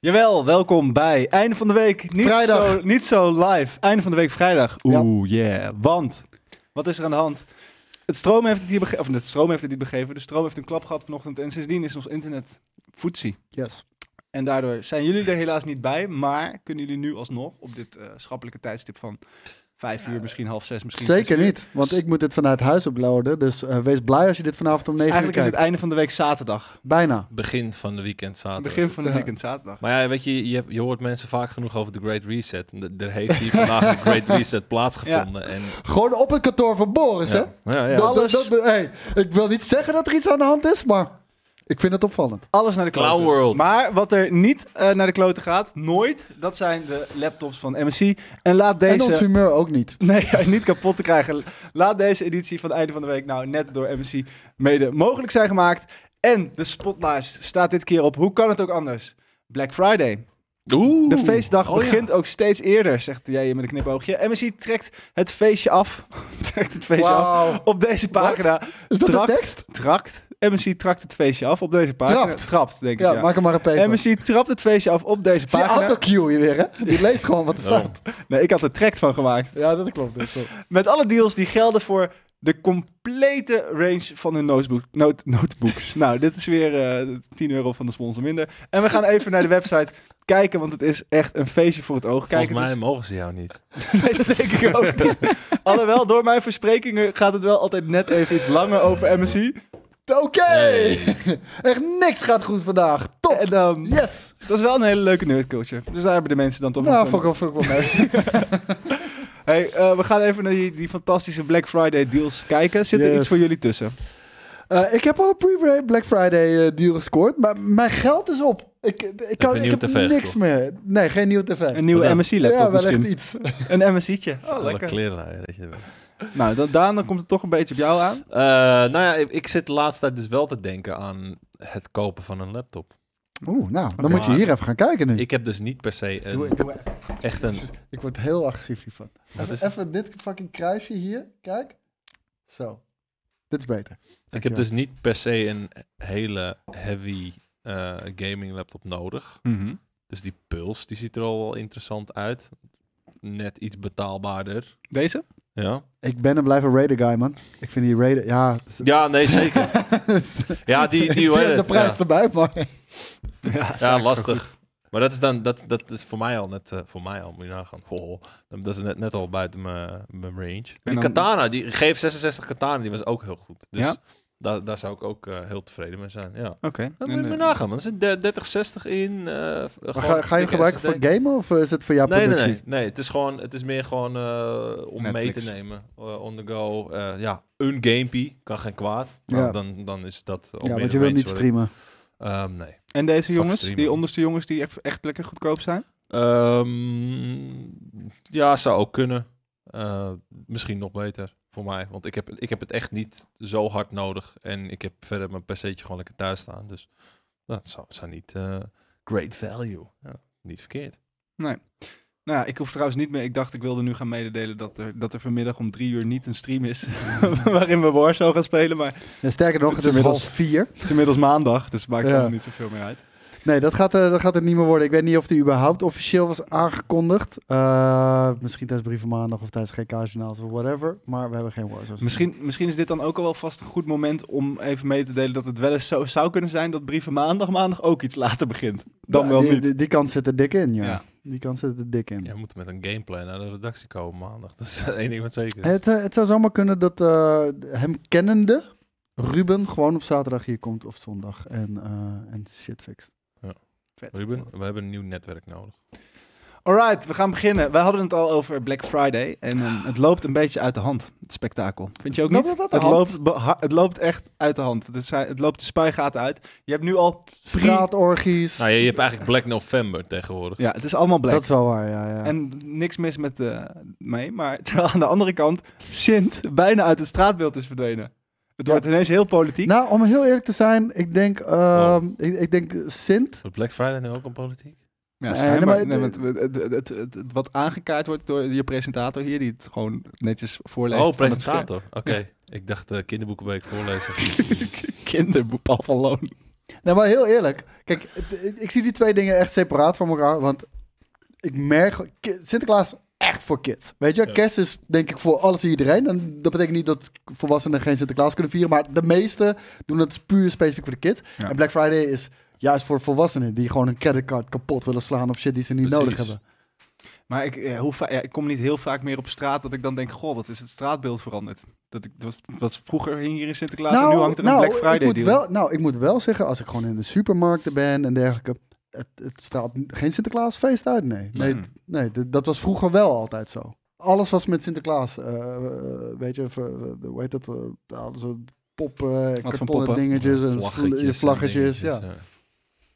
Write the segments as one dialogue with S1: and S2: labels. S1: Jawel, welkom bij Einde van de Week. Niet,
S2: Vrijdag.
S1: Zo, niet zo live. Einde van de Week vrijdag.
S2: Ja.
S1: Oeh, yeah. Want, wat is er aan de hand? Het stroom heeft het hier begeven. Of het stroom heeft het niet begeven. De stroom heeft een klap gehad vanochtend. En sindsdien is ons internet foetsie.
S2: Yes.
S1: En daardoor zijn jullie er helaas niet bij. Maar kunnen jullie nu alsnog op dit eh, schappelijke tijdstip van vijf uur, misschien half zes, misschien
S2: Zeker
S1: zes uur.
S2: niet, want ik moet dit vanuit huis uploaden. Dus eh, wees blij als je dit vanavond om
S1: Dus
S2: 9 uur
S1: eigenlijk is
S2: kijkt.
S1: het einde van de week zaterdag.
S2: Bijna.
S3: Begin van de weekend zaterdag.
S1: Begin van het
S2: Ja.
S1: weekend zaterdag.
S3: Maar ja, weet je, je, hebt- je hoort mensen vaak genoeg over de Great Reset. En d- er heeft hier vandaag de Great Reset plaatsgevonden. En,
S2: Gewoon op het kantoor van Boris, hè?
S3: ja. Ja, ja.
S2: Dat,
S1: Alles.
S2: dat, dat- hey, ik wil niet zeggen dat er iets aan de hand is, maar ik vind het opvallend.
S1: Alles naar de
S3: Clown
S1: kloten.
S3: world.
S1: Maar wat er niet eh, naar de kloten gaat, nooit, dat zijn de laptops van MSC. En laat
S2: En ons
S1: deze...
S2: humeur ook niet.
S1: Nee, niet kapot te krijgen. Laat deze editie van het einde van de week nou net door MSC mede mogelijk zijn gemaakt. En de spotlijst staat dit keer op. Hoe kan het ook anders? Black Friday.
S3: Oeh.
S1: De feestdag
S3: Oh ja.
S1: begint ook steeds eerder, zegt jij met een knipoogje. MSC trekt het feestje af. trekt het feestje af.
S2: Wauw.
S1: Op deze pagina.
S2: Is dat
S1: trakt,
S2: de tekst?
S1: Trakt. MSC trakt het feestje af op deze pagina.
S2: Trapt.
S1: Trapt, denk ik.
S2: Ja, maak hem maar een paper.
S1: MSC trapt het feestje af op deze
S2: Zie je
S1: pagina.
S2: autocue hier weer, hè? Die leest gewoon wat er
S3: Daarom.
S2: staat.
S1: Nee, ik had er tract van gemaakt.
S2: Ja, dat klopt. Dat klopt.
S1: Met alle deals die gelden voor de complete range van hun notebook, note- notebooks. nou, dit is weer eh, 10 euro van de sponsor minder. En we gaan even naar de website kijken, want het is echt een feestje voor het oog. Kijk,
S3: Volgens mij
S1: het
S3: mogen ze jou niet.
S1: is, nee, dat denk ik ook niet. Alhoewel, door mijn versprekingen gaat het wel altijd net even iets langer over MSI.
S2: Oké!
S3: Hey.
S2: Echt niks gaat goed vandaag. Top!
S1: En ehm,
S2: Yes!
S1: het was wel een hele leuke nerdculture. Dus daar hebben de mensen dan toch nog
S2: Nou,
S1: een-
S2: fuck off, fuck off. nee.
S1: Hey, eh, we gaan even naar die, die fantastische Black Friday deals kijken. Zit er
S2: Yes.
S1: iets voor jullie tussen?
S2: Eh, ik heb al een pre-Black Friday eh, deal gescoord, maar mijn geld is op. Ik, ik, kan,
S3: een
S2: ik
S3: nieuw
S2: heb
S3: tv
S2: niks
S3: gekocht?
S2: meer. Nee, geen nieuw tv.
S1: Een nieuwe
S3: Wat dan?
S2: ja,
S1: MSI-laptop
S2: wel
S1: misschien?
S2: echt iets.
S1: Een MSI'tje.
S3: Alle
S1: Oh, lekker.
S3: kleren aan, weet je wel.
S1: Nou, dan, Daan, dan komt het toch een beetje op jou aan.
S3: Eh, nou ja, ik, ik zit de laatste tijd dus wel te denken aan het kopen van een laptop.
S2: Oeh, nou, dan
S3: Oké.
S2: moet je hier even gaan kijken nu.
S3: Ik heb dus niet per se
S2: Doe,
S3: een,
S2: ik- doe, ik-
S3: echt een... Dus-
S2: ik word heel agressief hiervan.
S3: Wat is
S2: Even, even dit fucking kruisje hier, kijk. Zo. Dit is beter.
S3: Ik
S2: Dankjewel.
S3: heb dus niet per se een hele heavy eh, gaming laptop nodig. Dus die Pulse, die ziet er al wel interessant uit. Net iets betaalbaarder.
S1: Deze?
S3: Ja,
S2: Ik ben en blijf een Raider guy, man. Ik vind die Raider... Ja, Dus het is-
S3: ja nee, zeker.
S2: het is-
S3: Ja, die, die
S2: ik
S3: hoe
S2: zie
S3: heet
S2: de
S3: het?
S2: prijs
S3: Ja,
S2: erbij, maar...
S1: Ja,
S3: Ja, lastig. Maar dat is dan, dat, dat is voor mij al net, eh, voor mij al, moet je nagaan. Ho, ho. dat is net, net al buiten mijn mijn range. Maar die
S1: dan-
S3: katana, die GF66 katana, die was ook heel goed. Dus
S1: Ja?
S3: daar, daar zou ik ook eh, heel tevreden mee zijn. Ja.
S1: Oké. eh,
S3: Dat moet je maar nagaan, man. Er zit 3060 in. eh
S2: eh, Maar
S3: gewoon
S2: ga, ga je hem
S3: dikke
S2: gebruiken
S3: SSD.
S2: voor gamen of eh, is het voor jouw
S3: Nee, nee,
S2: productie?
S3: nee, nee. Het is gewoon, het is meer gewoon eh, om mee
S1: Netflix.
S3: te nemen, eh, on the go. Eh, ja, een gamepie kan geen kwaad. Nou,
S2: Ja.
S3: dan, dan is dat. op
S2: Ja,
S3: meer
S2: want
S3: de
S2: je wilt
S3: range
S2: niet
S3: waar
S2: streamen.
S3: ik- Ehm, nee.
S1: En deze
S3: Fuck
S1: jongens,
S3: streamen.
S1: die onderste jongens die echt, echt lekker goedkoop zijn?
S3: Ehm, ja, zou ook kunnen. Eh, misschien nog beter voor mij, want ik heb, ik heb het echt niet zo hard nodig en ik heb verder mijn pc'tje gewoon lekker thuis staan. Dus dat zou, zou niet eh, great value. Ja, niet verkeerd.
S1: Nou ja, ik hoef trouwens niet meer... Ik dacht, ik wilde nu gaan mededelen dat er, dat er vanmiddag om drie uur niet een stream is... waarin we Warzone gaan spelen, maar
S2: Ja, sterker nog, het
S1: Het
S2: is
S1: is
S2: half vier.
S1: het is inmiddels maandag, dus het maakt
S2: Ja.
S1: helemaal niet zoveel meer uit.
S2: Nee, dat gaat, eh, dat gaat het niet meer worden. Ik weet niet of die überhaupt officieel was aangekondigd. Eh, misschien tijdens Brieven Maandag of tijdens GK Journaals of whatever. Maar we hebben geen Warzone.
S1: Misschien, misschien is dit dan ook al wel vast een goed moment om even mee te delen... dat het wel eens zo zou kunnen zijn dat Brieven Maandag maandag ook iets later begint. Dan
S2: Ja,
S1: wel
S2: die,
S1: niet.
S2: Die, die kans zit er dik in, ja.
S1: Ja.
S2: Die kans zit er dik in.
S3: Jij moet met een gameplan naar de redactie komen maandag. Dat is één ding wat zeker is.
S2: Het, eh, het zou zomaar kunnen dat eh, hem kennende Ruben gewoon op zaterdag hier komt of zondag en, eh, en shit fixt.
S3: Ruben, we hebben een nieuw netwerk nodig.
S1: Alright, we gaan beginnen. Wij hadden het al over Black Friday. En ehm, het loopt een beetje uit de hand, het spektakel. Vind je ook niet?
S2: Loopt het uit de
S1: het,
S2: hand?
S1: loopt, beha- het loopt echt uit de hand. Het, is- het loopt de spuigaten uit. Je hebt nu al drie-
S2: Straatorgies.
S3: Nou, je, je hebt eigenlijk Black November tegenwoordig.
S1: Ja, het is allemaal black.
S2: Dat is wel waar, ja. ja.
S1: En niks mis met eh, mee. Maar terwijl aan de andere kant Sint bijna uit het straatbeeld is verdwenen. Het
S2: Ja.
S1: wordt ineens heel politiek.
S2: Nou, om heel eerlijk te zijn, ik denk, ehm,
S1: Oh.
S2: ik, ik denk Sint.
S3: Wordt Black Friday nu ook een politiek?
S1: ja,
S2: nee,
S1: schijnbaar.
S2: maar het-
S1: Nee, want het, het, het, het- het- wat aangekaart wordt door je presentator hier, die het gewoon netjes voorleest. van
S3: Oh,
S1: het
S3: presentator. Oké. Ik dacht eh kinderboekenweek voorlezen.
S1: scherm. Kinderboek Paul van Loon.
S2: Nou, maar heel eerlijk. Kijk, het- ik- ik zie die twee dingen echt separaat van elkaar. Want ik merk... ki- Sinterklaas echt voor kids. Weet je,
S3: Ja.
S2: kerst is denk ik voor alles en iedereen. En dat betekent niet dat volwassenen geen Sinterklaas kunnen vieren. Maar de meesten doen het puur specifiek voor de kids.
S1: Ja.
S2: En Black Friday is juist voor volwassenen... die gewoon een creditcard kapot willen slaan op shit die ze niet
S3: Precies.
S2: nodig hebben.
S1: Maar ik, eh, hoe va- ja, ik kom niet heel vaak meer op straat dat ik dan denk, goh, wat is het straatbeeld veranderd? Dat ik, wat, wat vroeger hing hier in Sinterklaas en nu hangt er een Black
S2: Nou, ik
S1: Friday
S2: moet
S1: deal.
S2: Wel, nou, ik moet wel zeggen, als ik gewoon in de supermarkten ben en dergelijke... Het, het straalt geen Sinterklaasfeest uit, nee. Nee,
S1: Hmm.
S2: d- nee d- dat was vroeger wel altijd zo. Alles was met Sinterklaas. eh, weet je, ver- eh, hoe heet dat? eh, daar hadden ze pop, eh kartonnen
S1: poppen?
S2: dingetjes en
S3: Vlaggetjes
S2: vlaggetjes.
S3: en
S2: vlaggetjes ja.
S3: dingetjes,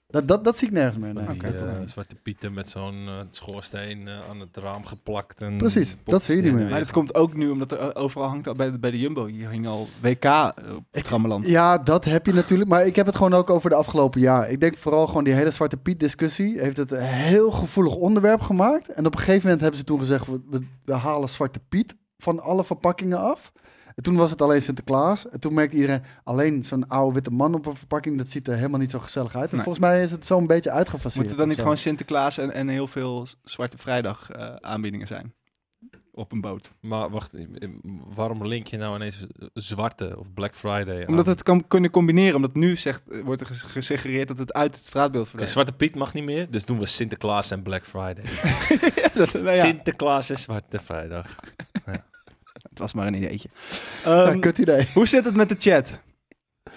S2: Dat, dat, dat zie ik nergens meer. Nee.
S3: Van die,
S1: Oké.
S3: eh, Zwarte Pieten met zo'n eh, schoorsteen eh, aan het raam geplakt. En
S2: Precies,
S3: poppetjes
S2: dat zie je niet
S3: die
S2: meer.
S1: Maar
S3: heen en
S1: dat komt ook nu omdat er eh, overal hangt, al bij de, bij de Jumbo, hier hing al WK eh, op het Rammeland.
S2: Ja, dat heb je natuurlijk. Maar ik heb het gewoon ook over de afgelopen jaar. Ik denk vooral gewoon die hele Zwarte Piet discussie heeft het een heel gevoelig onderwerp gemaakt. En op een gegeven moment hebben ze toen gezegd, we, we, we halen Zwarte Piet van alle verpakkingen af. En toen was het alleen Sinterklaas. En toen merkte iedereen, alleen zo'n oude witte man op een verpakking, dat ziet er helemaal niet zo gezellig uit. En
S1: Nee.
S2: volgens mij is het zo'n beetje uitgefaseerd.
S1: Moeten dan
S2: of
S1: niet
S2: zo.
S1: gewoon Sinterklaas en, en heel veel Zwarte Vrijdag eh, aanbiedingen zijn? Op een boot.
S3: weer. Maar wacht, eh, eh, waarom link je nou ineens eh, zwarte of Black Friday aan?
S1: Omdat het kan kunnen combineren. Omdat nu zegt, eh, wordt er ges- gesuggereerd dat het uit het straatbeeld
S3: Oké,
S1: verdwijnt.
S3: Zwarte Piet mag niet meer, dus doen we Sinterklaas en Black Friday.
S1: Dat- nou ja,
S3: Sinterklaas en Zwarte Vrijdag.
S1: Het was maar een ideetje.
S2: Ja,
S1: Ehm,
S2: kut idee.
S1: hoe zit het met de chat? Oh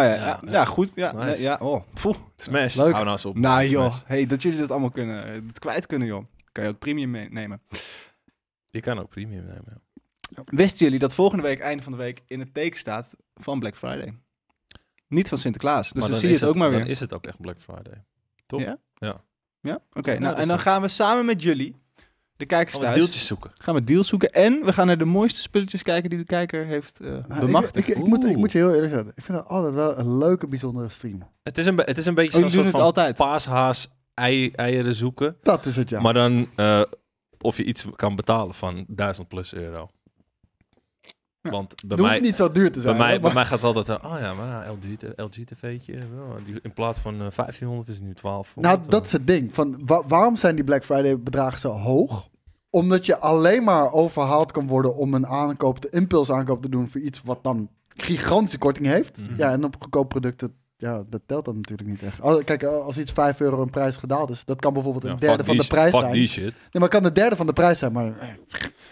S1: ja, ja,
S3: Ja,
S1: ja,
S3: ja.
S1: goed. Ja,
S3: Nice.
S1: nee, ja oh. Poeh.
S3: Smash,
S2: Leuk.
S3: hou nou eens op.
S1: Nou
S3: Smash.
S1: joh, hey, dat jullie dat allemaal kunnen, eh, dat kwijt kunnen joh. Kan je ook premium meenemen.
S3: Je kan ook premium nemen. ja.
S1: Wisten jullie dat volgende week, einde van de week, in het teken staat van Black Friday? Niet van Sinterklaas. Dus
S3: Maar
S1: dan
S3: dan
S1: zie je
S3: is
S1: het ook maar weer.
S3: Dan is het ook echt Black Friday. Toch?
S1: Ja?
S3: Ja.
S1: Ja? Oké,
S3: Ja,
S1: nou,
S3: dus
S1: en dan
S3: dat-
S1: gaan we samen met jullie, de kijkers
S3: Gaan we
S1: thuis,
S3: deeltjes zoeken.
S1: gaan we deals zoeken. En we gaan naar de mooiste spulletjes kijken die de kijker heeft eh
S2: Nou, ik,
S1: bemachtigd.
S2: ik, ik moet, ik
S3: Oeh.
S2: moet je heel eerlijk zeggen, ik vind dat altijd wel een leuke, bijzondere stream.
S3: Het is een, be- het is een beetje
S1: Oh,
S3: zo'n
S1: jullie doen
S3: soort
S1: het
S3: van
S1: altijd?
S3: paashaas ei- eieren zoeken.
S2: Dat is het, ja.
S3: Maar dan eh, of je iets kan betalen van 1000 plus euro.
S1: Ja.
S3: Want bij
S2: Het hoeft
S3: mij,
S2: niet zo duur te
S3: bij,
S2: zijn.
S3: mij,
S2: hoor,
S3: bij
S2: maar-
S3: mij gaat altijd, eh, oh ja, maar LG, t- LG tv'tje, wel, die- in plaats van eh, 1500 is het nu eh, 1200.
S2: Nou, dat is het ding. Van, wa- waarom zijn die Black Friday bedragen zo hoog? Omdat je alleen maar overhaald kan worden om een aankoop, de impuls aankoop te doen voor iets wat dan gigantische korting heeft.
S3: Mhm.
S2: Ja, en op goedkoop producten, ja, dat telt dan natuurlijk niet echt. Al- Kijk, eh, als iets 5 euro in prijs gedaald is, dat kan bijvoorbeeld een
S3: Ja,
S2: derde
S3: fuck
S2: van
S3: die
S2: de
S3: shit,
S2: prijs
S3: fuck
S2: zijn.
S3: die shit.
S2: Nee, maar het kan een derde van de prijs zijn, maar
S3: Ja.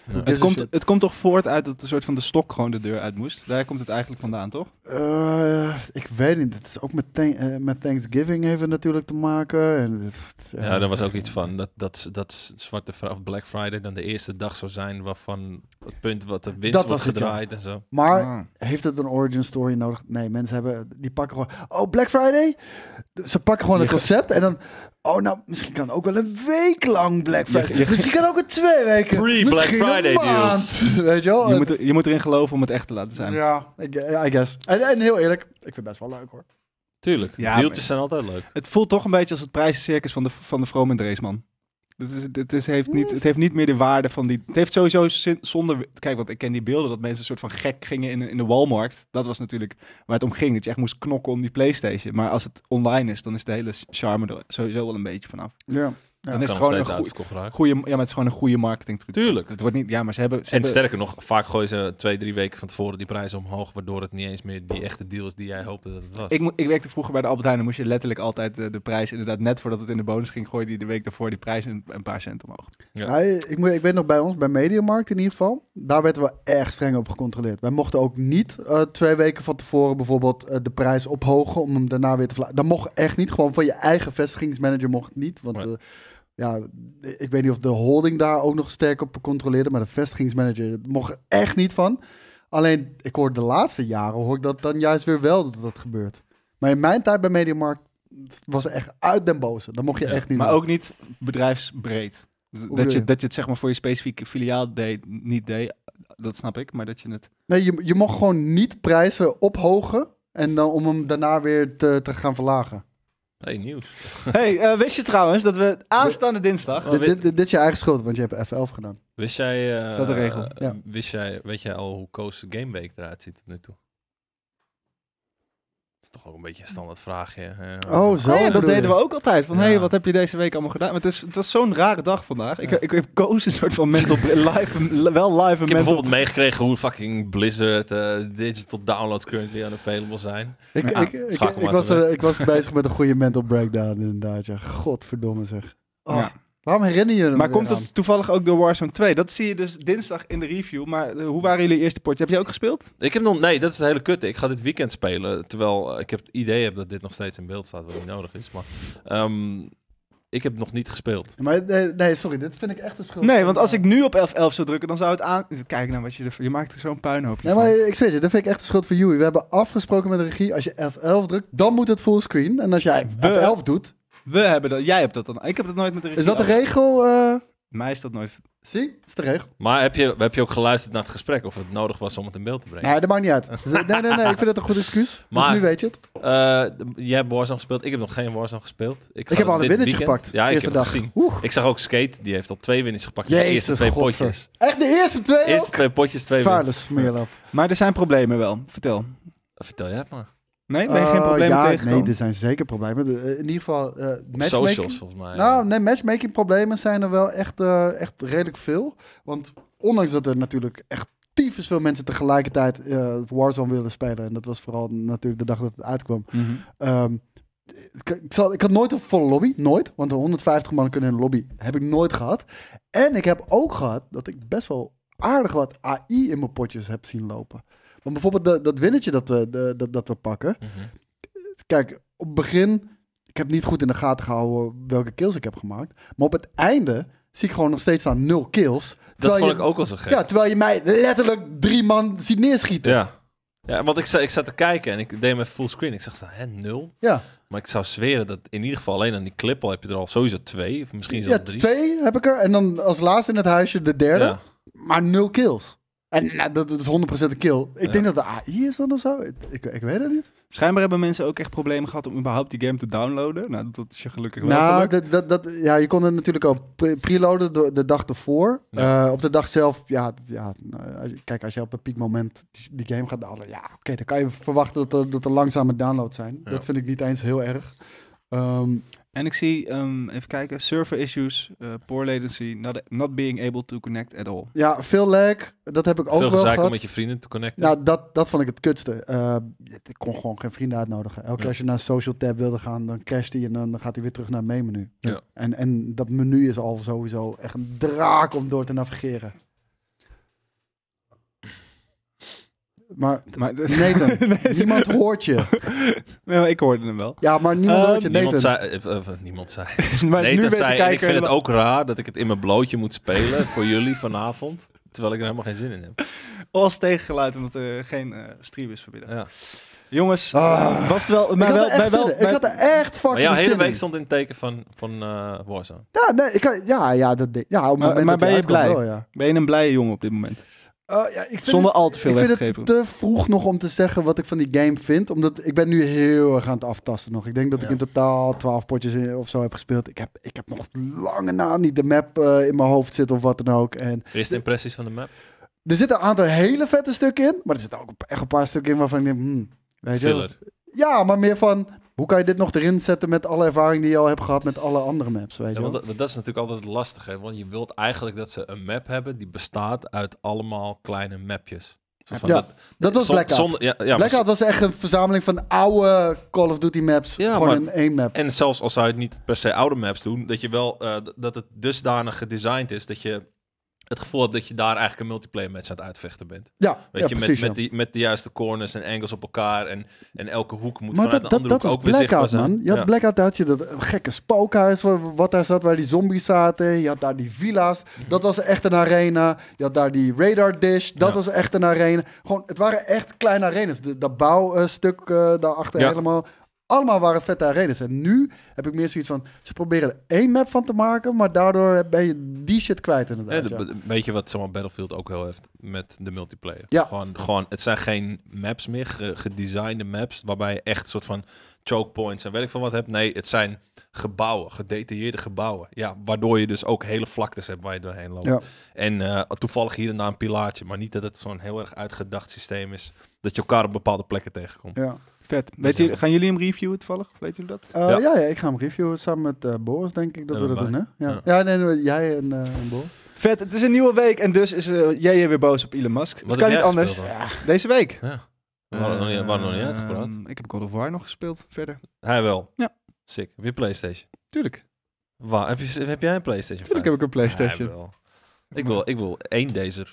S2: Who gives
S1: Het
S2: a
S1: komt,
S2: shit?
S1: het komt toch voort uit dat een soort van de stok gewoon de deur uit moest? Daar komt het eigenlijk vandaan, toch?
S2: Eh, ik weet niet. Het is ook met, thank- eh, met Thanksgiving even natuurlijk te maken. En, eh,
S3: Ja, er was ook iets van dat, dat, dat Zwarte Vrijdag of Black Friday dan de eerste dag zou zijn waarvan het punt wat de winst
S2: Dat was
S3: wordt
S2: het, ja.
S3: gedraaid en zo.
S2: Maar
S1: Ah.
S2: Heeft het een origin story nodig? Nee, mensen hebben, die pakken gewoon. Oh, Black Friday? Ze pakken gewoon een
S1: Je ge-
S2: concept en dan. Oh, nou, misschien kan ook wel een week lang Black
S1: Je ge-
S2: Friday.
S1: je ge-
S2: misschien kan ook een twee weken.
S3: Pre-Black
S2: misschien een
S3: Friday
S2: maand. Weet je wel?
S1: je, moet er- je moet erin geloven om het echt te laten zijn.
S2: Ja, ik- ja, I guess. En, en heel eerlijk, ik vind het best wel leuk hoor.
S3: Tuurlijk,
S1: Ja,
S3: deeltjes
S1: maar-
S3: zijn altijd leuk.
S1: Het voelt toch een beetje als het prijzencircus van de, van de Vroom en Dreesman. Het, is, het, is, heeft niet, het heeft niet meer de waarde van die... Het heeft sowieso zin- zonder... Kijk, want ik ken die beelden dat mensen een soort van gek gingen in, in de Walmart. Dat was natuurlijk waar het om ging. Dat je echt moest knokken om die Playstation. Maar als het online is, dan is de hele charme er sowieso wel een beetje vanaf.
S2: Ja.
S1: dan
S3: Kan
S1: is het
S3: nog
S1: gewoon een
S3: steeds
S1: goe-
S3: uitverkocht raken.
S1: goede... Ja, maar het is gewoon een goede marketing truc.
S3: Tuurlijk.
S1: Het wordt niet... Ja, maar ze hebben... Ze
S3: En
S1: hebben
S3: sterker nog, vaak gooien ze twee, drie weken van tevoren die prijzen omhoog, waardoor het niet eens meer die echte deal is die jij hoopte dat het was.
S1: ik, mo- ik werkte vroeger bij de Albert Heijn. Dan moest je letterlijk altijd eh, de prijs... Inderdaad, net voordat het in de bonus ging, gooide die de week daarvoor die prijs een, een paar cent omhoog.
S3: Ja.
S2: Ja, ik, moet- ik weet nog bij ons, bij Mediamarkt in ieder geval, daar werden we erg streng op gecontroleerd. Wij mochten ook niet eh, twee weken van tevoren bijvoorbeeld eh, de prijs ophogen om hem daarna weer te verlagen. Dat mocht echt niet. Gewoon van je eigen vestigingsmanager mocht het niet. Want
S3: Nee.
S2: eh, ja, ik weet niet of de holding daar ook nog sterk op controleerde, maar de vestigingsmanager dat mocht er echt niet van. Alleen, ik hoor de laatste jaren hoor ik dat dan juist weer wel dat dat gebeurt. Maar in mijn tijd bij Mediamarkt was het echt uit den boze. Dat mocht je
S3: Ja,
S2: echt niet
S1: Maar
S2: doen.
S1: ook niet bedrijfsbreed.
S2: bedoel
S1: Dat je,
S2: je?
S1: dat je het zeg maar voor je specifieke filiaal deed, niet deed, dat snap ik. Maar dat je het...
S2: Nee, je, je mag gewoon niet prijzen ophogen en dan om hem daarna weer te, te gaan verlagen.
S3: Hey, nieuws.
S1: hey, eh, wist je trouwens dat we aanstaande dinsdag...
S3: Oh,
S2: dit, dit,
S3: weet-
S2: dit is je eigen schuld, want je hebt F11 gedaan.
S3: Wist jij, eh,
S1: Is dat een regel?
S3: eh,
S2: Ja.
S3: wist jij, weet jij al hoe Koos Game Week eruit ziet tot nu toe? is toch ook een beetje een standaard vraagje. hè?
S2: Oh, zo.
S1: Oh, ja, dat
S2: bedoel
S1: deden
S2: je.
S1: we ook altijd. Van, hé, hey,
S3: Ja.
S1: wat heb je deze week allemaal gedaan? Maar het, is, het was zo'n rare dag vandaag. Ik,
S3: Ja.
S1: ik, ik koos een soort van mental... bre- live, wel live een mental...
S3: Ik heb bijvoorbeeld meegekregen hoe fucking Blizzard eh, digital downloads currently unavailable zijn.
S2: Ik,
S3: Ja,
S2: ik, ik,
S3: schakel
S2: ik
S3: maar
S2: was,
S3: even
S2: eh, ik was bezig met een goede mental breakdown inderdaad. Ja. Godverdomme zeg. Oh,
S1: Ja.
S2: Waarom herinner je hem
S1: Maar
S2: weer
S1: komt
S2: aan?
S1: het toevallig ook door Warzone 2? Dat zie je dus dinsdag in de review. Maar eh, hoe waren jullie eerste potje? Heb jij ook gespeeld?
S3: Ik heb nog... Nee, dat is het hele kutte. Ik ga dit weekend spelen, terwijl eh, ik heb het idee heb dat dit nog steeds in beeld staat, wat niet nodig is. Maar ehm, ik heb nog niet gespeeld.
S2: Maar, nee, nee, sorry, dit vind ik echt een schuld.
S1: Nee, want als ik nu op 11-11 zou drukken, dan zou het aan... Kijk nou wat je ervoor... Je maakt er zo'n puinhoop
S2: Nee, maar ik zweer je, dat vind ik echt de schuld van Joey. We hebben afgesproken met de regie, als je F11 drukt, dan moet het fullscreen. En als jij
S1: We-
S2: F11 doet,
S1: We hebben dat... Jij hebt dat dan... Ik heb dat nooit met de
S2: is
S1: regie
S2: dat de
S1: afgesproken.
S2: regel? eh?
S1: Mij is dat nooit...
S2: zie, is de regel.
S3: Maar heb je, heb je ook geluisterd naar het gesprek of het nodig was om het in beeld te brengen?
S2: Nee, dat maakt niet uit. Dus, nee, nee, nee, ik vind het een goed excuus.
S3: Maar-
S2: dus nu weet je het.
S3: Eh, d- jij hebt Warzone gespeeld. Ik heb nog geen Warzone gespeeld. ga
S2: Ik heb
S3: dat
S2: al een
S3: dit
S2: winnetje
S3: weekend-
S2: gepakt.
S3: Ja, ik
S2: eerste
S3: heb het
S2: dag.
S3: gezien.
S2: Oeh,
S3: Ik zag ook Skate, die heeft al twee winnetjes gepakt in de
S2: Jezus,
S3: eerste twee
S2: godver.
S3: potjes.
S2: echt de eerste twee?
S3: Eerste twee potjes, twee
S2: Vuile
S3: wins.
S2: smeerlap.
S1: Maar er zijn problemen wel. Vertel.
S3: Vertel jij het maar.
S1: Nee? Ben je geen
S2: Eh,
S1: problemen
S2: ja,
S1: tegengekomen?
S2: Nee, er zijn zeker problemen. De- eh, in ieder geval eh
S3: Op
S2: matchmaking.
S3: socials volgens mij.
S2: Nou, nee, matchmaking problemen zijn er wel echt, eh, echt redelijk veel. Want ondanks dat er natuurlijk echt tyfus veel mensen tegelijkertijd eh, Warzone willen spelen. En dat was vooral natuurlijk de dag dat het uitkwam.
S1: Mhm.
S2: Ehm, ik, ik, zal, ik had nooit een volle lobby, nooit. Want de 150 man kunnen in een lobby, heb ik nooit gehad. En ik heb ook gehad dat ik best wel aardig wat AI in mijn potjes heb zien lopen. Want bijvoorbeeld de- dat winnetje dat we, de- dat, dat we pakken.
S3: Mhm.
S2: Kijk, op het begin, ik heb niet goed in de gaten gehouden welke kills ik heb gemaakt. Maar op het einde zie ik gewoon nog steeds staan nul kills.
S3: Dat
S2: Terwijl
S3: vond
S2: je-
S3: ik ook wel zo gek.
S2: Ja, terwijl je mij letterlijk drie man ziet neerschieten. Ja.
S3: Ja. Ja, want ik, za- ik zat te kijken en ik deed mijn full screen. Ik zag, hè, nul?
S2: Ja,
S3: Maar ik zou zweren dat in ieder geval alleen aan die clip al heb je er al sowieso twee. Of misschien zelfs drie.
S2: twee heb ik er. En dan als laatste in het huisje de derde.
S3: Ja.
S2: Maar nul kills. En nou, dat is 100% een kill. Ik
S3: Ja.
S2: denk dat de AI is dan of zo. Ik, ik, ik weet het niet.
S1: Schijnbaar hebben mensen ook echt problemen gehad om überhaupt die game te downloaden. Nou, dat is je gelukkig wel
S2: nou,
S1: gelukt.
S2: dat, dat, dat, ja, je kon het natuurlijk al pre- preloaden de, de dag ervoor.
S3: Ja.
S2: Eh, op de dag zelf, ja, dat- ja nou, als je- kijk, als je op een piekmoment die, die game gaat downloaden, ja, oké, dan kan je verwachten dat er, dat er langzame downloads zijn.
S3: Ja.
S2: Dat vind ik niet eens heel erg. Ehm,
S1: En ik zie, ehm, even kijken, server issues, eh, poor latency, not, not being able to connect at all.
S2: ja, veel lag, dat heb ik ook
S3: Veel
S2: wel
S3: gezeik om
S2: gehad.
S3: met je vrienden te connecten.
S2: Nou, dat, dat vond ik het kutste. Eh, ik kon gewoon geen vrienden uitnodigen. Elke keer
S3: Ja.
S2: als je naar social tab wilde gaan, dan crasht hij en dan, dan gaat hij weer terug naar het menu.
S3: Ja.
S2: En, en dat menu is al sowieso echt een draak om door te navigeren. Maar
S1: Maar,
S2: Nathan,
S1: Nee,
S2: niemand hoort je.
S1: nee, maar Nou, ik hoorde hem wel.
S2: Ja, maar niemand
S1: Eh,
S2: hoort je.
S3: niemand,
S2: Nathan.
S3: zei, eh, eh, niemand zei.
S1: maar
S3: nee, dat
S1: ben
S3: zei,
S1: te
S3: en ik
S1: kijken
S3: vind het
S1: en-
S3: ook raar dat ik het in mijn blootje moet spelen voor jullie vanavond. Terwijl ik er helemaal geen zin in heb.
S1: als tegengeluid, omdat er geen eh, stream is vanmiddag.
S3: Ja.
S1: Jongens,
S2: Ah.
S1: was het wel...
S2: Ik
S1: Maar
S2: had
S1: wel,
S2: er echt
S1: bij wel
S2: zin in. Ik
S1: bij-
S2: had er echt fucking
S3: Maar jouw
S2: zin
S3: hele
S2: in.
S3: week stond in het teken van, van eh, Warzone.
S2: Ja, nee, ik, had- ja, ja, dat, de- ja, op het
S1: Maar-
S2: moment
S1: maar
S2: dat hij
S1: ben je
S2: uitkwam
S1: blij?
S2: wel, ja.
S1: Ben je een blije jongen op dit moment?
S2: Eh, ja, ik vind
S1: Zonder al te veel
S2: Ik vind
S1: weggegeven.
S2: het te vroeg nog om te zeggen wat ik van die game vind. Omdat ik ben nu heel erg aan het aftasten nog. Ik denk dat ik
S3: Ja.
S2: in totaal 12 potjes in- of zo heb gespeeld. Ik heb, ik heb nog lange na niet de map eh, in mijn hoofd zitten of wat dan ook. En
S3: Eerste impressies van de map.
S2: er zitten een aantal hele vette stukken in. Maar er zitten ook een- echt een paar stukken in waarvan ik denk... hmm, weet je wel.
S3: Filler.
S2: Ja, maar meer van... Hoe kan je dit nog erin zetten met alle ervaring die je al hebt gehad met alle andere maps, weet
S3: Ja,
S2: je
S3: want
S2: wel?
S3: dat, dat is natuurlijk altijd lastig, hè? Want je wilt eigenlijk dat ze een map hebben die bestaat uit allemaal kleine mapjes. Zo van
S2: Ja,
S3: dat,
S2: Dat was
S3: zon-
S2: Blackout.
S3: zonder- ja, ja, maar
S2: Blackout was echt een verzameling van oude Call of Duty maps.
S3: Ja,
S2: gewoon
S3: maar-
S2: in één map.
S3: En zelfs als zou je het niet per se oude maps doen, dat je wel eh, d- dat het dusdanig gedesigned is dat je het gevoel hebt dat je daar eigenlijk een multiplayer match aan het uitvechten bent.
S2: Ja,
S3: Weet
S2: ja,
S3: je,
S2: precies,
S3: met,
S2: ja.
S3: met, die, met de juiste corners en angles op elkaar en, en elke hoek moet
S2: Maar
S3: vanuit
S2: dat,
S3: een
S2: dat,
S3: andere
S2: dat was
S3: hoek ook weer zichtbaar
S2: Blackout,
S3: zijn.
S2: man. Je had
S3: Ja.
S2: Blackout, daar had je dat eh, gekke spookhuis wa- wat daar zat, waar die zombies zaten. Je had daar die villa's. Dat was echt een arena. Je had daar die radar dish. Dat
S3: Ja.
S2: was echt een arena. Gewoon, het waren echt kleine arenas. De, dat bouwstuk eh daarachter
S3: Ja.
S2: helemaal. Allemaal waren vette arenas. En nu heb ik meer zoiets van, ze proberen er één map van te maken, maar daardoor ben je die shit kwijt
S3: Ja,
S2: inderdaad.
S3: de-
S2: ja.
S3: be- Weet je wat zeg maar, Battlefield ook heel heeft met de multiplayer?
S2: Ja.
S3: Gewoon, gewoon, het zijn geen maps meer, ge- gedesignde maps, waarbij je echt soort van choke points en weet ik veel wat hebt. Nee, het zijn gebouwen, gedetailleerde gebouwen. Ja, waardoor je dus ook hele vlaktes hebt waar je doorheen loopt.
S2: Ja.
S3: En eh, toevallig hier en daar een pilaartje, maar niet dat het zo'n heel erg uitgedacht systeem is, dat je elkaar op bepaalde plekken tegenkomt.
S2: Ja.
S1: vet.
S3: Dus
S1: Weet je,
S3: ja.
S1: gaan jullie hem reviewen toevallig? Weet jullie dat?
S2: Eh,
S3: Ja.
S2: ja. Ja, ik ga hem reviewen samen met eh, Boris, denk ik, dat
S3: En
S2: we dat
S3: wij.
S2: doen, hè? Ja,
S3: Ja.
S2: ja. nee, nee, jij en, eh, en Boris.
S1: Vet, het is een nieuwe week en dus is eh, jij weer boos op Elon Musk.
S3: Wat
S1: dat kan
S3: heb
S1: niet
S3: jij
S1: anders.
S3: gespeeld
S1: Ja, deze week.
S3: Ja. We hadden nog niet, we hadden nog niet
S1: Ehm,
S3: uitgepraat.
S1: Ik heb God of War nog gespeeld, verder.
S3: Hij wel.
S1: Ja.
S3: Sick. Heb je een PlayStation?
S1: Tuurlijk,
S3: Waar, heb, je, heb jij een PlayStation?
S1: tuurlijk heb ik een Playstation.
S3: Ja, hij wel. ik, wil, ik wil één deze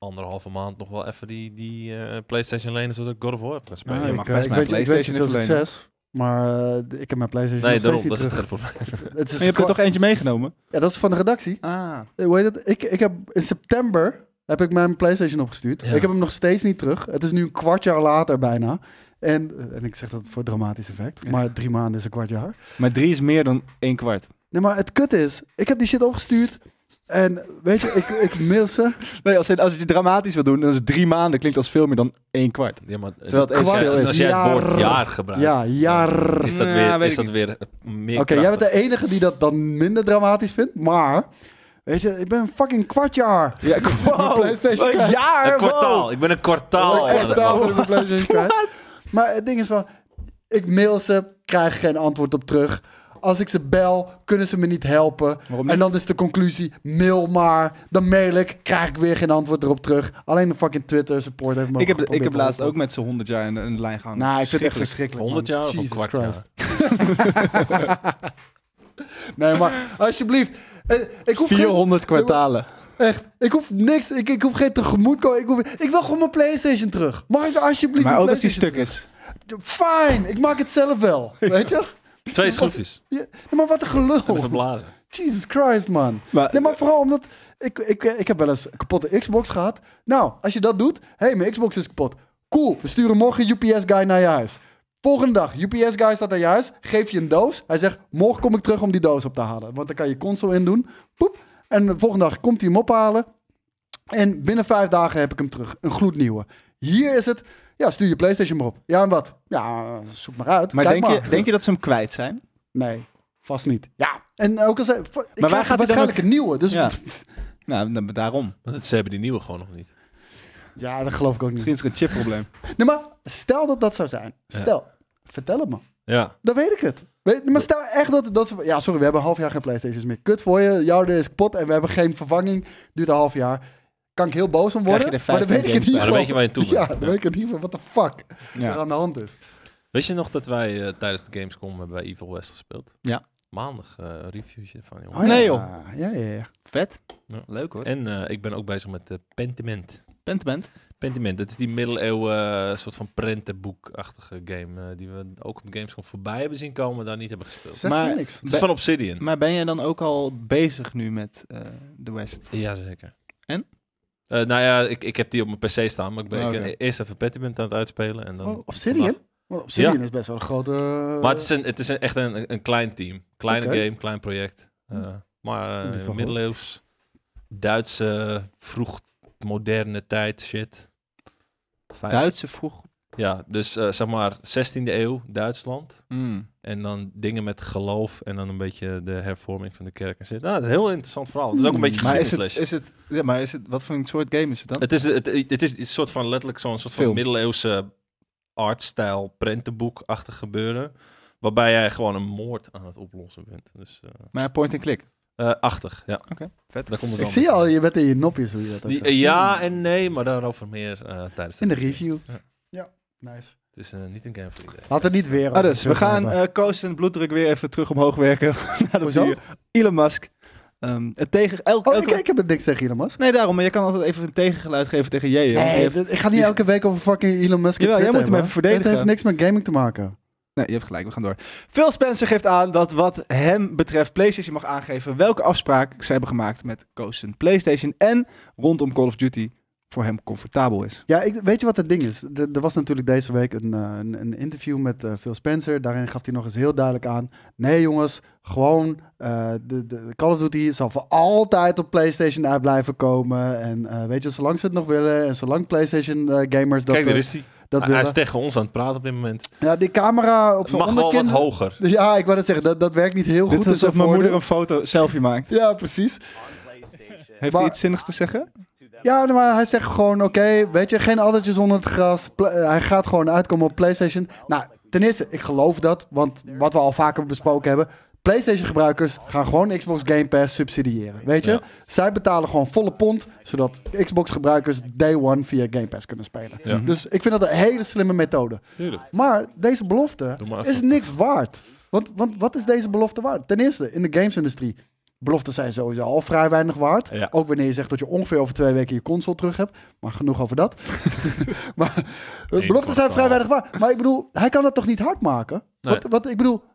S3: anderhalve maand nog wel even die, die eh, PlayStation lenen zodat ik God of War even kan spelen.
S1: je
S2: ik,
S1: mag
S2: eh,
S1: best
S2: ik
S1: mijn
S2: weet je- ik weet je
S1: PlayStation
S2: veel
S1: even lenen.
S2: succes, maar eh, ik heb mijn PlayStation
S3: nee,
S2: nog steeds
S3: daarom,
S2: niet
S3: dat is het
S2: terug.
S3: hele probleem.
S2: Het is
S1: Maar je hebt er
S2: ko-
S1: toch e- eentje meegenomen?
S2: Ja, dat is van de redactie.
S1: Ah.
S2: Eh, Hoe heet het? Ik, ik heb in september heb ik mijn PlayStation opgestuurd.
S3: Ja.
S2: Ik heb hem nog steeds niet terug. Het is nu een kwart jaar later bijna. En, eh, en ik zeg dat voor dramatisch effect,
S1: Ja.
S2: maar drie maanden is een kwart jaar.
S1: Maar drie is meer dan één kwart.
S2: Nee, maar het kut is, ik heb die shit opgestuurd. En weet je, ik, ik mail ze.
S1: Nee, als je, als je het dramatisch wil doen, dan is drie maanden klinkt als veel meer dan één kwart.
S3: Ja, maar, eh,
S1: Terwijl het
S3: als
S1: echt
S3: jij-
S1: veel is.
S3: Als jij het woord
S2: Jaar.
S3: jaar gebruikt,
S2: Ja, jaar.
S3: is dat
S1: Nou,
S3: weer,
S1: weet
S3: is
S1: ik
S3: dat weer eh, meer
S2: Oké, jij bent
S3: krachtig.
S2: de enige die dat dan minder dramatisch vindt. Maar, weet je, ik ben een fucking kwart jaar.
S1: Ja,
S2: Mijn PlayStation kwijt.
S1: jaar,
S3: Een kwartaal. Ik ben een kwartaal.
S2: Ik ben
S3: aan
S2: echt
S3: het
S2: taal
S3: wachten.
S2: met mijn PlayStation kwijt. Maar het ding is van, ik mail ze, krijg geen antwoord op terug. Als ik ze bel, kunnen ze me niet helpen.
S1: Waarom niet?
S2: En dan is de conclusie, mail maar. Dan mail ik, krijg ik weer geen antwoord erop terug. Alleen de fucking Twitter support heeft me
S1: Ik heb, ik
S2: geprobeerd
S1: heb
S2: te
S1: laatst ook
S2: helpen.
S1: met z'n 100 jaar een, een lijn gehangen.
S2: Nou, ik vind het echt
S1: Verschrikkelijk.
S2: verschrikkelijk. man.
S3: 100 jaar of een
S2: Jesus
S3: kwart
S2: Christ.
S3: jaar?
S2: Nee, maar alsjeblieft. eh, Ik hoef geen-
S1: 400 kwartalen.
S2: Echt, ik hoef niks. Ik, ik hoef geen tegemoetkomen. Ik, hoef, ik wil gewoon mijn PlayStation terug. Mag ik alsjeblieft
S1: Maar
S2: mijn
S1: ook als die
S2: PlayStation
S1: stuk is.
S2: terug? Fijn, ik maak het zelf wel. Weet je?
S3: Twee schroefjes.
S2: Ja, maar wat een
S3: En
S2: gelul.
S3: verblazen.
S2: Jesus Christ, man.
S1: Maar-
S2: nee, maar vooral omdat... Ik, ik, eh, ik heb wel eens een kapotte Xbox gehad. Nou, als je dat doet... Hé, hey, mijn Xbox is kapot. Cool, we sturen morgen UPS-guy naar je huis. Volgende dag, UPS-guy staat aan je huis. Geef je een doos. Hij zegt, morgen kom ik terug om die doos op te halen. Want dan kan je console in doen. Poep. En de volgende dag komt hij hem ophalen. En binnen vijf dagen heb ik hem terug. Een gloednieuwe. Hier is het... Ja, stuur je PlayStation maar op. Ja, en wat? Ja, zoek maar uit.
S1: Maar
S2: Kijk
S1: denk,
S2: maar.
S1: Je, denk je dat ze hem kwijt zijn?
S2: Nee, vast niet. Ja, en ook al zei... fa- Ik
S1: waar
S2: maar
S1: gaat hij dan
S2: waarschijnlijk een nieuwe, dus...
S1: Ja.
S2: Ja.
S1: Nou, dan- daarom.
S3: Want Ze hebben die nieuwe gewoon nog niet.
S2: dat geloof ik ook niet.
S1: Misschien is er een chipprobleem.
S2: Nee, maar stel dat dat zou zijn.
S3: Ja.
S2: Stel, vertel het me.
S3: Ja.
S2: Dan weet ik het. Weet, maar stel echt dat, dat... we- Ja, sorry, we hebben een half jaar geen Playstations meer. Kut voor je, jouw deur is kapot en we hebben geen vervanging. Duurt een half jaar. Kan ik heel boos om
S1: Krijg je
S2: worden,
S1: er
S2: maar dan
S1: 15
S2: weet ik het niet
S1: games
S3: bij. Ja, dan weet je waar je toe bent.
S2: Ja, dan weet ik het niet van wat de fuck er
S1: Ja.
S2: aan de hand is.
S3: Weet je nog dat wij eh, tijdens de Gamescom hebben wij Evil West gespeeld?
S1: Ja.
S3: Maandag eh, een reviewtje van, jongen.
S2: Oh,
S1: ja. Nee, joh.
S2: Ja, ja, ja.
S1: Vet.
S3: Ja.
S1: Leuk hoor.
S3: En eh, ik ben ook bezig met eh, Pentiment.
S1: Pentiment.
S3: Pentiment, dat is die middeleeuwen eh, soort van prentenboekachtige game eh, die we ook op Gamescom voorbij hebben zien komen, maar daar niet hebben gespeeld.
S2: Zeg
S1: Maar-
S2: maar, niks.
S3: Het is van Obsidian.
S1: Maar ben jij dan ook al bezig nu met eh, de West?
S3: Jazeker.
S1: En?
S3: Eh, nou ja, ik, ik heb die op mijn PC staan, maar ik ben,
S1: Oh,
S3: ik ben
S1: oké.
S3: eerst even Pentiment aan het uitspelen. En dan
S2: Oh, Obsidian? Maar Obsidian is best wel een grote...
S3: Maar het is, een, het is een- echt een, een klein team. Kleine
S2: Oké.
S3: game, klein project. Eh,
S2: Niet
S3: maar eh,
S2: van gehoord.
S3: middeleeuws, Duitse, vroeg moderne tijd shit. Vijf-
S1: Duitse vroeg.
S3: Ja, dus eh, zeg maar 16e eeuw Duitsland.
S1: Mm.
S3: En dan dingen met geloof en dan een beetje de hervorming van de kerk en shit. Nou, het is een heel interessant verhaal. Het is ook een
S2: Hmm,
S3: beetje
S1: Maar is
S3: geschiedenislesje.
S1: het, is het, ja, maar is het, wat voor een soort game is het dan?
S3: Het is, het, het is een soort van letterlijk zo'n soort van
S1: Film.
S3: middeleeuwse artstijl prentenboekachtig gebeuren. Waarbij jij gewoon een moord aan het oplossen bent. Dus, eh,
S1: Maar point and click.
S3: eh, achtig, ja.
S1: Vet.
S3: Daar komt het
S2: Ik
S3: dan
S2: zie
S3: met.
S2: al, je bent in je nopjes hoe je dat ook
S3: Die,
S2: zegt.
S3: eh, ja en nee, maar daarover meer eh, tijdens
S2: In de review.
S3: Ja.
S2: Ja, nice.
S3: Het is eh, niet een game voor iedereen.
S2: Laten we niet weer... Oh,
S1: Ah, dus, we gaan eh Koos en bloeddruk weer even terug omhoog werken. naar de
S2: Hoezo?
S1: bier. Elon Musk. Ehm, het tegen, elke,
S2: Oh, ik,
S1: elke-
S2: ik heb het niks tegen Elon Musk.
S1: Nee, daarom. Maar je kan altijd even een tegengeluid geven tegen jij. hè? Je
S2: Nee,
S1: hebt-
S2: dit- ik ga niet elke week over fucking Elon Musk. op
S1: Jawel, jij
S2: Twitter
S1: moet hem
S2: hebben.
S1: even verdedigen.
S2: Dit heeft niks met gaming te maken.
S1: Nee, je hebt gelijk, we gaan door. Phil Spencer geeft aan dat wat hem betreft PlayStation mag aangeven welke afspraak ze hebben gemaakt met Cozen PlayStation en rondom Call of Duty voor hem comfortabel is.
S2: Ja, ik, weet je wat het ding is? Er, er was natuurlijk deze week een, eh, een, een interview met eh, Phil Spencer. Daarin gaf hij nog eens heel duidelijk aan. Nee jongens, gewoon eh, de, de Call of Duty zal voor altijd op PlayStation uit blijven komen. En eh, weet je, zolang ze het nog willen en zolang PlayStation eh, gamers dat,
S3: Kijk, daar
S2: eh,
S3: is hij.
S2: dat
S3: hij
S2: willen.
S3: is tegen ons aan het praten op dit moment.
S2: Ja, die camera op
S3: Het
S2: zijn
S3: mag wel wat
S2: onderkin.
S3: hoger.
S2: Ja, ik wou dat zeggen, dat, dat werkt niet heel
S1: Dit
S2: goed.
S1: is
S2: in zijn
S1: alsof mijn
S2: voordeel.
S1: moeder een foto selfie maakt.
S2: Ja, precies.
S1: Heeft
S2: Maar-
S1: hij iets zinnigs te zeggen?
S4: to
S2: Ja, maar hij zegt gewoon, oké, weet je, geen addertjes onder het gras. Pla- eh, hij gaat gewoon uitkomen op PlayStation. Nou, ten eerste, ik geloof dat, want wat we al vaker besproken hebben... PlayStation-gebruikers gaan gewoon Xbox Game Pass subsidiëren, weet je?
S3: Ja.
S2: Zij betalen gewoon volle pond, zodat Xbox-gebruikers day one via Game Pass kunnen spelen.
S3: Ja. Mhm.
S2: Dus ik vind dat een hele slimme methode.
S3: Tuurlijk.
S2: Maar deze belofte
S3: Doe maar even.
S2: is niks waard. Want, want wat is deze belofte waard? Ten eerste, in de gamesindustrie. Beloften zijn sowieso al vrij weinig waard.
S3: Ja.
S2: Ook wanneer je zegt dat je ongeveer over twee weken je console terug hebt. Maar genoeg over dat. maar eh, beloften zijn
S3: kwartaal.
S2: vrij weinig waard. Maar ik bedoel, hij kan dat toch niet hard maken?
S3: Nee.
S2: Wat, wat, ik bedoel,
S3: Voor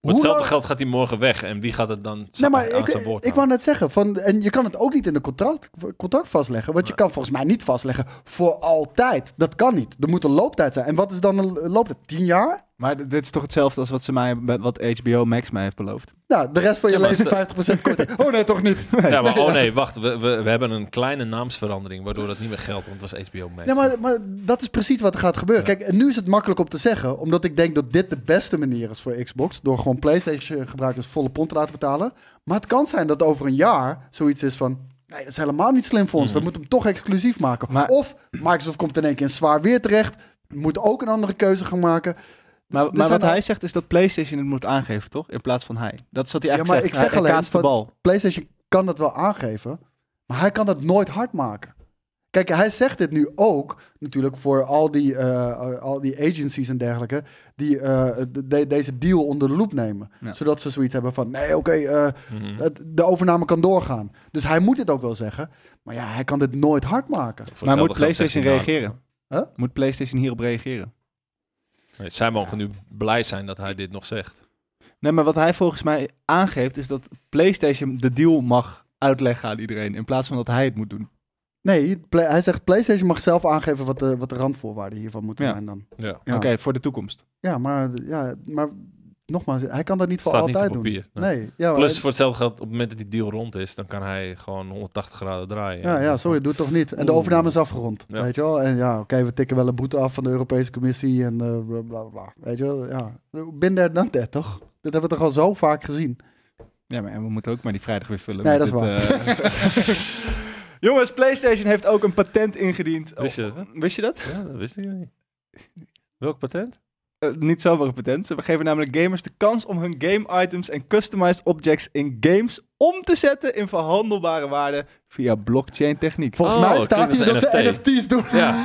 S2: hoe
S3: hetzelfde
S2: lang...
S3: geld gaat hij morgen weg. En wie gaat het dan
S2: Nee, maar
S3: aan
S2: ik,
S3: zijn woord nou?
S2: ik wou net zeggen, van, en je kan het ook niet in een contract, contract vastleggen. Want je
S3: Nee.
S2: kan volgens mij niet vastleggen voor altijd. Dat kan niet. Er moet een looptijd zijn. En wat is dan een looptijd? Tien jaar?
S1: Maar d- dit is toch hetzelfde als wat, ze mij, met wat HBO Max mij heeft beloofd.
S2: Nou, de rest van je
S3: Ja, maar
S2: leven 50% korting. Oh nee, toch niet.
S3: Ja, maar oh nee, wacht. We, we, we hebben een kleine naamsverandering, waardoor dat niet meer geldt, want het was HBO Max.
S2: Ja, maar, maar dat is precies wat er gaat gebeuren. Kijk, en nu is het makkelijk om te zeggen, omdat ik denk dat dit de beste manier is voor Xbox, door gewoon PlayStation-gebruikers volle pond te laten betalen. Maar het kan zijn dat over een jaar zoiets is van, nee, dat is helemaal niet slim voor ons.
S3: Mhm.
S2: We moeten hem toch exclusief maken.
S1: Maar-
S2: Of Microsoft komt in één keer in zwaar weer terecht, moet ook een andere keuze gaan maken.
S1: Maar, maar
S2: zijn
S1: wat
S2: al-
S1: hij zegt is dat PlayStation het moet aangeven, toch? In plaats van hij. Dat is wat hij
S2: Ja, maar
S1: eigenlijk
S2: ik
S1: zegt.
S2: zeg
S1: Hij- hij
S2: alleen
S1: kaatst de
S2: van-
S1: bal.
S2: PlayStation kan dat wel aangeven, maar hij kan dat nooit hard maken. Kijk, hij zegt dit nu ook natuurlijk voor al die, eh, al die agencies en dergelijke die eh, de- de- deze deal onder de loep nemen.
S1: Ja.
S2: Zodat ze zoiets hebben van, nee, oké, eh,
S3: Mhm.
S2: het- de overname kan doorgaan. Dus hij moet dit ook wel zeggen, maar ja, hij kan dit nooit hard maken.
S3: Voor
S1: Maar moet
S3: hetzelfde geld zegt
S1: PlayStation
S3: hij nou-
S1: reageren?
S2: Huh?
S1: Moet PlayStation hierop reageren?
S3: Nee, zij mogen nu blij zijn dat hij dit nog zegt.
S1: Nee, maar wat hij volgens mij aangeeft is dat PlayStation de deal mag uitleggen aan iedereen. In plaats van dat hij het moet doen.
S2: Nee, Play- hij zegt, PlayStation mag zelf aangeven wat de, wat de randvoorwaarden hiervan moeten
S1: Ja.
S2: zijn dan.
S3: Ja.
S2: Ja.
S1: Oké, voor de toekomst.
S2: Ja, maar, ja, maar nogmaals, hij kan dat niet
S3: Het
S2: voor
S3: staat niet
S2: altijd
S3: op papier.
S2: doen.
S3: nee.
S2: Nee, ja,
S3: Plus voor hetzelfde geld, op het moment dat die deal rond is, dan kan hij gewoon 180 graden draaien.
S2: Ja, ja, sorry, doe het toch niet. En de
S3: Oeh.
S2: overname is afgerond,
S3: Ja.
S2: weet je wel. En ja, oké, we tikken wel een boete af van de Europese Commissie en eh, bla bla bla. Weet je wel, ja. Bin there, done that, toch? Dat hebben we toch al zo vaak gezien.
S1: Ja, maar en we moeten ook maar die vrijdag weer vullen.
S2: Nee,
S1: met
S2: dat is
S1: dit, eh, Jongens, PlayStation heeft ook een patent ingediend. Oh,
S3: Wist je dat? hè?
S1: Wist je dat?
S3: Ja, dat wist ik niet. Welk patent?
S1: Eh, niet zomaar een patent. Ze geven namelijk gamers de kans om hun game items en customized objects in games om te zetten in verhandelbare waarden via blockchain techniek.
S2: Volgens
S3: Oh,
S2: mij
S3: het
S2: staat
S3: klinkt
S2: hier
S3: als
S2: dat ze
S3: NFT.
S2: NFT's doen.
S3: Ja,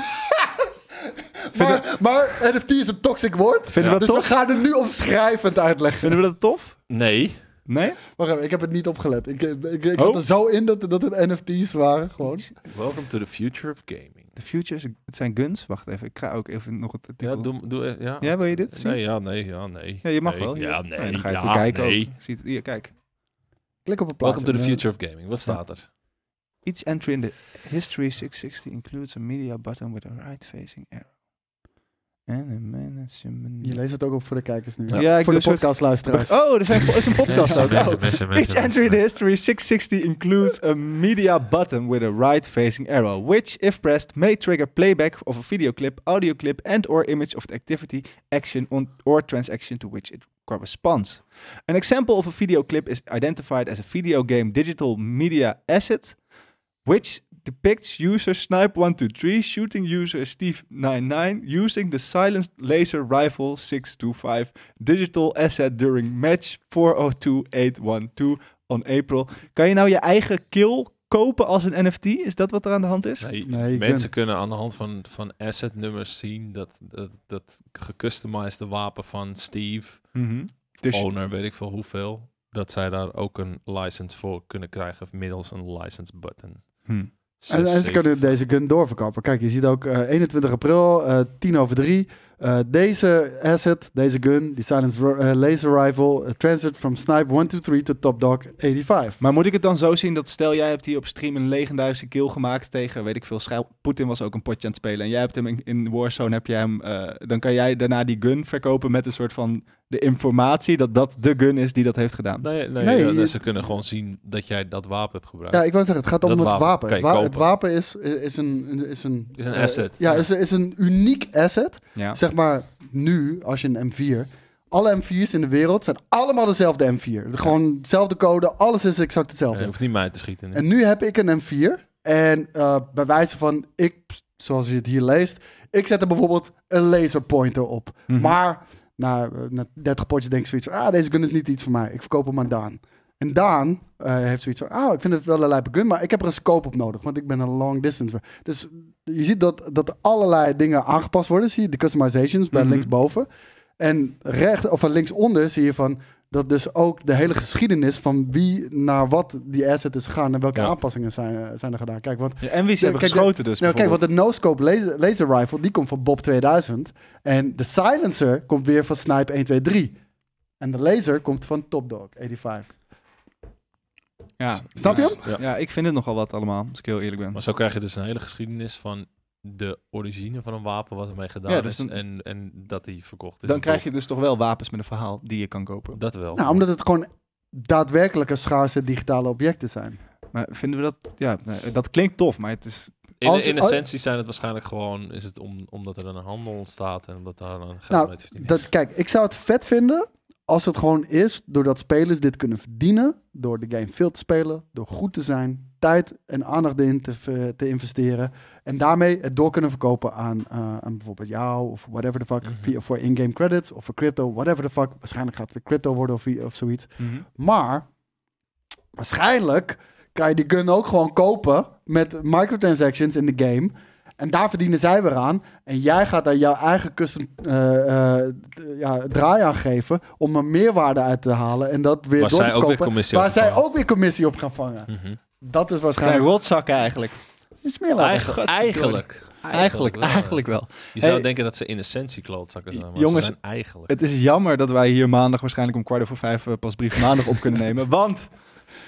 S2: Maar, maar NFT is een toxic woord.
S1: Vinden we
S2: dus
S1: dat
S2: we gaan het nu omschrijvend uitleggen.
S1: Vinden we dat tof?
S3: nee.
S1: Nee?
S2: Wacht even, ik heb het niet opgelet. Ik, ik, ik, ik zat
S1: Oh.
S2: er zo in dat, dat het NFT's waren, gewoon.
S3: Welcome to the future of gaming.
S1: The futures, het zijn guns. Wacht even, ik ga ook even nog het
S3: Ja,
S1: artikel...
S3: doe, doe, eh, ja.
S1: Ja, wil je dit zien?
S3: Nee, ja, nee, ja, nee.
S1: Ja, je mag
S3: Nee,
S1: wel. Hier.
S3: Ja, nee.
S1: Nou, dan ga je
S3: ja,
S1: even kijken.
S3: nee.
S1: ook. Ziet, hier, kijk.
S2: Klik op een plaatje.
S3: Welcome to the future of gaming. Wat staat er?
S1: Each entry in the history 660 includes a media button with a right-facing arrow. En een management...
S2: Je leest het ook op voor de kijkers nu.
S1: Ja, ik
S2: voor
S1: doe
S2: de
S1: een soort-
S2: podcastluisteraars.
S1: Oh, er zijn- is een podcast ook. Oh. Each entry in the
S3: dit.
S1: history 660 includes a media button with a right-facing arrow, which, if pressed, may trigger playback of a video clip, audio clip, and/or image of the activity, action, on, or transaction to which it corresponds. An example of a video clip is identified as a video game digital media asset, which depicts user Snipe123 shooting user Steve99 using the silenced laser rifle 625 digital asset during match 402812 on April. Kan je nou je eigen kill kopen als een NFT? Is dat wat er aan de hand is?
S3: Nee,
S2: Nee, je
S3: mensen
S2: kunt-
S3: kunnen aan de hand van, van asset nummers zien dat dat, dat gecustomized wapen van Steve,
S1: Mhm. Dus
S3: owner, weet ik veel hoeveel, dat zij daar ook een license voor kunnen krijgen middels een license button.
S1: Hm.
S2: En, en ze
S3: Zes,
S2: kunnen
S3: zeven-
S2: deze gun doorverkopen. Kijk, je ziet ook eh, 21 april, eh 10 over 3. eh, deze asset, deze gun, die silenced ro- eh, laser rifle, eh, transit from snipe 123 to top dog 85.
S1: Maar moet ik het dan zo zien dat stel jij hebt hier op stream een legendarische kill gemaakt tegen, weet ik veel, schijl, Poetin was ook een potje aan het spelen en jij hebt hem in, in Warzone, heb jij hem, eh, dan kan jij daarna die gun verkopen met een soort van de informatie dat dat de gun is die dat heeft gedaan.
S3: Nee, nee,
S2: Nee,
S3: ja, dus
S2: je-
S3: ze kunnen gewoon zien dat jij dat wapen hebt gebruikt.
S2: Ja, ik wil zeggen, het gaat om
S3: Dat
S2: het
S3: wapen
S2: wapen.
S3: kan
S2: Het,
S3: je
S2: wa- het
S3: kopen.
S2: wapen is, is een... Is een,
S3: Is een
S2: eh,
S3: asset.
S2: ja,
S3: Ja.
S2: Is, is een uniek asset.
S1: Ja.
S2: Zeg maar, nu, als je een M4... Alle M4's in de wereld zijn allemaal dezelfde M4. Gewoon dezelfde code, alles is exact
S3: Ja,
S2: hetzelfde.
S3: je hoeft niet mij te schieten.
S2: En nu heb ik een M4. En eh, bij wijze van, ik, zoals je het hier leest, ik zet er bijvoorbeeld een laserpointer op.
S1: Mhm.
S2: Maar na, eh, na 30 potjes denk ik zoiets van, ah, deze gun is niet iets voor mij. Ik verkoop hem aan Daan. En Daan eh, heeft zoiets van, ah, ik vind het wel een lijpe gun, maar ik heb er een scope op nodig, want ik ben een long distance. Dus je ziet dat, dat allerlei dingen aangepast worden. Zie je de customizations bij
S1: Mhm.
S2: linksboven. En recht, of eh, linksonder zie je van dat dus ook de hele geschiedenis van wie naar wat die asset is gegaan en welke
S3: Ja.
S2: aanpassingen zijn, eh, zijn er gedaan. Kijk, want
S1: Ja, en wie ze
S2: Ja,
S1: hebben
S2: kijk,
S1: geschoten dus
S2: nou, kijk,
S1: bijvoorbeeld.
S2: want de no-scope laser, laser rifle, die komt van Bob 2000. En de silencer komt weer van Snipe 123. En de laser komt van Top Dog 85.
S1: Ja.
S2: Snap je
S3: Dus- Ja.
S1: Ja, ik vind het nogal wat allemaal, als ik heel eerlijk ben.
S3: Maar zo krijg je dus een hele geschiedenis van de origine van een wapen, wat ermee gedaan
S1: Ja, dus
S3: is
S1: dan-
S3: en, en dat die verkocht is.
S1: Dan
S3: Ik
S1: krijg je dus toch wel wapens met een verhaal die je kan kopen.
S3: bedoel, Dat wel.
S2: Nou, omdat het gewoon daadwerkelijke schaarse digitale objecten zijn.
S1: Maar vinden we dat... Ja, nee, dat klinkt tof, maar het is...
S3: in,
S2: als-
S3: in
S2: als-
S3: essentie zijn het waarschijnlijk gewoon, is het om, omdat er dan een handel ontstaat en omdat daar dan geld
S2: Nou,
S3: mee te verdienen
S2: Dat, kijk, ik zou het vet vinden als het gewoon is doordat spelers dit kunnen verdienen. Door de game veel te spelen, door goed te zijn, tijd en aandacht erin te, ver- te investeren. En daarmee het door kunnen verkopen aan, eh, aan bijvoorbeeld jou of whatever the fuck.
S3: Mhm.
S2: via, voor in-game credits of voor crypto, whatever the fuck. Waarschijnlijk gaat het weer crypto worden of, i- of zoiets.
S3: Mhm.
S2: Maar waarschijnlijk kan je die gun ook gewoon kopen met microtransactions in de game. En daar verdienen zij weer aan. En jij gaat daar jouw eigen custom eh, eh, d- ja, draai aan geven om er meerwaarde uit te halen. En dat weer
S3: Waar
S2: door
S3: zij
S2: te
S3: ook weer
S2: kopen.
S3: commissie
S2: waar
S3: op gaan
S2: zij
S3: vangen.
S2: ook weer commissie op gaan vangen.
S3: Mhm.
S2: Dat is
S1: Zijn
S2: waarschijnlijk
S1: rotzakken eigenlijk.
S2: een smeerlaag.
S3: Eigen-
S1: Godverdorie.
S3: Eigenlijk.
S1: Eigenlijk,
S3: wel, ja.
S1: eigenlijk wel.
S3: Je zou
S1: Hey.
S3: denken dat ze in essentie klootzakken zijn, maar
S1: Jongens,
S3: ze zijn eigenlijk.
S1: Het is jammer dat wij hier maandag waarschijnlijk om kwart over vijf eh, pas brief maandag op kunnen nemen. Want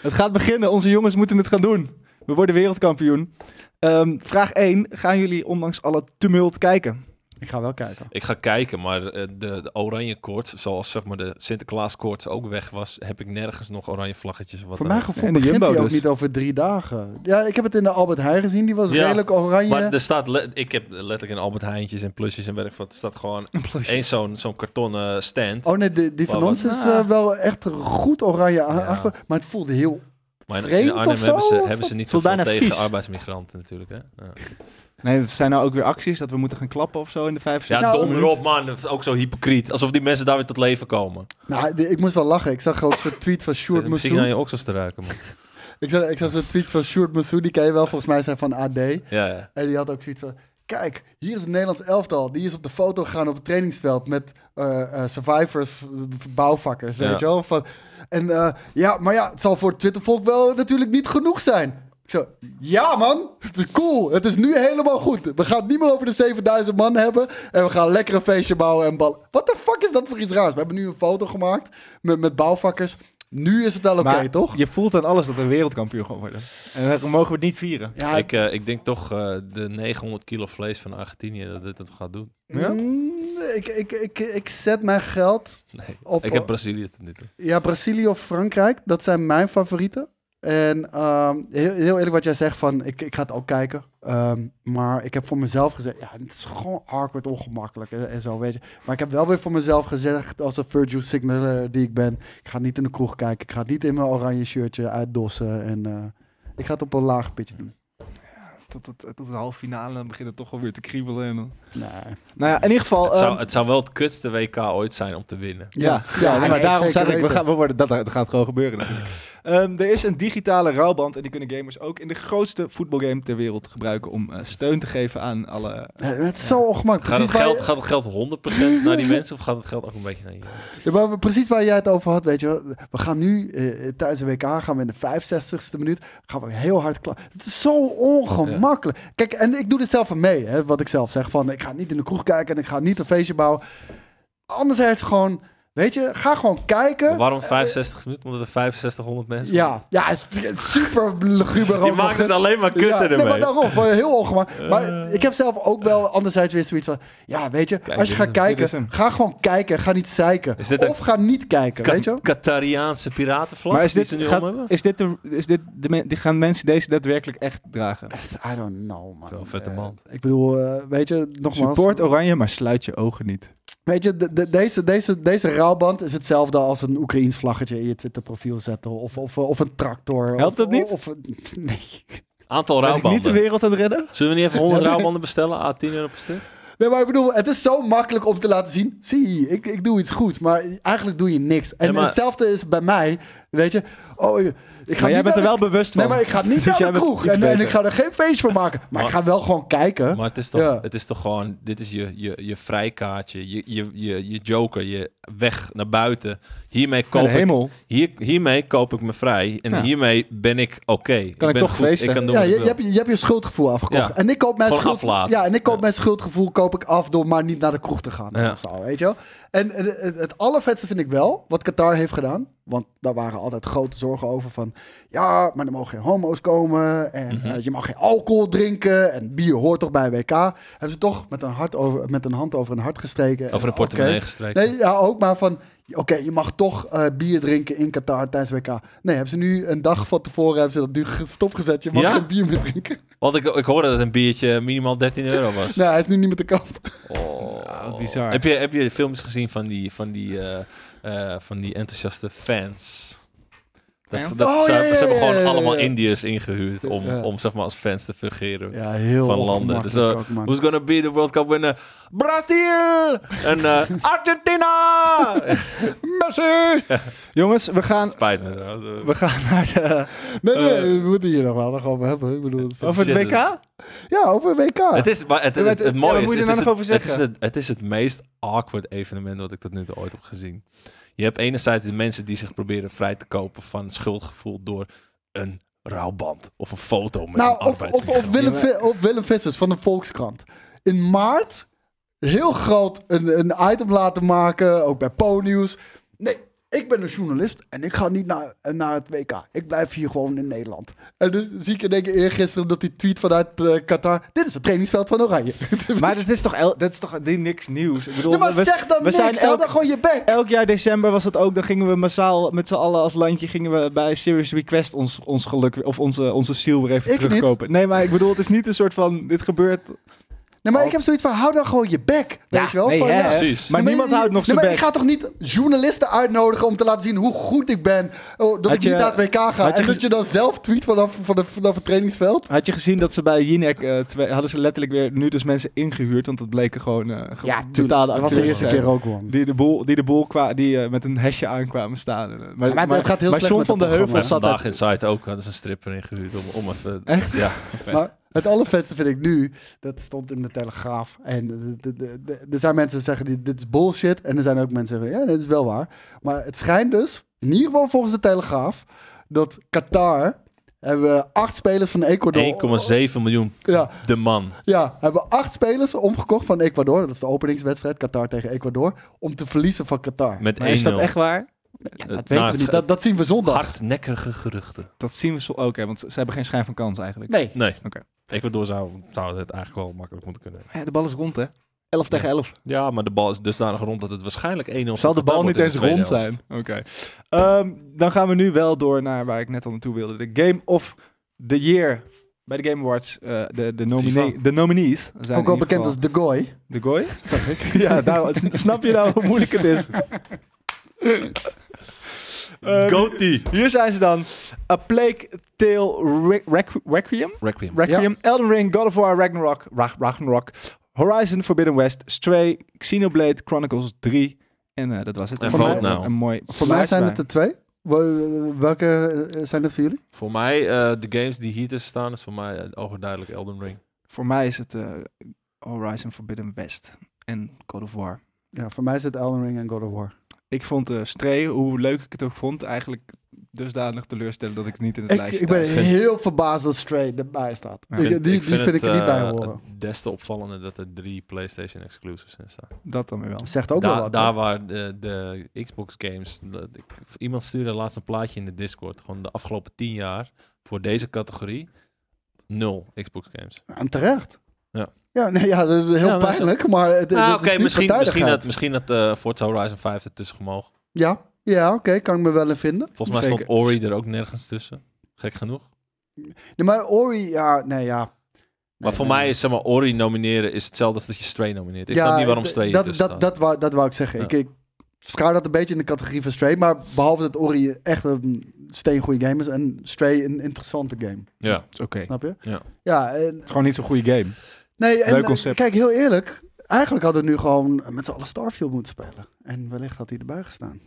S1: het gaat beginnen. Onze jongens moeten het gaan doen. We worden wereldkampioen. Ehm, vraag 1. Gaan jullie ondanks alle tumult kijken?
S2: Ik ga wel kijken.
S3: Ik ga kijken, maar eh, de, de oranje koorts, zoals zeg maar de Sinterklaas koorts ook weg was, heb ik nergens nog oranje vlaggetjes. of Wat
S2: Voor
S3: dan
S2: mijn
S3: ook.
S2: gevoel
S1: En de
S2: begint
S1: Jumbo
S2: hij ook
S1: dus.
S2: niet over drie dagen. Ja, ik heb het in de Albert Heijn gezien. Die was
S3: Ja,
S2: redelijk oranje.
S3: Maar er staat, le- ik heb letterlijk in Albert Heijntjes en plusjes en werk van, er staat gewoon eens zo'n zo'n kartonnen stand.
S2: Oh nee, de- die van
S3: Wat-
S2: ons
S1: wat-
S2: is
S1: Ah.
S2: eh, wel echt goed oranje aan-
S3: Ja.
S2: aange- Maar het voelde heel...
S3: maar in,
S2: vreemd
S3: in Arnhem
S2: of zo,
S3: hebben,
S2: of
S3: ze, hebben ze niet
S1: Het voelt
S3: zoveel
S1: bijna
S3: tegen
S1: vies.
S3: arbeidsmigranten natuurlijk. Hè? Ja,
S1: Nee, er zijn nou ook weer acties dat we moeten gaan klappen of zo in de vijf.
S3: ja
S2: Nou,
S3: donder op man, dat is ook zo hypocriet. Alsof die mensen daar weer tot leven komen.
S2: Nou, de- ik moest wel lachen. Ik zag ook zo'n tweet van Sjoerd
S3: Misschien aan
S2: Massou.
S3: je oksels te ruiken man.
S2: Ik zag, ik zag zo'n tweet van Sjoerd Massou. Die ken je wel volgens mij zijn van AD.
S3: Ja, ja.
S2: En die had ook zoiets van... Kijk, hier is het Nederlands elftal. Die is op de foto gegaan op het trainingsveld met eh, eh, survivors, eh, bouwvakkers,
S3: Ja.
S2: weet je wel. Van, en eh, ja, maar ja, het zal voor het Twittervolk wel natuurlijk niet genoeg zijn. Ik zo, ja man, het is cool. Het is nu helemaal goed. We gaan het niet meer over de 7000 man hebben. En we gaan lekker een feestje bouwen en ballen. Wat de fuck is dat voor iets raars? We hebben nu een foto gemaakt met, met bouwvakkers. Nu is het wel oké,
S1: Maar
S2: toch?
S1: Je voelt aan alles dat we wereldkampioen gaan worden. En dan mogen we het niet vieren.
S2: Ja,
S3: Ik, eh, ik denk toch eh, de 900 kilo vlees van Argentinië dat dit het gaat doen.
S1: Ja?
S2: mm, ik, ik, ik, ik zet mijn geld
S3: Nee,
S2: Op-
S3: ik heb Brazilië ten nu toe.
S2: Ja, Brazilië of Frankrijk, dat zijn mijn favorieten. En ehm, heel, heel eerlijk wat jij zegt van, ik, ik ga het ook kijken. Ehm, maar ik heb voor mezelf gezegd, ja, het is gewoon awkward, ongemakkelijk en, en zo, weet je. Maar ik heb wel weer voor mezelf gezegd, als een virtue signaler die ik ben, ik ga niet in de kroeg kijken, ik ga het niet in mijn oranje shirtje uitdossen en eh, ik ga het op een laag pitje doen.
S1: Tot, het, tot de halve finale dan begint het toch wel weer te kriebelen. En dan...
S2: Nee.
S1: Nou ja, in ieder geval...
S3: Het
S2: eh,
S3: zou,
S1: ehm,
S3: het zou wel het kutste WK ooit zijn om te winnen.
S1: Ja, ja, maar daarom zeg ik, we gaan, we worden, dat, dat gaat gewoon gebeuren natuurlijk. Ehm, er is een digitale rouwband en die kunnen gamers ook in de grootste voetbalgame ter wereld gebruiken om eh, steun te geven aan alle...
S2: Het is zo ongemakkelijk.
S3: Gaat het,
S2: Precies, waar
S3: geld,
S2: je-
S3: gaat het geld 100% naar die mensen of gaat het geld ook een beetje naar je?
S2: Ja, maar we- precies waar jij het over had, weet je wel. We gaan nu eh, tijdens de WK, gaan we in de 65ste minuut, gaan we heel hard klaar. Het is zo ongemakkelijk. Kijk, en ik doe er zelf aan mee, hè, wat ik zelf zeg. Van, ik ga niet in de kroeg kijken en ik ga niet een feestje bouwen. Anderzijds gewoon, weet je, ga gewoon
S3: Maar
S2: kijken.
S3: Waarom 65 minuten? Omdat er 6500 mensen
S2: Ja, ja, het is- het is super luguber. ook
S3: Die
S2: nog
S3: maakt het
S2: eens.
S3: alleen maar kutter
S2: Ja, nee,
S3: ermee.
S2: maar daarom, van, heel ongemakkelijk. Maar
S3: Eh.
S2: ik heb zelf ook wel anderzijds weer zoiets van... Ja, weet je, als je
S3: dit
S2: gaat
S3: is hem,
S1: dit
S2: kijken,
S1: is hem.
S2: ga gewoon kijken. Ga niet zeiken.
S3: Is dit een-
S2: Of ga niet kijken,
S3: Ka-
S2: weet je wel?
S3: Qatariaanse piratenvlag
S1: Maar is dit,
S3: die ze nu
S1: gaat-
S3: om hebben?
S1: is dit, de, is dit de, men- die gaan mensen deze daadwerkelijk echt dragen?
S2: I don't know, man.
S3: Wel vette
S2: Eh,
S3: man.
S2: ik bedoel, eh, weet je, nogmaals.
S1: Support Oranje, maar sluit je ogen niet.
S2: Weet je, de, de- deze, deze, deze rouwband is hetzelfde als een Oekraïns vlaggetje in je Twitterprofiel zetten. Of, of, of een tractor.
S1: Helpt
S2: of,
S1: dat niet?
S2: Of, nee.
S3: Aantal
S1: Ben ik niet de
S3: rouwbanden.
S1: wereld aan het redden?
S3: Zullen we niet even 100 rouwbanden bestellen? A 10 euro per stuk?
S2: Nee, maar ik bedoel, het is zo makkelijk om te laten zien. Zie, ik, ik doe iets goed, maar eigenlijk doe je niks. En
S3: Ja, maar-
S2: hetzelfde is bij mij, weet je. Oh, ik- ik ga
S1: Maar jij
S2: niet
S1: bent er
S2: naar
S1: wel bewust
S2: de,
S1: van.
S2: Nee, maar ik ga niet
S1: Dus
S2: naar
S1: jij
S2: de
S1: bent
S2: kroeg.
S1: iets
S2: En, en
S1: beter.
S2: ik ga er geen feest van maken. Maar, ik ga wel gewoon kijken.
S3: Maar het is, toch,
S2: Ja.
S3: het is toch gewoon, dit is je, je, je vrijkaartje, je, je, je, je joker, je weg naar buiten. Hiermee
S1: Naar
S3: koop,
S1: de
S3: ik,
S1: hemel.
S3: hier, hiermee koop ik me vrij en
S1: Ja.
S3: hiermee ben ik oké.
S1: Kan ik
S3: ben
S1: toch
S3: goed,
S1: feesten?
S3: Ik kan doen
S2: ja,
S3: wat ik
S2: je, je,
S3: wil.
S2: hebt, je hebt je schuldgevoel afgekocht.
S3: Ja.
S2: En ik koop mijn
S3: Gewoon
S2: schuld,
S3: aflaten.
S2: Ja, en ik koop
S3: Ja.
S2: mijn schuldgevoel koop ik af door maar niet naar de kroeg te gaan.
S3: Ja.
S2: Of zo, weet je wel? En het, het, het allervetste vind ik wel, wat Qatar heeft gedaan. Want daar waren altijd grote zorgen over van... Ja, maar er mogen geen homo's komen. En
S3: Mhm.
S2: eh, je mag geen alcohol drinken. En bier hoort toch bij WK. Hebben ze toch met een, hart over, met een hand over een hart gestreken.
S3: Over
S2: en,
S3: een portemonnee
S2: oké.
S3: gestreken.
S2: Nee, ja, ook maar van... Oké, je mag toch eh, bier drinken in Qatar tijdens WK. Nee, hebben ze nu een dag van tevoren hebben ze dat nu stopgezet. Je mag
S3: Ja?
S2: geen bier meer drinken.
S3: Want ik, ik hoorde dat een biertje minimaal 13 euro was.
S2: Nee, hij is nu niet meer te koop.
S3: Oh.
S1: Ja, bizar.
S3: Heb je, heb je films gezien van die, van die, eh, eh, van die enthousiaste fans? Dat,
S1: Fans?
S3: dat,
S2: Oh,
S3: ze,
S2: ja,
S3: hebben- ze
S2: ja,
S3: hebben
S2: ja,
S3: gewoon
S2: ja, ja,
S3: allemaal
S2: ja.
S3: Indiërs ingehuurd om,
S2: Ja.
S3: om zeg maar als fans te fungeren.
S2: Ja, heel
S3: Van landen. Dus, eh, Who's gonna be the World Cup winner? Brazil! En eh, Argentina!
S1: Messi! Jongens, we gaan,
S3: Spijt me eh, trouwens.
S1: we gaan naar de...
S2: Nee,
S3: Eh.
S2: nee, we moeten hier nog wel nog over hebben. Ik bedoel, het-
S1: Over het
S3: Shit,
S1: WK?
S2: Ja, over WK.
S3: Oh. Het is, maar het,
S1: Ah. Ja,
S3: het,
S1: maar
S3: het,
S1: het- ja,
S3: mooie
S1: wat
S3: is,
S1: moet je
S3: het,
S1: er
S3: is,
S1: nou nog
S3: het,
S1: over
S3: het is het, het is het meest awkward evenement wat ik tot nu toe ooit heb gezien. Je hebt enerzijds de mensen die zich proberen vrij te kopen van schuldgevoel door een rouwband of een foto met
S2: nou,
S3: een
S2: of, of, of,
S3: arbeidsmigrant.
S2: Willem,
S1: Ja,
S2: Vi- of Willem Vissers van de Volkskrant. In maart heel groot een, een item laten maken, ook bij Po-nieuws. Nee, ik ben een journalist en ik ga niet naar, naar het WK. Ik blijf hier gewoon in Nederland. En dus zie ik in één keer eergisteren dat die tweet vanuit eh, Qatar... Dit is het trainingsveld van Oranje.
S1: Maar dat is toch, el- dat is toch die niks nieuws? Ik bedoel,
S2: Ja, maar
S1: we,
S2: zeg dan
S1: we
S2: niks,
S1: zijn
S2: hou
S1: elk,
S2: dan gewoon je bek.
S1: elk jaar december was dat ook. Dan gingen we massaal met z'n allen als landje gingen we bij Serious Request ons, ons geluk weer- of onze, onze ziel weer even
S2: Ik niet.
S1: terugkopen. Nee, maar ik bedoel, het is niet een soort van dit gebeurt.
S2: Nee, maar
S1: Al-
S2: ik heb zoiets van, hou dan gewoon je bek. Weet
S1: Oh. Ja,
S2: je wel?
S1: nee,
S2: van,
S1: hè,
S2: ja.
S1: hè.
S3: Precies.
S1: Maar niemand
S2: je-
S1: houdt nog
S2: nee,
S1: zijn
S2: maar
S1: bek.
S2: ik ga toch niet journalisten uitnodigen om te laten zien hoe goed ik ben. Oh, dat
S1: Had
S2: ik
S1: je-
S2: niet naar het WK ga.
S1: had je
S2: en
S1: ge-
S2: dat je dan zelf tweet vanaf, vanaf, vanaf het trainingsveld.
S1: Had je gezien dat ze bij Jinek eh, twee- hadden ze letterlijk weer nu dus mensen ingehuurd, want dat bleken gewoon eh ge- totale
S2: Dat was de
S1: acteurs
S2: eerste
S1: te zijn.
S2: keer ook, man.
S1: Die de boel, die de boel qua, die eh, met een hesje aankwamen staan. Eh, Maar,
S2: het gaat heel
S1: maar
S2: slecht
S1: John
S2: met
S1: van
S2: dat
S1: de Heuvel
S2: programma.
S1: zat
S3: Vandaag
S1: daar.
S3: in site ook hadden ze een stripper ingehuurd om, om even...
S1: Echt?
S3: Ja,
S2: Maar het allervetste vind ik nu, dat stond in de Telegraaf. En de- de- de- de- er zijn mensen die zeggen, dit- dit is bullshit. En er zijn ook mensen die zeggen, ja, dit is wel waar. Maar het schijnt dus, in ieder geval volgens de Telegraaf, dat Qatar... Hebben acht spelers van
S1: oh,
S2: Ecuador
S3: 1,7 miljoen.
S2: Ja.
S3: De man.
S2: Ja, hebben acht spelers omgekocht van Ecuador. Dat is de openingswedstrijd, Qatar tegen Ecuador. Om te verliezen van Qatar.
S3: Met 1-0.
S1: Maar is dat echt waar?
S2: Ja, dat
S3: Eh,
S2: weten we
S3: nou, het
S2: niet.
S3: ge-
S2: Dat, dat zien we zondag.
S3: Hardnekkige geruchten.
S1: Dat zien we zo. Oké, want ze ze hebben geen schijn van kans eigenlijk.
S2: Nee.
S3: Nee.
S1: Oké.
S3: Ecuador zou, zou het eigenlijk wel makkelijk moeten kunnen.
S1: Maar ja, de bal is rond, hè? 11 tegen 11.
S3: Ja, maar de bal is dusdanig rond dat het waarschijnlijk 1-0
S1: Zal de bal
S3: wordt
S1: niet
S3: in
S1: eens
S3: tweede
S1: rond
S3: helft.
S1: zijn? Oké. Ehm, dan gaan we nu wel door naar waar ik net al naartoe wilde. De Game of the Year bij de Game Awards. eh, de, de, nominee,
S3: FIFA.
S1: de nominees zijn
S2: Ook wel
S1: in ieder
S2: bekend
S1: geval
S2: als De Goy.
S1: De Gooi, zag ik. ja, nou, s- snap je nou hoe moeilijk het is? Ehm,
S3: Goatie.
S1: Hier zijn ze dan. A Plague Tale Re- Requ- Requiem.
S3: Requiem.
S1: Requiem, Elden Ring, God of War, Ragnarok, Rag- Ragnarok, Horizon Forbidden West, Stray, Xenoblade Chronicles 3. En eh, dat was het.
S3: En nou.
S1: Voor mij
S2: Fallout
S3: Now.
S1: Een mooi
S2: Voor mij zijn het
S1: plaatje
S2: er twee. Wel- Welke eh, zijn dat voor jullie?
S3: Voor mij, eh, de games die hier tussen staan, is voor mij eh, overduidelijk Elden Ring.
S1: bij. Voor mij is het eh, Horizon Forbidden West en God of War.
S2: Ja, voor mij is het Elden Ring en God of War.
S1: Ik vond eh Stray, hoe leuk ik het ook vond, eigenlijk dusdanig teleurstellend dat ik het niet in het
S2: Ik,
S1: lijstje
S2: ik ben
S1: thuis-
S3: eh, vind-
S2: heel verbaasd dat Stray erbij staat.
S1: Ja.
S2: Ik-
S1: Vind-
S2: die die vind ik er niet bij
S3: eh,
S2: horen.
S3: des te opvallender dat er drie PlayStation exclusives in staan.
S1: Dat dan weer wel.
S2: Zegt ook
S3: daar,
S2: wel wat.
S3: daar
S2: hoor.
S3: waar de, de Xbox games... dat ik- iemand stuurde laatst een plaatje in de Discord. Gewoon de afgelopen tien jaar voor deze categorie. Nul Xbox games.
S2: En terecht.
S3: Ja.
S2: Ja, nee, ja, dat is heel
S3: Ja, maar-
S2: pijnlijk, maar... het- het-
S3: Nou,
S2: het
S3: oké,
S2: is dus niet
S3: misschien, misschien
S2: partijdigheid.
S3: dat, misschien dat eh, Forza Horizon 5 ertussen gemogen.
S2: Ja, ja oké, kan ik me wel in vinden.
S3: Volgens mij
S1: Zeker.
S3: stond Ori er ook nergens tussen. Gek genoeg.
S2: Nee, maar Ori, ja, nee, ja.
S3: Maar voor
S2: nee.
S3: mij is zeg maar Ori nomineren is hetzelfde als dat je Stray nomineert. Ik
S2: ja,
S3: snap niet waarom
S2: d-
S3: Stray
S2: dat,
S3: ertussen
S2: dat, dat, wou, dat wou ik zeggen.
S3: Ja.
S2: Ik, ik schaar dat een beetje in de categorie van Stray. Maar behalve dat Ori echt een steengoede game is en Stray een interessante game.
S3: Ja.
S1: is oké. Het
S2: Snap je?
S3: Ja.
S2: Ja, en,
S1: is gewoon niet zo'n goede game.
S2: nee, en
S1: Leuk
S2: eh,
S1: concept.
S2: kijk, heel eerlijk. Eigenlijk hadden we nu gewoon met z'n allen Starfield moeten spelen. En wellicht had hij erbij gestaan.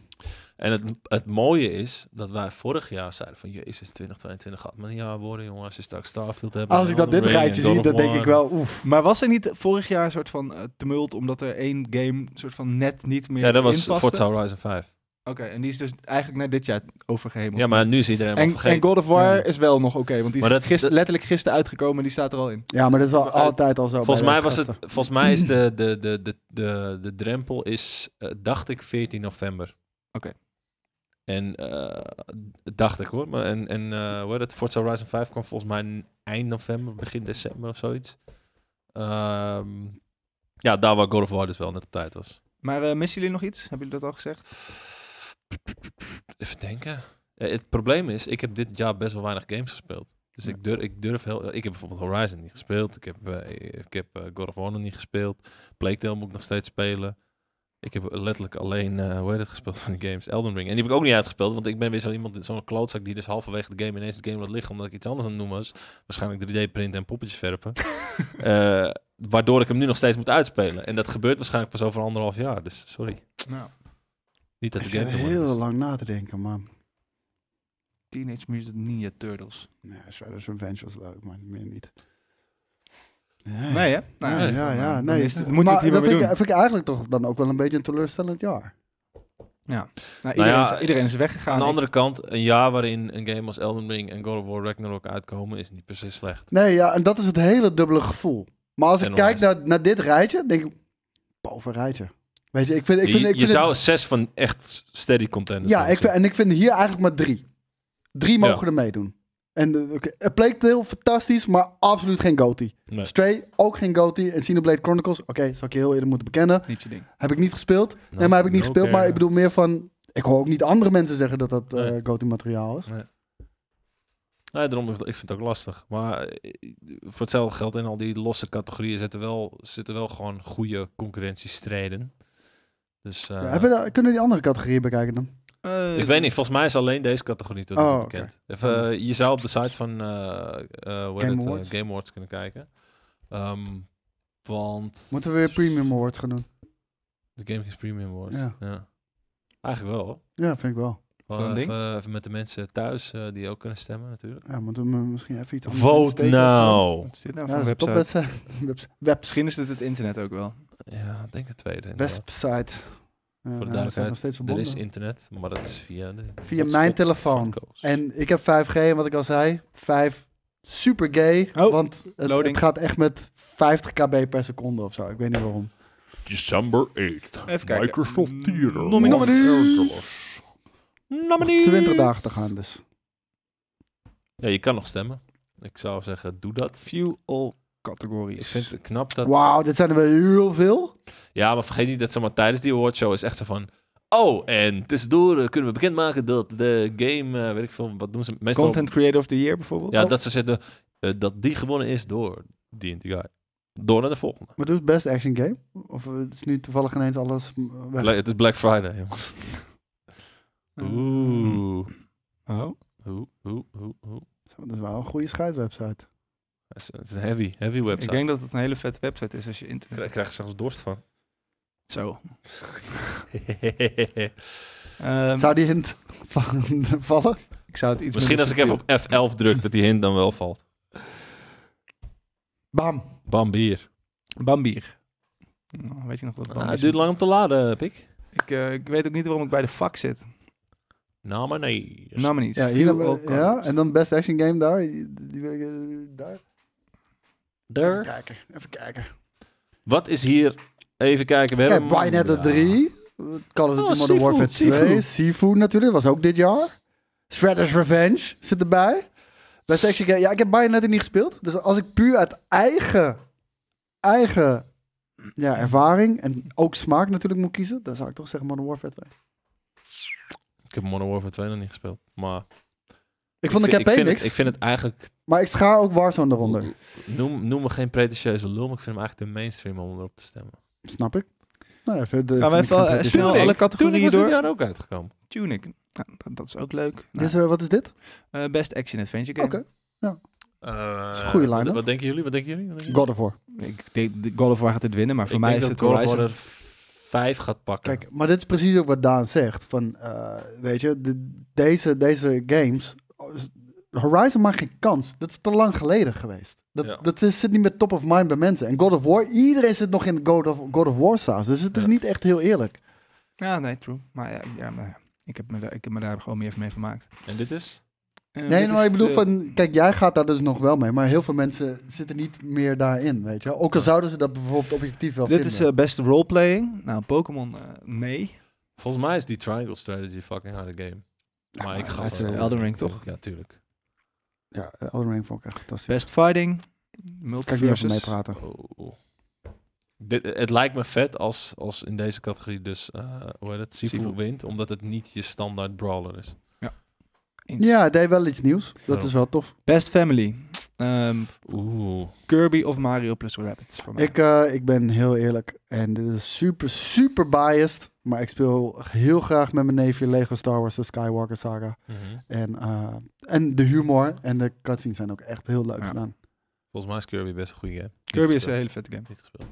S3: En het, het mooie is dat wij vorig jaar zeiden van... Jezus, 2022 gaat maar niet jaar worden, jongen. Als je straks Starfield hebt...
S2: Als
S3: en
S2: ik dat dit
S3: Elden Ring
S2: rijtje
S3: en
S2: zie,
S3: God
S2: dan
S3: of
S2: denk
S3: War.
S2: ik wel, oef.
S1: Maar was er niet vorig jaar een soort van eh, tumult omdat er één game soort van net niet meer
S3: Ja, dat
S1: in
S3: was
S1: paste?
S3: Forza Horizon 5.
S1: Oké, en die is dus eigenlijk naar dit jaar overgehemeld.
S3: Ja, maar nu is iedereen helemaal
S1: en, en
S3: vergeten.
S1: God of War
S2: Ja.
S1: is wel nog oké, want die is
S3: Maar dat-
S1: gister-
S3: dat-
S1: letterlijk gisteren uitgekomen en die staat er al in.
S2: Ja, maar dat is wel
S3: Maar, eh,
S2: altijd al zo.
S3: Volgens
S2: bij
S3: mij,
S2: deze
S3: was het,
S2: gasten.
S3: volgens mij is de, de, de, de, de, de drempel, is, eh, dacht ik, 14 november.
S1: Oké.
S3: En eh, dacht ik hoor. Maar en en eh, hoe heet het? Forza Horizon 5 kwam volgens mij n- eind november, begin december of zoiets. Ehm, ja, daar waar God of War dus wel net op tijd was.
S1: Maar eh, missen jullie nog iets? Hebben jullie dat al gezegd?
S3: Even denken. Eh, het probleem is, ik heb dit jaar best wel weinig games gespeeld. Dus
S1: Ja.
S3: ik, durf, ik durf heel... Ik heb bijvoorbeeld Horizon niet gespeeld. Ik heb, eh, ik heb eh, God of War nog niet gespeeld. Plague Tale moet ik nog steeds spelen. Ik heb letterlijk alleen, eh hoe heet het, gespeeld van die games? Elden Ring. En die heb ik ook niet uitgespeeld, want ik ben weer zo iemand, zo'n klootzak die dus halverwege de game ineens het game laat liggen, omdat ik iets anders aan het noemen was. Waarschijnlijk 3D-printen en poppetjes verven. Eh, waardoor ik hem nu nog steeds moet uitspelen. En dat gebeurt waarschijnlijk pas over anderhalf jaar, dus sorry.
S1: Nou,
S3: Niet dat
S2: Ik
S3: de
S2: zit
S3: game te worden
S2: heel
S3: is.
S2: lang na te denken, man.
S1: Teenage Mutant Ninja Turtles.
S2: Ja, Shredder's Revenge was leuk, maar meer niet.
S1: Nee, hè? Nou,
S2: Ja, ja, ja.
S1: dan
S2: Nee,
S1: is het- moeten we
S2: maar
S1: het hiermee
S2: dat vind,
S1: doen.
S2: ik, vind ik eigenlijk toch dan ook wel een beetje een teleurstellend jaar.
S1: Nou,
S3: Nou
S1: iedereen,
S3: ja,
S1: is, iedereen is weggegaan.
S3: Aan de
S1: Ik-
S3: andere kant, een jaar waarin een game als Elden Ring en God of War Ragnarok uitkomen, is niet per se slecht.
S2: Nee, ja, en dat is het hele dubbele gevoel. Maar als ik
S3: En
S2: kijk
S3: onwijs.
S2: naar, naar dit rijtje, denk ik, boven rijtje. Weet je, ik vind... Ik vind,
S3: je
S2: ik
S3: je
S2: vind
S3: zou
S2: het-
S3: zes van echt steady contenders
S2: ja,
S3: willen
S2: ik vind,
S3: zien.
S2: en ik vind hier eigenlijk maar drie. Drie mogen
S3: Ja.
S2: er meedoen. En eh, oké, A Plague Tale, fantastisch, maar absoluut geen goatee.
S3: Nee.
S2: Stray, ook geen goatee. En Xenoblade Chronicles, oké, zal ik je heel eerder moeten bekennen.
S1: Niet je ding.
S2: Heb ik niet gespeeld. nee, maar heb ik niet
S3: Nou, No
S2: gespeeld. Maar
S3: care.
S2: ik bedoel meer van... Ik hoor ook niet andere mensen zeggen dat dat eh
S3: Nee.
S2: goatee materiaal is.
S3: Nee, daarom, ik vind het ook lastig. Maar eh, voor hetzelfde geld in al die losse categorieën zitten wel, zitten wel gewoon goede concurrentiestreden. Dus eh,
S2: Ja, hebben we daar- kunnen we die andere categorieën bekijken dan? Eh,
S3: ik weet niet, volgens mij is alleen deze categorie tot nu toe
S2: Oh, oké.
S3: bekend. Even, eh, je zou op de site van eh, eh, hoe heet
S2: Game
S3: het, eh,
S2: Awards.
S3: Game Awards kunnen kijken. Ehm, want...
S2: Moeten we weer Premium Awards gaan doen?
S3: De Game Kings Premium Awards.
S2: Ja.
S3: Ja. Eigenlijk wel. hoor.
S2: Ja, vind ik wel.
S3: Gewoon
S1: Zo'n ding?
S3: even, even met de mensen thuis eh, die ook kunnen stemmen natuurlijk.
S2: Ja, moeten we misschien even iets anders
S3: Vote
S2: insteken of zo?
S3: now.
S1: Wat is dit nou
S2: Ja,
S1: voor
S2: dat is
S1: website?
S2: topwebsite. Webs- Webs-
S1: Misschien is het het internet ook wel.
S3: Ja, ik denk de tweede. inderdaad.
S2: Website. Ja,
S3: Voor
S2: nou, we
S3: de
S2: zijn nog
S3: duidelijkheid,
S2: steeds
S3: er
S2: verbonden.
S3: is internet, maar dat is via de
S2: Via
S3: hotspot
S2: mijn telefoon.
S3: van Koos.
S2: En ik heb 5G en wat ik al zei, 5 super gay.
S1: Oh,
S2: want het,
S1: loading.
S2: het gaat echt met 50 kb per seconde of zo. Ik weet niet waarom.
S4: December 8th.
S1: Even kijken.
S4: Microsoft Theater.
S1: Mm, Nominees.
S4: Los Angeles.
S2: Nog 20 dagen te gaan dus.
S3: Ja, je kan nog stemmen. Ik zou zeggen, doe dat.
S1: View all categories.
S3: Ik vind het knap dat...
S2: Wauw, dit zijn er wel heel veel.
S3: Ja, maar vergeet niet dat ze maar tijdens die awardshow is echt zo van... Oh, en tussendoor eh, kunnen we bekendmaken dat de game... eh, weet ik veel, wat doen ze meestal...
S1: Content Creator of the Year bijvoorbeeld.
S3: Ja, dat ze zetten eh, dat die gewonnen is door die en die guy. Door naar de volgende.
S2: Maar doe het best action game. Of eh, het is nu toevallig ineens alles mm,
S1: Ah.
S2: weg.
S3: Bla- het is Black Friday, jongens. Oeh.
S1: Eh, Oh.
S3: Oeh, oeh, oeh, oeh.
S2: Dat is wel een goede scheidwebsite.
S3: Het is- Het is een heavy, heavy website.
S1: Ik denk dat het een hele vette website is als je
S3: Ik
S1: internet...
S3: krijg- ik krijg er zelfs dorst van.
S1: Zo.
S3: Ehm,
S2: Zou die hint van, vallen?
S1: Ehm, Ik zou het iets
S3: Misschien als ik even op F11 druk, dat die hint dan wel valt.
S2: Bam.
S3: Bambier.
S1: Bambier. Nou, weet je nog wat
S3: Ah,
S1: Bambier
S3: het
S1: is?
S3: duurt lang om te laden, Pik.
S1: Ik, eh, ik weet ook niet waarom ik bij de vak zit.
S3: Nou, maar nee.
S1: Nou, maar niet.
S2: Ja, hier
S1: View
S2: hebben
S1: all
S2: we- ja,
S1: categories.
S2: en dan best action game daar. Die die wil ik eh, daar. Even
S3: Daar.
S2: kijken. Even kijken.
S3: Wat is hier? Even kijken. We
S2: Kijk,
S3: hebben
S2: Bayonetta
S3: Ja.
S2: 3. eh, Call of Duty
S3: Ehm, Oh,
S2: Modern
S3: Sifu,
S2: Warfare
S3: Sifu.
S2: 2. Sifu natuurlijk, was ook dit jaar. Shredder's Revenge zit erbij. Best action game. Ja, ik heb Bayonetta niet gespeeld. Dus als ik puur uit eigen, eigen ja, ervaring en ook smaak natuurlijk moet kiezen, dan zou ik toch zeggen Modern Warfare 2.
S3: Ik heb Modern Warfare 2 nog niet gespeeld. Maar
S2: Ik vond de
S3: vind-
S2: campaign
S3: vind
S2: niks,
S3: het- Ik vind het eigenlijk
S2: maar ik schaar ook Warzone eronder.
S3: Noem, noem me geen pretentieuze lul, maar ik vind hem eigenlijk de mainstream om erop te stemmen.
S2: Snap ik. Nou, even de,
S1: Gaan we
S2: vind ik
S1: even
S2: geen
S1: eh,
S2: prettige-
S1: snel
S3: Tunic.
S1: alle
S3: Toen
S1: categorieën
S3: was dit
S1: door?
S3: jaar ook uitgekomen.
S1: Tunic. Nou, dat, dat is ook leuk. Nou,
S2: Dit is, eh, wat is dit?
S1: eh, best action adventure
S2: Oké.
S1: game.
S3: Eh,
S2: is een goede
S3: wat-
S2: line-up.
S3: Wat denken jullie? Wat denken jullie? Wat denken jullie?
S2: God of War.
S1: Ik denk de God of War gaat het winnen, maar voor
S3: ik
S1: mij
S3: denk
S1: is
S3: dat
S1: het
S3: God of
S1: Horizon.
S3: War er vijf gaat pakken.
S2: Kijk, maar dit is precies ook wat Daan zegt. Van, eh, weet je, de- deze, deze games... eh, Horizon maakt geen kans. Dat is te lang geleden geweest. Dat,
S3: Ja.
S2: dat is, zit niet meer top of mind bij mensen. En God of War, iedereen zit nog in God of, God of War saus. Dus het is
S3: Ja.
S2: niet echt heel eerlijk.
S1: Ja, nee, true. Maar ja, ja, maar ja, ik, heb me daar, ik heb me daar gewoon meer van mee vermaakt.
S3: En dit is?
S1: Eh,
S2: Nee,
S1: dit
S2: maar
S1: is
S2: ik bedoel
S1: de-
S2: van... Kijk, jij gaat daar dus nog wel mee. Maar heel veel mensen zitten niet meer daarin, weet je. Ook al zouden ze dat bijvoorbeeld objectief wel
S1: Dit
S2: vinden.
S1: is eh beste roleplaying. Nou, Pokémon, eh, nee.
S3: Volgens mij is die Triangle Strategy fucking harde game. Maar ik ga
S2: het is,
S3: voor
S2: eh,
S1: Elden Ring, toch?
S3: Oh, Ja, tuurlijk.
S2: Ja, eh, Elden Ring vond ik echt fantastisch.
S1: Best fighting.
S2: Kan ik niet over
S1: Multiversus.
S2: meepraten.
S3: Oh. Dit, het lijkt me vet als, als in deze categorie dus, eh hoe heet het, Sifu,
S1: Sifu.
S3: wint. Omdat het niet je standaard brawler is.
S2: Ja, hij deed wel iets nieuws. Dat
S3: Ja.
S2: is wel tof.
S1: Best family. Ehm,
S3: Oeh.
S1: Kirby of Mario plus Rabbids voor mij.
S2: Ik, eh, ik ben heel eerlijk en dit is super, super biased. Maar ik speel heel graag met mijn neefje Lego Star Wars, de Skywalker Saga.
S3: Mhm.
S2: En, eh, en de humor en de cutscenes zijn ook echt heel leuk
S1: Ja.
S2: gedaan.
S3: Volgens mij is Kirby best een goede game. Niet
S1: Kirby is
S3: gespeeld.
S1: een hele vette game.
S3: Niet gespeeld.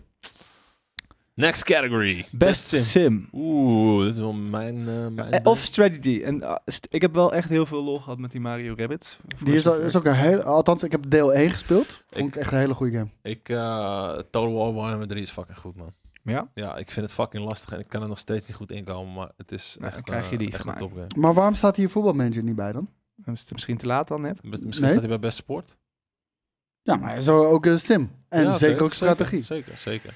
S3: Next category. Best,
S1: Best sim.
S3: Oeh, dit is wel mijn... eh, mijn
S1: Eh, Of strategy. En ah, st- ik heb wel echt heel veel lol gehad met die Mario Rabbids. Voor
S2: Die is, al-
S1: zover
S2: is
S1: ik-
S2: ook een heel, althans ik heb deel 1 gespeeld. Vond ik
S3: Ik-
S2: echt een hele goede game.
S3: Ik, eh Total War Warhammer 3 is fucking goed, man.
S1: Ja?
S3: Ja, ik vind het fucking lastig en ik kan er nog steeds niet goed inkomen, maar het is
S1: Nou, dan
S3: echt,
S1: krijg je
S3: eh,
S1: die
S3: echt
S1: van
S3: een
S1: mij.
S3: topgame.
S2: Maar waarom staat hier voetbalmanager niet bij dan?
S1: Is het misschien te laat dan net?
S3: Mis- Misschien
S2: Nee?
S3: staat hij bij Best Sport.
S2: Ja, maar zo ook een sim. En
S3: Ja, oké,
S2: zeker ook strategie.
S3: Zeker, zeker.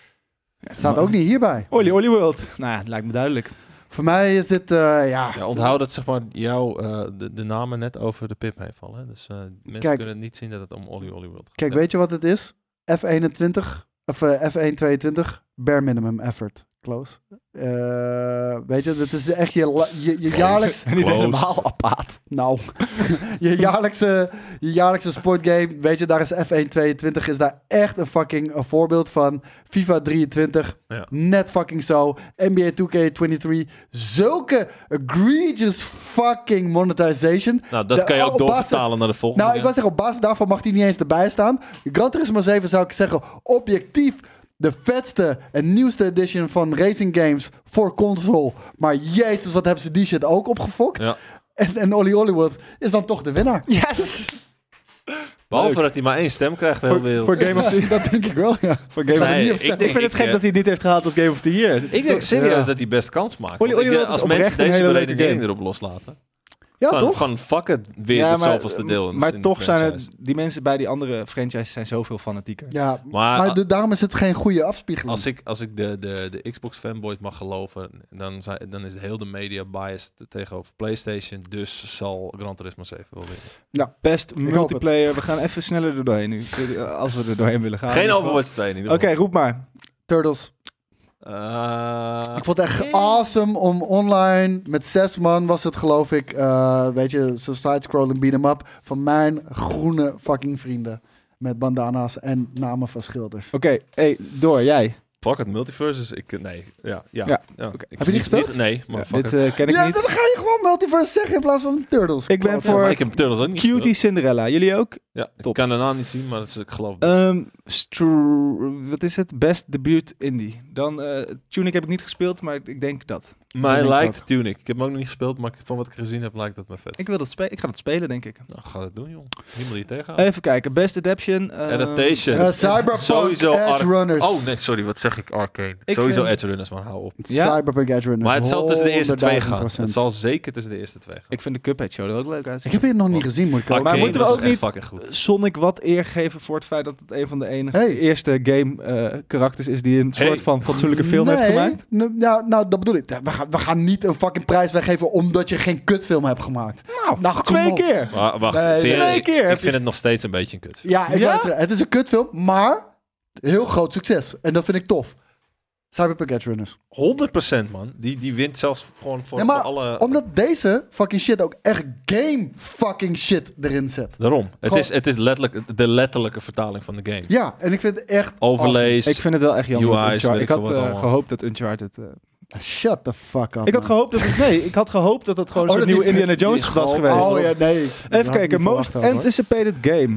S3: Oh.
S2: Staat ook niet hierbij.
S1: Oli Oli World. Nou ja, het lijkt me duidelijk.
S2: Voor mij is dit, eh, ja...
S3: Ja, onthoud dat zeg maar jou, eh, de, de namen net over de pip heen vallen. hè. Dus eh, mensen
S2: Kijk.
S3: kunnen niet zien dat het om Olly Olly World gaat.
S2: Kijk,
S3: Ja.
S2: weet je wat het is? F21, of eh, F122, bare minimum effort. Close. Eh, weet je, dat is echt je, la- je, je jaarlijks...
S1: Niet
S3: Close.
S1: helemaal apart.
S2: Nou, je jaarlijkse, je jaarlijkse sportgame, weet je, daar is F122 is daar echt een fucking een voorbeeld van. FIFA 23,
S3: Ja.
S2: net fucking zo. NBA 2K23, zulke egregious fucking monetization.
S3: Nou, dat
S2: De-
S3: kan je ook
S2: op basis-
S3: doorvertalen naar de volgende.
S2: Nou, ik
S3: ja.
S2: was zeggen, op basis daarvan mag hij niet eens erbij staan. Gran Turismo 7 zou ik zeggen, objectief de vetste en nieuwste edition van Racing Games voor console. Maar jezus, wat hebben ze die shit ook opgefokt.
S3: Ja.
S2: En, en Olly Hollywood is dan toch de winnaar.
S1: Yes!
S3: Behalve
S1: Leuk.
S3: dat hij maar één stem krijgt de hele
S1: Voor,
S3: wereld.
S1: voor Game of the
S2: dat denk ik wel, ja.
S1: voor Game of the
S3: Nee,
S1: Year.
S3: ik
S1: Ik,
S3: denk-
S1: vind het
S3: ik,
S1: gek
S3: eh,
S1: dat hij het niet heeft gehaald als Game of the Year.
S3: ik denk serieus
S1: Ja.
S3: dat hij best kans maakt.
S1: Olly
S3: Want
S1: Olly
S3: ik denk,
S1: World is
S3: als mensen
S1: oprecht een
S3: deze
S1: hele
S3: brede
S1: leuke
S3: game
S1: game.
S3: erop loslaten.
S2: Ja,
S3: van,
S2: toch?
S3: van fuck het, weer
S1: Ja,
S3: het
S1: maar-
S3: zoveelste deel. in-
S1: Maar
S3: in de
S1: toch zijn er,
S3: franchise.
S1: die mensen bij die andere franchises zijn zoveel fanatieker.
S2: Ja, maar,
S3: Maar-
S2: de- daarom is het geen goede afspiegeling.
S3: Als ik, als ik de, de, de Xbox fanboys mag geloven, dan, zijn, dan is heel de media biased tegenover PlayStation. Dus zal Gran Turismo 7 wel winnen.
S1: Best
S2: het.
S1: multiplayer. We gaan even sneller er doorheen nu. Als we er doorheen willen gaan.
S3: Geen Overwatch 2 in
S1: Oké,
S3: ieder geval.
S1: roep maar.
S2: Turtles.
S3: Eh,
S2: Ik vond het echt awesome om online met zes man was het geloof ik, eh, weet je, zo'n side-scrolling beat-em-up van mijn groene fucking vrienden. Met bandana's en namen van schilders.
S1: Oké, hey, door, jij.
S3: fuck het, multiverses. Ik, eh, nee, ja. ja,
S1: Ja,
S3: ja.
S1: oké.
S2: Heb
S3: Ik-
S2: je die
S3: niet-
S2: gespeeld?
S3: niet- nee, maar fuck
S1: dit
S3: it.
S1: eh, ken ik
S2: ja,
S1: niet.
S2: dan ga je gewoon multiverse zeggen in plaats van Turtles.
S1: Ik ben
S2: Klopt.
S1: eh, voor-
S3: Maar ik heb Turtles ook niet
S1: Cutie
S3: gespeeld.
S1: Cinderella, jullie ook?
S3: Ja,
S1: Top.
S3: ik kan de naam niet zien, maar dat is, ik geloof
S1: Ehm, stru- wat is het? Best debuut indie. Dan, eh, Tunic heb ik niet gespeeld, maar ik denk dat.
S3: Mij
S2: denk ik
S3: lijkt
S2: ook.
S3: Tunic. Ik heb hem ook nog niet gespeeld, maar ik- van wat ik gezien heb, lijkt dat me vet.
S1: Ik, wil dat spe- ik ga dat spelen, denk ik.
S3: Nou, ga dat doen, joh. Niemand die je tegenhoudt.
S1: Even kijken, Best Adaption. ehm,
S3: Adaptation.
S2: Eh, Cyberpunk
S3: Sowieso
S2: Edge
S3: Ark-
S2: Runners.
S3: Oh, nee, sorry, wat zeg ik? Arcane.
S1: Eh, dus- Ik
S3: Sowieso
S1: vind- Dus
S3: Edge Runners, maar hou op.
S1: Ja.
S2: Cyberpunk Edge Runners.
S3: Maar het zal tussen de eerste twee gaan.
S2: 100.000%.
S3: Het zal zeker tussen de eerste twee gaan.
S1: Ik vind de Cuphead Show er ook leuk uit.
S2: Ik heb het nog niet gezien, moet ik
S1: Maar
S2: ook.
S3: Arcane
S1: moeten we
S3: was
S1: ook
S3: echt
S1: niet-
S3: fucking goed.
S1: Sonic wat eer geven voor het feit dat het een van de enige
S2: Hey.
S1: eerste game eh, karakters is die een
S3: Hey.
S1: soort van fatsoenlijke film heeft
S2: Nee,
S1: gemaakt.
S2: n- nou, nou, dat bedoel ik. We gaan, we gaan niet een fucking prijs weggeven omdat je geen kutfilm hebt gemaakt.
S1: Nou,
S2: Nou, kom
S1: twee
S2: op.
S1: keer.
S3: Maar wacht,
S2: Nee,
S3: vind je-
S1: twee
S3: ik-
S1: keer heb
S3: Ik
S1: je-
S3: vind het nog steeds een beetje een kut.
S2: Ja, ik
S1: Ja?
S2: wou het zeggen, het is een kutfilm, maar heel groot succes. En dat vind ik tof. Cyberpunk Edge Runners.
S3: 100% man. Die, die wint zelfs gewoon voor,
S2: Ja, maar nou-
S3: voor
S1: Oh.
S3: alle...
S2: Omdat deze fucking shit ook echt game fucking shit erin zet.
S3: Daarom. Het
S2: Gewoon-
S3: is, het is letterlijk de letterlijke vertaling van de game.
S2: Ja, en ik vind het echt...
S3: Overlays.
S1: Ik vind het wel echt jammer. dat
S3: UI's,
S1: Uncharted- ik
S3: weet ik veel
S1: had
S3: wat
S1: eh,
S3: allemaal.
S1: gehoopt dat Uncharted... eh,
S2: awesome. Shut the fuck up.
S1: ik had
S2: man.
S1: gehoopt dat het... Nee, ik had gehoopt dat het gewoon
S2: Oh,
S1: een soort
S2: dat
S1: nieuwe
S2: die-
S1: Indiana
S3: die
S1: Jones
S3: is
S1: was
S3: gewoon-
S1: geweest.
S2: Oh ja, nee. Dat had
S1: Even
S2: ik
S1: kijken,
S2: niet
S1: most
S2: verwacht ook, hoor.
S1: anticipated game.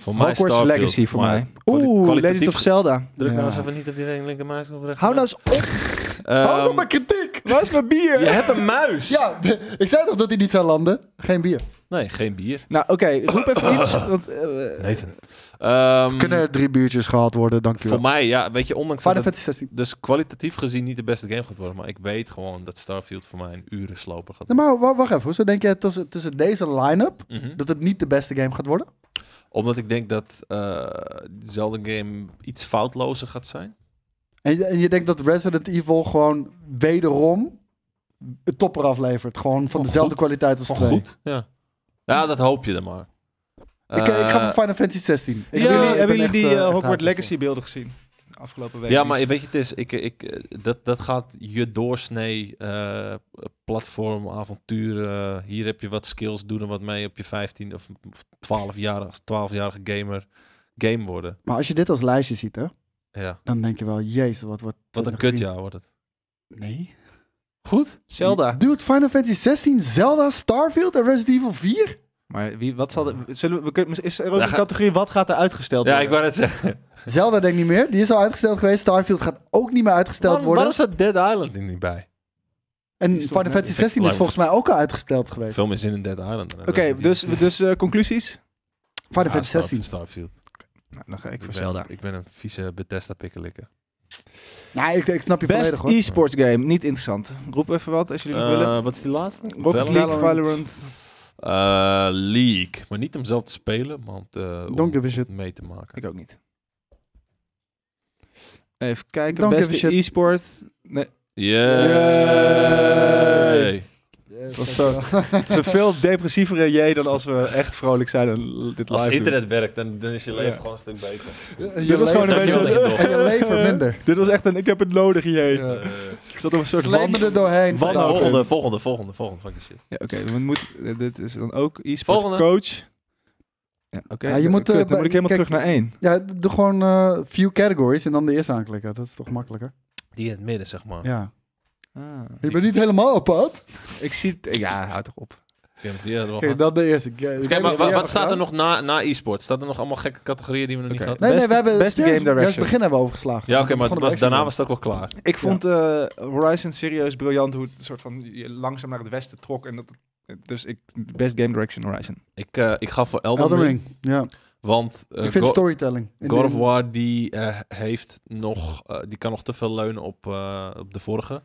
S3: Voor mij
S1: Hogwarts
S3: Starfield,
S1: Legacy voor
S3: maar
S1: mij.
S3: kwali-
S1: Oeh,
S3: kwalitatief-
S1: Legend of Zelda.
S3: Druk nou eens
S2: Ja.
S3: even niet op die linker muis of rechter.
S1: Hou nou eens op.
S2: Hou
S1: Ehm,
S2: eens op mijn kritiek!
S1: Waar is mijn bier?
S3: Ehm, Je hebt een muis!
S2: Ja, ik zei toch dat hij niet zou landen? Geen bier.
S1: Mm.
S3: Nee, geen bier.
S1: Nou, oké. roep even iets. Want, eh,
S3: Nathan. Ehm,
S2: Kunnen er drie biertjes gehaald worden,
S3: voor
S2: dankjewel.
S3: mij, ja, weet je, ondanks dat
S2: Final
S3: het
S2: Fantasy 16.
S3: dus kwalitatief gezien niet de beste game gaat worden, maar ik weet gewoon dat Starfield voor mij een urensloper gaat
S2: Nee,
S3: worden.
S2: Nou, maar wa- wacht even, hoezo denk je tussen, tussen deze line-up
S3: Mhm.
S2: dat het niet de beste game gaat worden?
S3: Omdat ik denk dat eh dezelfde game iets foutlozer gaat zijn.
S2: En je, en je denkt dat Resident Evil gewoon wederom het topper aflevert. Gewoon van
S3: Oh,
S2: dezelfde
S3: goed.
S2: kwaliteit als
S3: Gewoon
S2: twee.
S3: goed. Ja. ja, dat hoop je dan maar.
S2: Ik, eh, ik ga
S3: Eh,
S2: voor Final Fantasy 16. Ik
S3: Ja,
S1: hebben jullie,
S2: ik
S1: hebben
S2: ben
S1: jullie
S2: echt,
S1: die
S2: eh,
S1: eh,
S2: echt
S1: Hogwarts
S2: hyped
S1: Legacy beelden gezien? Afgelopen week.
S3: Ja, maar weet je, het is, ik, ik, eh, dat, dat gaat je doorsnee eh, platform, avonturen. Hier heb je wat skills, doe er wat mee op je 15 of 12-jarige 12-jarige gamer game worden.
S2: ervoor. Maar als je dit als lijstje ziet, hè,
S3: Ja,
S2: dan denk je wel, jezus, wat wordt...
S3: wat een
S2: 20
S3: kutjaar wordt het.
S2: Nee.
S3: Goed?
S1: Zelda.
S2: Dude, Final Fantasy 16, Zelda, Starfield en Resident Evil 4?
S1: Maar wie, wat zal er, zullen we, we kunnen, is er ook
S3: Ja,
S1: een
S3: ga-
S1: categorie wat gaat er uitgesteld
S3: Ja, ik
S1: worden?
S3: wou net zeggen.
S2: Zelda denk ik niet meer. Die is al uitgesteld geweest. Starfield gaat ook niet meer uitgesteld
S3: Waarom,
S2: worden.
S3: waarom staat Dead Island er niet bij?
S2: En
S1: Die is toch
S2: Final
S1: net-
S2: Fantasy 16 is
S3: Lijkt me-
S2: volgens mij ook al uitgesteld geweest.
S3: Veel meer zin in Dead Island. dan in
S1: Oké,
S3: Resident
S1: dus,
S3: Evil.
S1: dus eh, conclusies?
S2: Final
S3: Ja,
S2: Fantasy
S3: Star-
S2: 16.
S3: Ah, Starfield.
S1: Nou, dan ga ik voor
S3: ben-
S1: Zelda.
S3: Ik ben een vieze Bethesda pikkelikker.
S2: Nee, ik, ik snap je
S1: Best
S2: volledig hoor.
S1: e-sports game. Niet interessant. Roep even wat als jullie het willen.
S3: Eh, wat is die laatste?
S1: Rocket
S3: Valorant?
S1: League,
S2: Valorant.
S1: Valorant.
S3: Eh, League. Maar niet om zelf te spelen, maar om, te- om
S2: Don't give a shit.
S3: mee te maken.
S1: Ik ook niet. Even kijken.
S2: Don't give a
S1: beste
S2: shit.
S1: e-sport.
S3: Yay!
S1: was zo- Het is een veel depressiever jij dan als we echt vrolijk zijn en l- dit live
S3: Als het
S1: doen.
S3: internet werkt, dan, dan is je leven
S1: Ja.
S3: gewoon een stuk beter.
S1: Dit was gewoon een
S3: leven-
S1: beetje...
S3: Dankjewel,
S2: En je leven minder.
S1: Dit was echt een ik heb het nodig jee.
S2: Ja.
S3: Eh,
S1: Ik zat op een soort
S2: Sleep
S1: wand...
S2: me er doorheen.
S1: Wat-
S3: nee,
S2: vandaag.
S3: volgende, volgende, volgende, volgende. Fuck die shit.
S1: Ja, oké. we moeten- dit is dan ook e-sport
S3: Volgende.
S1: coach. Ja, oké.
S2: Ja, je moet,
S1: Kut,
S2: eh,
S1: dan
S2: bij-
S1: moet ik helemaal
S2: kijk-
S1: terug naar één.
S2: Ja, doe gewoon eh, few categories en dan de eerste aanklikken. Dat is toch makkelijker?
S3: Die in het midden, zeg maar.
S2: Ja.
S1: Ah.
S2: Je bent niet helemaal op pad.
S1: Ik zie... het- Ja, houd toch op.
S3: Ik heb het hier wel
S2: Oké,
S3: gehad.
S2: dan de eerste. eh, Oké,
S3: Oké, maar wa- wat staat er nog na, na e-sport? Staat er nog allemaal gekke categorieën die we nog
S1: Oké.
S3: niet gehad
S2: Nee, nee,
S1: Beste-
S2: we hebben...
S1: beste
S2: juist-
S1: game direction.
S2: Juist het begin hebben we overgeslagen.
S3: Ja, oké, maar het
S2: Begonnen
S3: was,
S2: bij
S3: daarna
S2: Action
S3: was het ook wel klaar.
S1: Ik vond eh, Horizon serieus briljant hoe het soort van je langzaam naar het westen trok. En dat, dus ik... Best game direction Horizon.
S3: Ik, eh, ik ga voor Elden,
S2: Elden
S3: Ring,
S2: Ring. Ja.
S3: Want eh,
S2: ik vind
S3: Go-
S2: storytelling. in
S3: God
S2: die-
S3: of War die, eh, heeft nog, eh, die kan nog te veel leunen op, eh, op de vorige.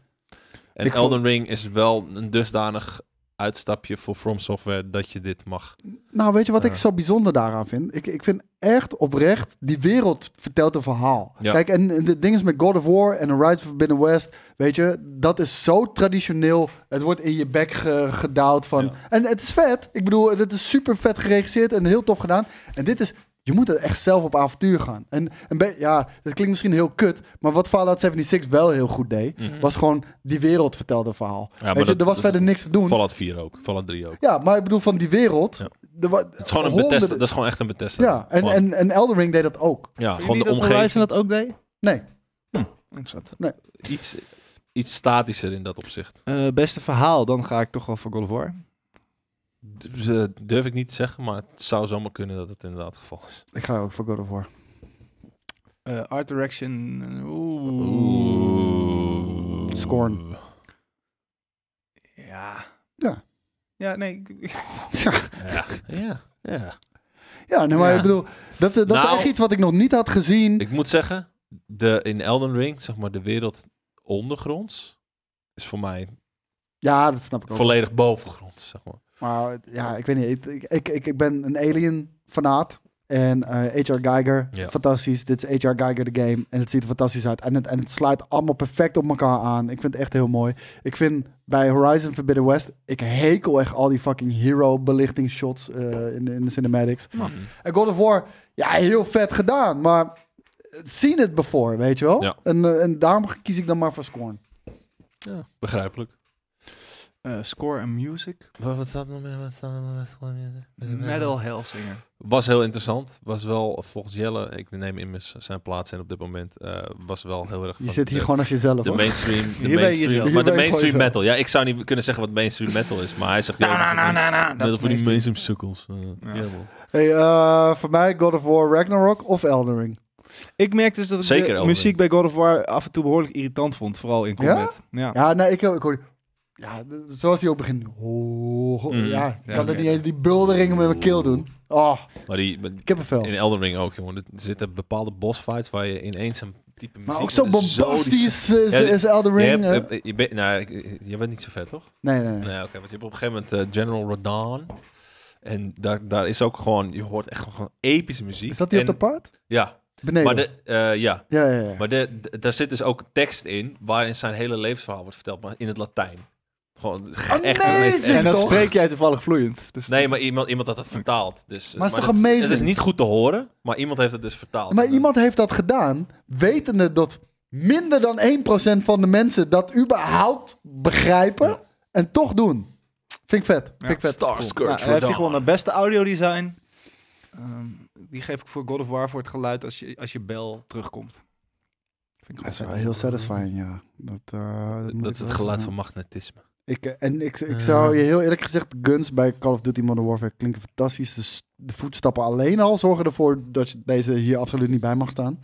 S3: En
S1: Ik vond-
S3: Elden Ring is wel een dusdanig uitstapje voor From Software dat je dit mag.
S2: Nou, weet je wat ik
S3: Ja.
S2: zo bijzonder daaraan vind? Ik, ik vind echt oprecht, die wereld vertelt een verhaal.
S3: Ja.
S2: Kijk, en het ding is met God of War en Rise of Forbidden West, weet je, dat is zo traditioneel. Het wordt in je bek ge- gedouwd van...
S3: Ja.
S2: En het is vet. Ik bedoel, het is super vet geregisseerd en heel tof gedaan. En dit is... Je moet er echt zelf op avontuur gaan. En, en bij- ja, dat klinkt misschien heel kut, maar wat Fallout 76 wel heel goed deed,
S3: Mhm.
S2: was gewoon die wereld vertelde een verhaal.
S3: maar
S2: weet je,
S3: dat-
S2: er was
S3: dat-
S2: verder niks te doen.
S3: Fallout 4 ook, Fallout 3 ook.
S2: Ja, maar ik bedoel, van die wereld...
S3: Ja.
S2: er wa-
S3: Het is gewoon een
S2: honderden-
S3: Bethesda, dat is gewoon echt een Bethesda.
S2: ja, en,
S3: Gewoon-
S2: en, en Elden Ring deed dat ook.
S3: ja, gewoon de omgeving.
S1: dat ook deed?
S2: Nee.
S1: Interessant.
S3: Iets, iets statischer in dat opzicht.
S1: Eh, beste verhaal, dan ga ik toch wel voor God of War.
S3: Dus, eh, durf ik niet te zeggen, maar het zou zomaar kunnen dat het inderdaad het geval is.
S2: Ik ga ook voor God of War.
S1: Eh, art direction. eh, Oeh.
S3: Oeh.
S2: Scorn.
S1: Ja.
S2: Ja.
S1: Ja, nee. ik-
S3: Ja, ja, ja.
S2: Ja, nee, maar
S3: Ja.
S2: ik bedoel, dat, eh, dat
S3: Nou.
S2: is echt iets wat ik nog niet had gezien.
S3: Ik moet zeggen, de, in Elden Ring, zeg maar, de wereld ondergronds is voor mij
S2: ja, dat snap ik ook.
S3: volledig bovengronds, zeg maar.
S2: maar ja, ik weet niet. Ik, ik, ik, ik ben een alien fanaat. En eh, H.R. Geiger,
S3: Ja.
S2: fantastisch. Dit is H.R. Geiger de game. En het ziet er fantastisch uit. En het, en het sluit allemaal perfect op elkaar aan. Ik vind het echt heel mooi. Ik vind bij Horizon Forbidden West... Ik hekel echt al die fucking hero-belichting shots eh, in, de- in de cinematics.
S3: Mhm.
S2: En God of War, ja, heel vet gedaan. Maar seen it before, weet je wel?
S3: Ja.
S2: En, eh, en daarom kies ik dan maar voor Scorn.
S3: Ja, begrijpelijk.
S1: Eh, score en music.
S3: Wat, wat staat er nog meer? Wat staat er nog meer?
S1: Metal Hellsinger.
S3: Was heel interessant. Was wel volgens Jelle, ik neem immers zijn plaats in op dit moment, eh, was wel heel erg.
S2: Je
S3: van
S2: zit hier
S3: de-
S2: gewoon als jezelf.
S3: De
S2: hoor.
S1: Hier
S3: mainstream,
S1: ben
S3: de
S1: je
S3: mainstream,
S1: jezelf.
S3: maar de
S2: Hier ben je
S3: mainstream
S2: gewoon
S3: metal. Ja, ik zou niet kunnen zeggen wat mainstream metal is, maar hij zegt... ja, dat is ook niet-
S1: na.
S3: Net voor die mainstream sukkels. eh,
S1: Ja.
S3: ja, man.
S2: Hey, eh, voor mij God of War, Ragnarok of Elden Ring.
S1: Ik merk dus dat ik
S3: Zeker
S1: de
S3: Elden
S1: muziek bij God of War af en toe behoorlijk irritant vond. Vooral in
S2: Ja?
S1: combat. Ja?
S2: Ja, nee, ik, ik hoor... Ja, de- zoals hij op het begin... Oh,
S3: Mm.
S2: ja, ik
S1: Ja,
S2: kan
S1: oké.
S2: het niet eens die bulderingen met mijn keel doen. Oh,
S3: Maar die, maar
S2: ik heb een vel.
S3: in Elden Ring ook, jongen. Er zitten bepaalde bossfights waar je ineens een type muziek...
S2: Maar ook
S3: met
S2: zo
S3: een zodische-
S2: bombastisch is,
S3: Ja,
S2: is Elden
S3: Je,
S2: Ring. eh.
S3: hebt- je, bent, nou, ik- je bent niet zo ver, toch?
S2: nee, nee, nee.
S3: Nee, oké. want je hebt op een gegeven moment eh, General Rodan. En daar, daar is ook gewoon... Je hoort echt gewoon epische muziek.
S2: Is dat die
S3: en,
S2: op de paard?
S3: Ja.
S2: Beneden.
S3: Maar de, eh, ja.
S2: ja, ja, ja.
S3: Maar de, de- daar zit dus ook tekst in waarin zijn hele levensverhaal wordt verteld, maar in het Latijn. Gewoon echt echt de meest-
S2: Amazing!
S1: En dat
S2: toch?
S1: spreek jij toevallig vloeiend. Dus
S3: Nee, maar iemand, iemand had het vertaald. Dus,
S2: Maar het is toch
S3: dat-
S2: amazing?
S3: Het is niet goed te horen, maar iemand heeft het dus vertaald.
S2: Maar
S3: En, eh,
S2: iemand heeft dat gedaan, wetende dat minder dan 1% van de mensen dat überhaupt begrijpen
S3: Ja.
S2: en toch doen. Vind ik vet. Vind ik vet.
S1: Nou,
S3: Starscourge
S1: hij heeft hij
S3: Rodan.
S1: gewoon een beste audiodesign. Ehm, die geef ik voor God of War voor het geluid als je, als je bel terugkomt. Vind ik
S2: Dat is wel
S1: goed.
S2: heel satisfying, ja. Dat, eh, dat moet ik
S3: Dat is
S2: wel
S3: het geluid
S2: zeggen.
S3: van magnetisme.
S2: Ik, eh, en ik, ik zou je heel eerlijk gezegd, guns bij Call of Duty Modern Warfare klinken fantastisch. De, s- de voetstappen alleen al zorgen ervoor dat je deze hier absoluut niet bij mag staan.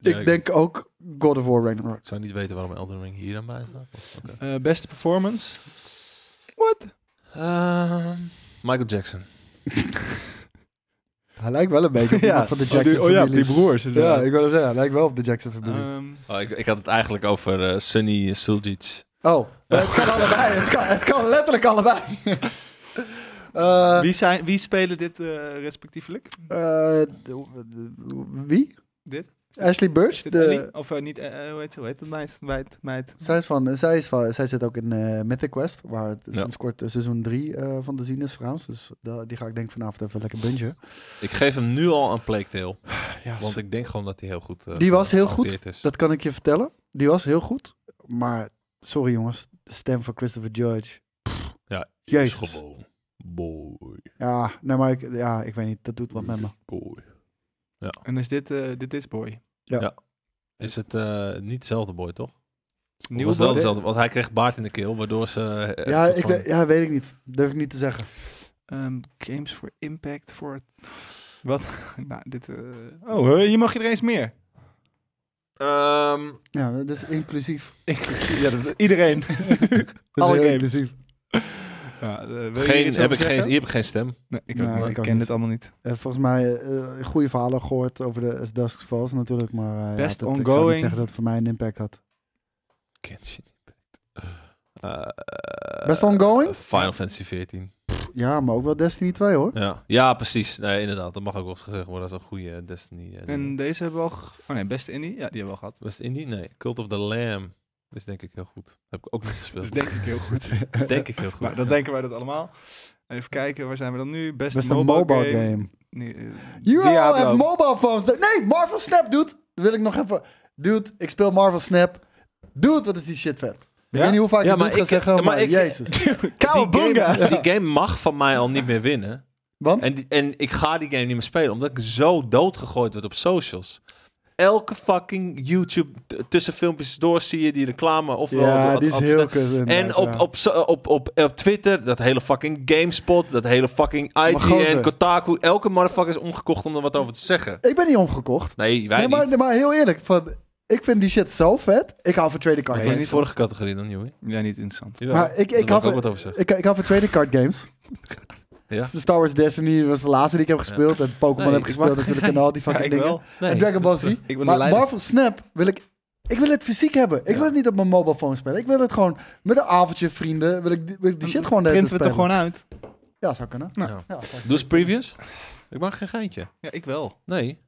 S3: Ja,
S2: ik denk ook God of War Ragnarok.
S3: Ik zou niet weten waarom Elden Ring hier aan bij staat. Oké.
S1: Eh, beste performance.
S3: Ehm, Michael Jackson.
S2: Hij lijkt wel een beetje op iemand van de Jackson
S1: oh, die, oh ja,
S2: familie.
S1: die broers.
S2: Ja,
S1: inderdaad.
S2: ik wil zeggen, hij lijkt wel op de Jackson-familie.
S1: Ehm,
S3: Oh, ik, ik had het eigenlijk over eh, Sunny Suljic.
S2: Oh, maar het kan allebei. Het kan, het kan letterlijk allebei. Eh,
S1: wie, zijn, wie spelen dit eh, respectievelijk?
S2: eh, de- de- wie?
S1: Dit?
S2: Ashley Burch.
S1: Is dit
S2: De,
S1: Ellie? Of eh, niet, eh, eh, hoe heet ze? Hoe heet het meid? meid, meid.
S2: zij, is van, zij, is van, zij zit ook in eh, Mythic Quest, waar het
S3: Ja.
S2: sinds kort eh, seizoen 3 van te zien is trouwens. Dus da- die ga ik denk ik vanavond even lekker bungen.
S3: Ik geef hem nu al een Plague Tale,
S2: Ja,
S3: want ik denk gewoon dat hij heel goed eh,
S2: Die was heel goed.
S3: geacteerd Is.
S2: dat kan ik je vertellen. Die was heel goed. Maar, sorry jongens, de stem van Christopher Judge.
S3: ja,
S2: Jezus.
S3: Is gewoon. Boy,
S2: Ja, nee, maar ik, ja, ik weet niet. Dat doet wat met me.
S3: boy.
S1: En is dit, eh, dit is Boy.
S3: Is het eh, niet hetzelfde boy, toch? Of
S1: Nieuw
S3: was het wel
S1: Boy.
S3: hetzelfde? Want hij kreeg baard in de keel, waardoor ze... eh,
S2: Ja,
S3: een soort
S2: ik,
S3: van-
S2: weet- ja, weet ik niet. Durf ik niet te zeggen.
S1: Ehm, games for Impact voor... Wat? nou, dit... eh, Oh, hè, hier mag je er eens meer.
S3: Ehm,
S2: Ja, dat is inclusief.
S1: ja, dat- iedereen.
S2: Dat is
S1: Alle
S2: heel
S1: games.
S2: inclusief.
S1: Ja, eh, wil je hier
S3: geen,
S1: iets
S3: heb
S1: over
S3: ik geen,
S1: zeggen?
S3: hier heb ik geen stem.
S1: Nee, ik,
S2: Nee,
S1: ook niet.
S2: ik
S1: ik
S2: ook
S1: ken
S2: niet.
S1: dit allemaal niet.
S2: Eh, volgens mij eh, eh, goede verhalen gehoord over de As Dusk Falls natuurlijk, maar eh, ja,
S1: Best
S2: dat- ik zou
S1: ongoing.
S2: niet zeggen dat het voor mij een impact had.
S3: Genshin Impact. Eh,
S2: Best ongoing?
S3: Final Fantasy 14.
S2: Ja, maar ook wel Destiny 2 hoor.
S3: Ja, ja precies. Nee, inderdaad. Dat mag ook wel eens gezegd worden. Dat is een goede eh, Destiny. eh,
S1: En deze hebben we al... ge- Oh nee, Beste Indie? Ja, die hebben we al gehad.
S3: Was het Indie? Nee. Cult of the Lamb is denk ik heel goed. Heb ik ook niet gespeeld.
S1: Dat is Dus denk ik heel goed.
S3: denk ik heel goed.
S1: nou, dat
S3: ja.
S1: denken wij dat allemaal. Even kijken, waar zijn we dan nu? Beste,
S2: Best een mobile game.
S1: Nee, eh,
S2: You all
S1: Diablo.
S2: have mobile phones. Nee, Marvel Snap, dude. Dat wil ik nog even. Dude, ik speel Marvel Snap. Dude, wat is die shit vet. Ik weet niet hoe vaak
S3: Ja,
S2: ik
S3: maar
S2: dit ga
S3: ik-
S2: zeggen, maar,
S3: maar ik-
S2: jezus.
S3: die,
S1: Cowabunga!
S3: game, Oh, die game mag van mij al niet meer winnen.
S2: Want?
S3: En, die- en ik ga die game niet meer spelen, omdat ik zo doodgegooid word op socials. Elke fucking YouTube t- tussen filmpjes door zie je die reclame. Ofwel
S2: ja,
S3: de
S2: die is
S3: ad-
S2: heel
S3: adverten-
S2: kut.
S3: En
S2: inderdaad,
S3: op,
S2: ja.
S3: op, so- op, op, op Twitter, dat hele fucking GameSpot, dat hele fucking IGN,
S2: gozer.
S3: Kotaku. Elke motherfucker is omgekocht om er wat over te zeggen.
S2: Ik ben niet omgekocht.
S3: Nee, wij
S2: Nee, maar,
S3: niet.
S2: maar heel eerlijk, van, ik vind die shit zo vet. Ik hou van trading card
S3: Het was
S2: games.
S3: die vorige categorie dan, joh.
S1: Ja, niet interessant.
S2: Maar ik- ik
S3: daar wil
S2: had
S3: ook
S2: een-
S3: wat over zeggen.
S2: Ik, ik hou van trading card games.
S3: Ja?
S2: Dus de Star Wars Destiny was de laatste die ik heb gespeeld. En Pokémon
S3: Nee,
S2: heb ik
S3: ik mag
S2: gespeeld natuurlijk. En al die
S1: Ja,
S2: fucking
S1: ik
S2: dingen.
S1: wel.
S3: Nee.
S2: En Dragon Ball Z.
S1: Ik ben de
S2: Maar
S1: leider.
S2: Marvel Snap wil ik... Ik wil het fysiek hebben. Ik wil het niet op mijn mobile phone spelen. Ik wil het gewoon met een avondje vrienden. Wil ik, die- wil ik die shit gewoon de hele
S1: Printen we het er
S2: tijd
S1: gewoon uit?
S2: spelen. Ja, zou kunnen.
S3: Ja.
S2: Ja, zou
S3: Doe eens
S2: kunnen.
S3: previous. Ik maak geen geintje.
S1: Ja, ik wel.
S3: Nee.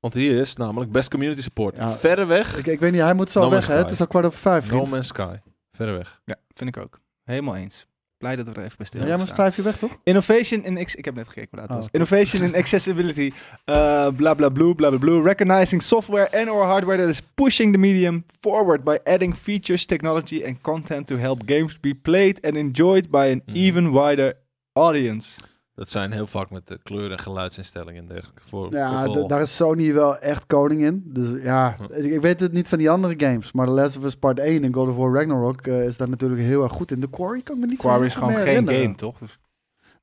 S3: Want hier is namelijk best community support.
S2: Ja.
S3: Verreweg.
S2: Ik, ik weet niet, hij moet zo
S3: No Man's
S2: weg hè.
S3: Sky.
S2: Het is al kwart over vijf,
S3: No
S2: vriend.
S3: Man's Sky. Verreweg.
S1: Ja, vind ik ook. Helemaal eens. Blij dat we er even bij stil
S2: Ja, jij was
S1: staan.
S2: vijf uur weg, toch?
S1: Innovation in... ex- Ik heb net gekeken hoe laat het
S2: Oh,
S1: was. Innovation in accessibility. eh bla bla blue, bla bla blue. Recognizing software and or hardware that is pushing the medium forward by adding features, technology and content to help games be played and enjoyed by an
S3: Mhm.
S1: even wider audience.
S3: Dat zijn heel vaak met de kleur- en geluidsinstellingen en dergelijke. Voor,
S2: Ja,
S3: voor
S2: d-
S3: vooral-
S2: daar is Sony wel echt koning in. Dus ja,
S3: Hm.
S2: ik ik weet het niet van die andere games. Maar The Last of Us Part 1 en God of War Ragnarok eh, is daar natuurlijk heel erg goed in. De Quarry kan ik me niet zo
S1: Quarry
S2: heel
S1: is
S2: goed
S1: gewoon
S2: meer
S1: geen
S2: herinneren.
S1: game, toch? Dus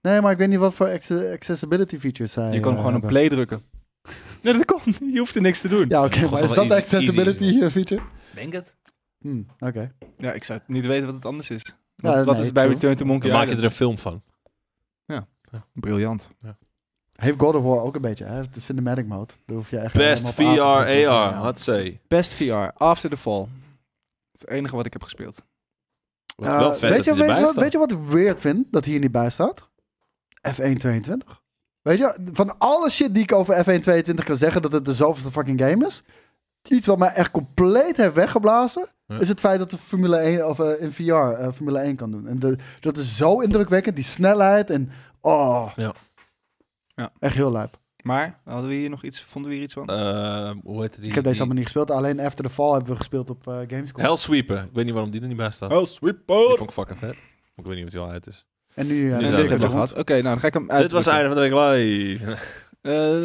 S2: Nee, maar ik weet niet wat voor acce- accessibility features zij
S1: je kan
S2: eh,
S1: gewoon een
S2: hebben.
S1: play drukken. Nee, dat kon. Je hoeft er niks te doen.
S2: Ja, oké,
S3: Ja,
S2: maar
S3: gewoon
S2: is dat de
S3: easy- easy is
S2: accessibility
S3: wel.
S2: eh, feature?
S1: Denk het.
S2: Hm, oké.
S1: Ja, ik zou het niet weten wat het anders is.
S2: Ja,
S1: Wat, wat
S2: nee,
S1: is het bij
S2: true.
S1: Return to Monkey
S3: Dan maak je er
S1: Island?
S3: een film van.
S1: Briljant.
S2: Heeft God of War ook een beetje, hè? De cinematic mode. Daar hoef je echt
S3: Best VR,
S2: helemaal op aan te passen.
S3: AR,
S2: Ja.
S3: had ze.
S1: Best VR, After the Fall. Het enige wat ik heb gespeeld.
S3: Wat
S2: Eh,
S3: wel
S2: weet,
S3: vet
S2: je,
S3: dat hij
S2: weet,
S3: erbij
S2: je wat,
S3: staat.
S2: weet je wat ik weird vind dat hier niet bij staat? F1 22. Weet je, van alle shit die ik over F1 22 kan zeggen dat het de zoveelste fucking game is, iets wat mij echt compleet heeft weggeblazen,
S3: Ja.
S2: is het feit dat de Formule 1 of eh, in VR eh, Formule 1 kan doen. En de- dat is zo indrukwekkend, die snelheid en oh.
S3: Ja.
S1: Ja.
S2: Echt heel lijp.
S1: Maar hadden we hier nog iets, vonden we hier iets van?
S3: Eh, hoe heet die?
S2: Ik heb deze
S3: die-
S2: allemaal niet gespeeld. Alleen After the Fall hebben we gespeeld op eh, Gamescom.
S3: Hellsweeper. Ik weet niet waarom die er niet bij staat.
S1: oh,
S3: Die
S1: sweeper!
S3: vond ik fucking vet. Maar Ik weet niet of die al uit is.
S2: En nu... eh,
S3: Nu
S1: Ja,
S2: en dit
S3: zijn
S1: dit
S3: we
S2: hebben
S1: hebben we
S2: we
S3: terug.
S2: gehad.
S1: gehad. Oké, nou dan ga ik hem uit.
S3: Dit was het einde van de week live.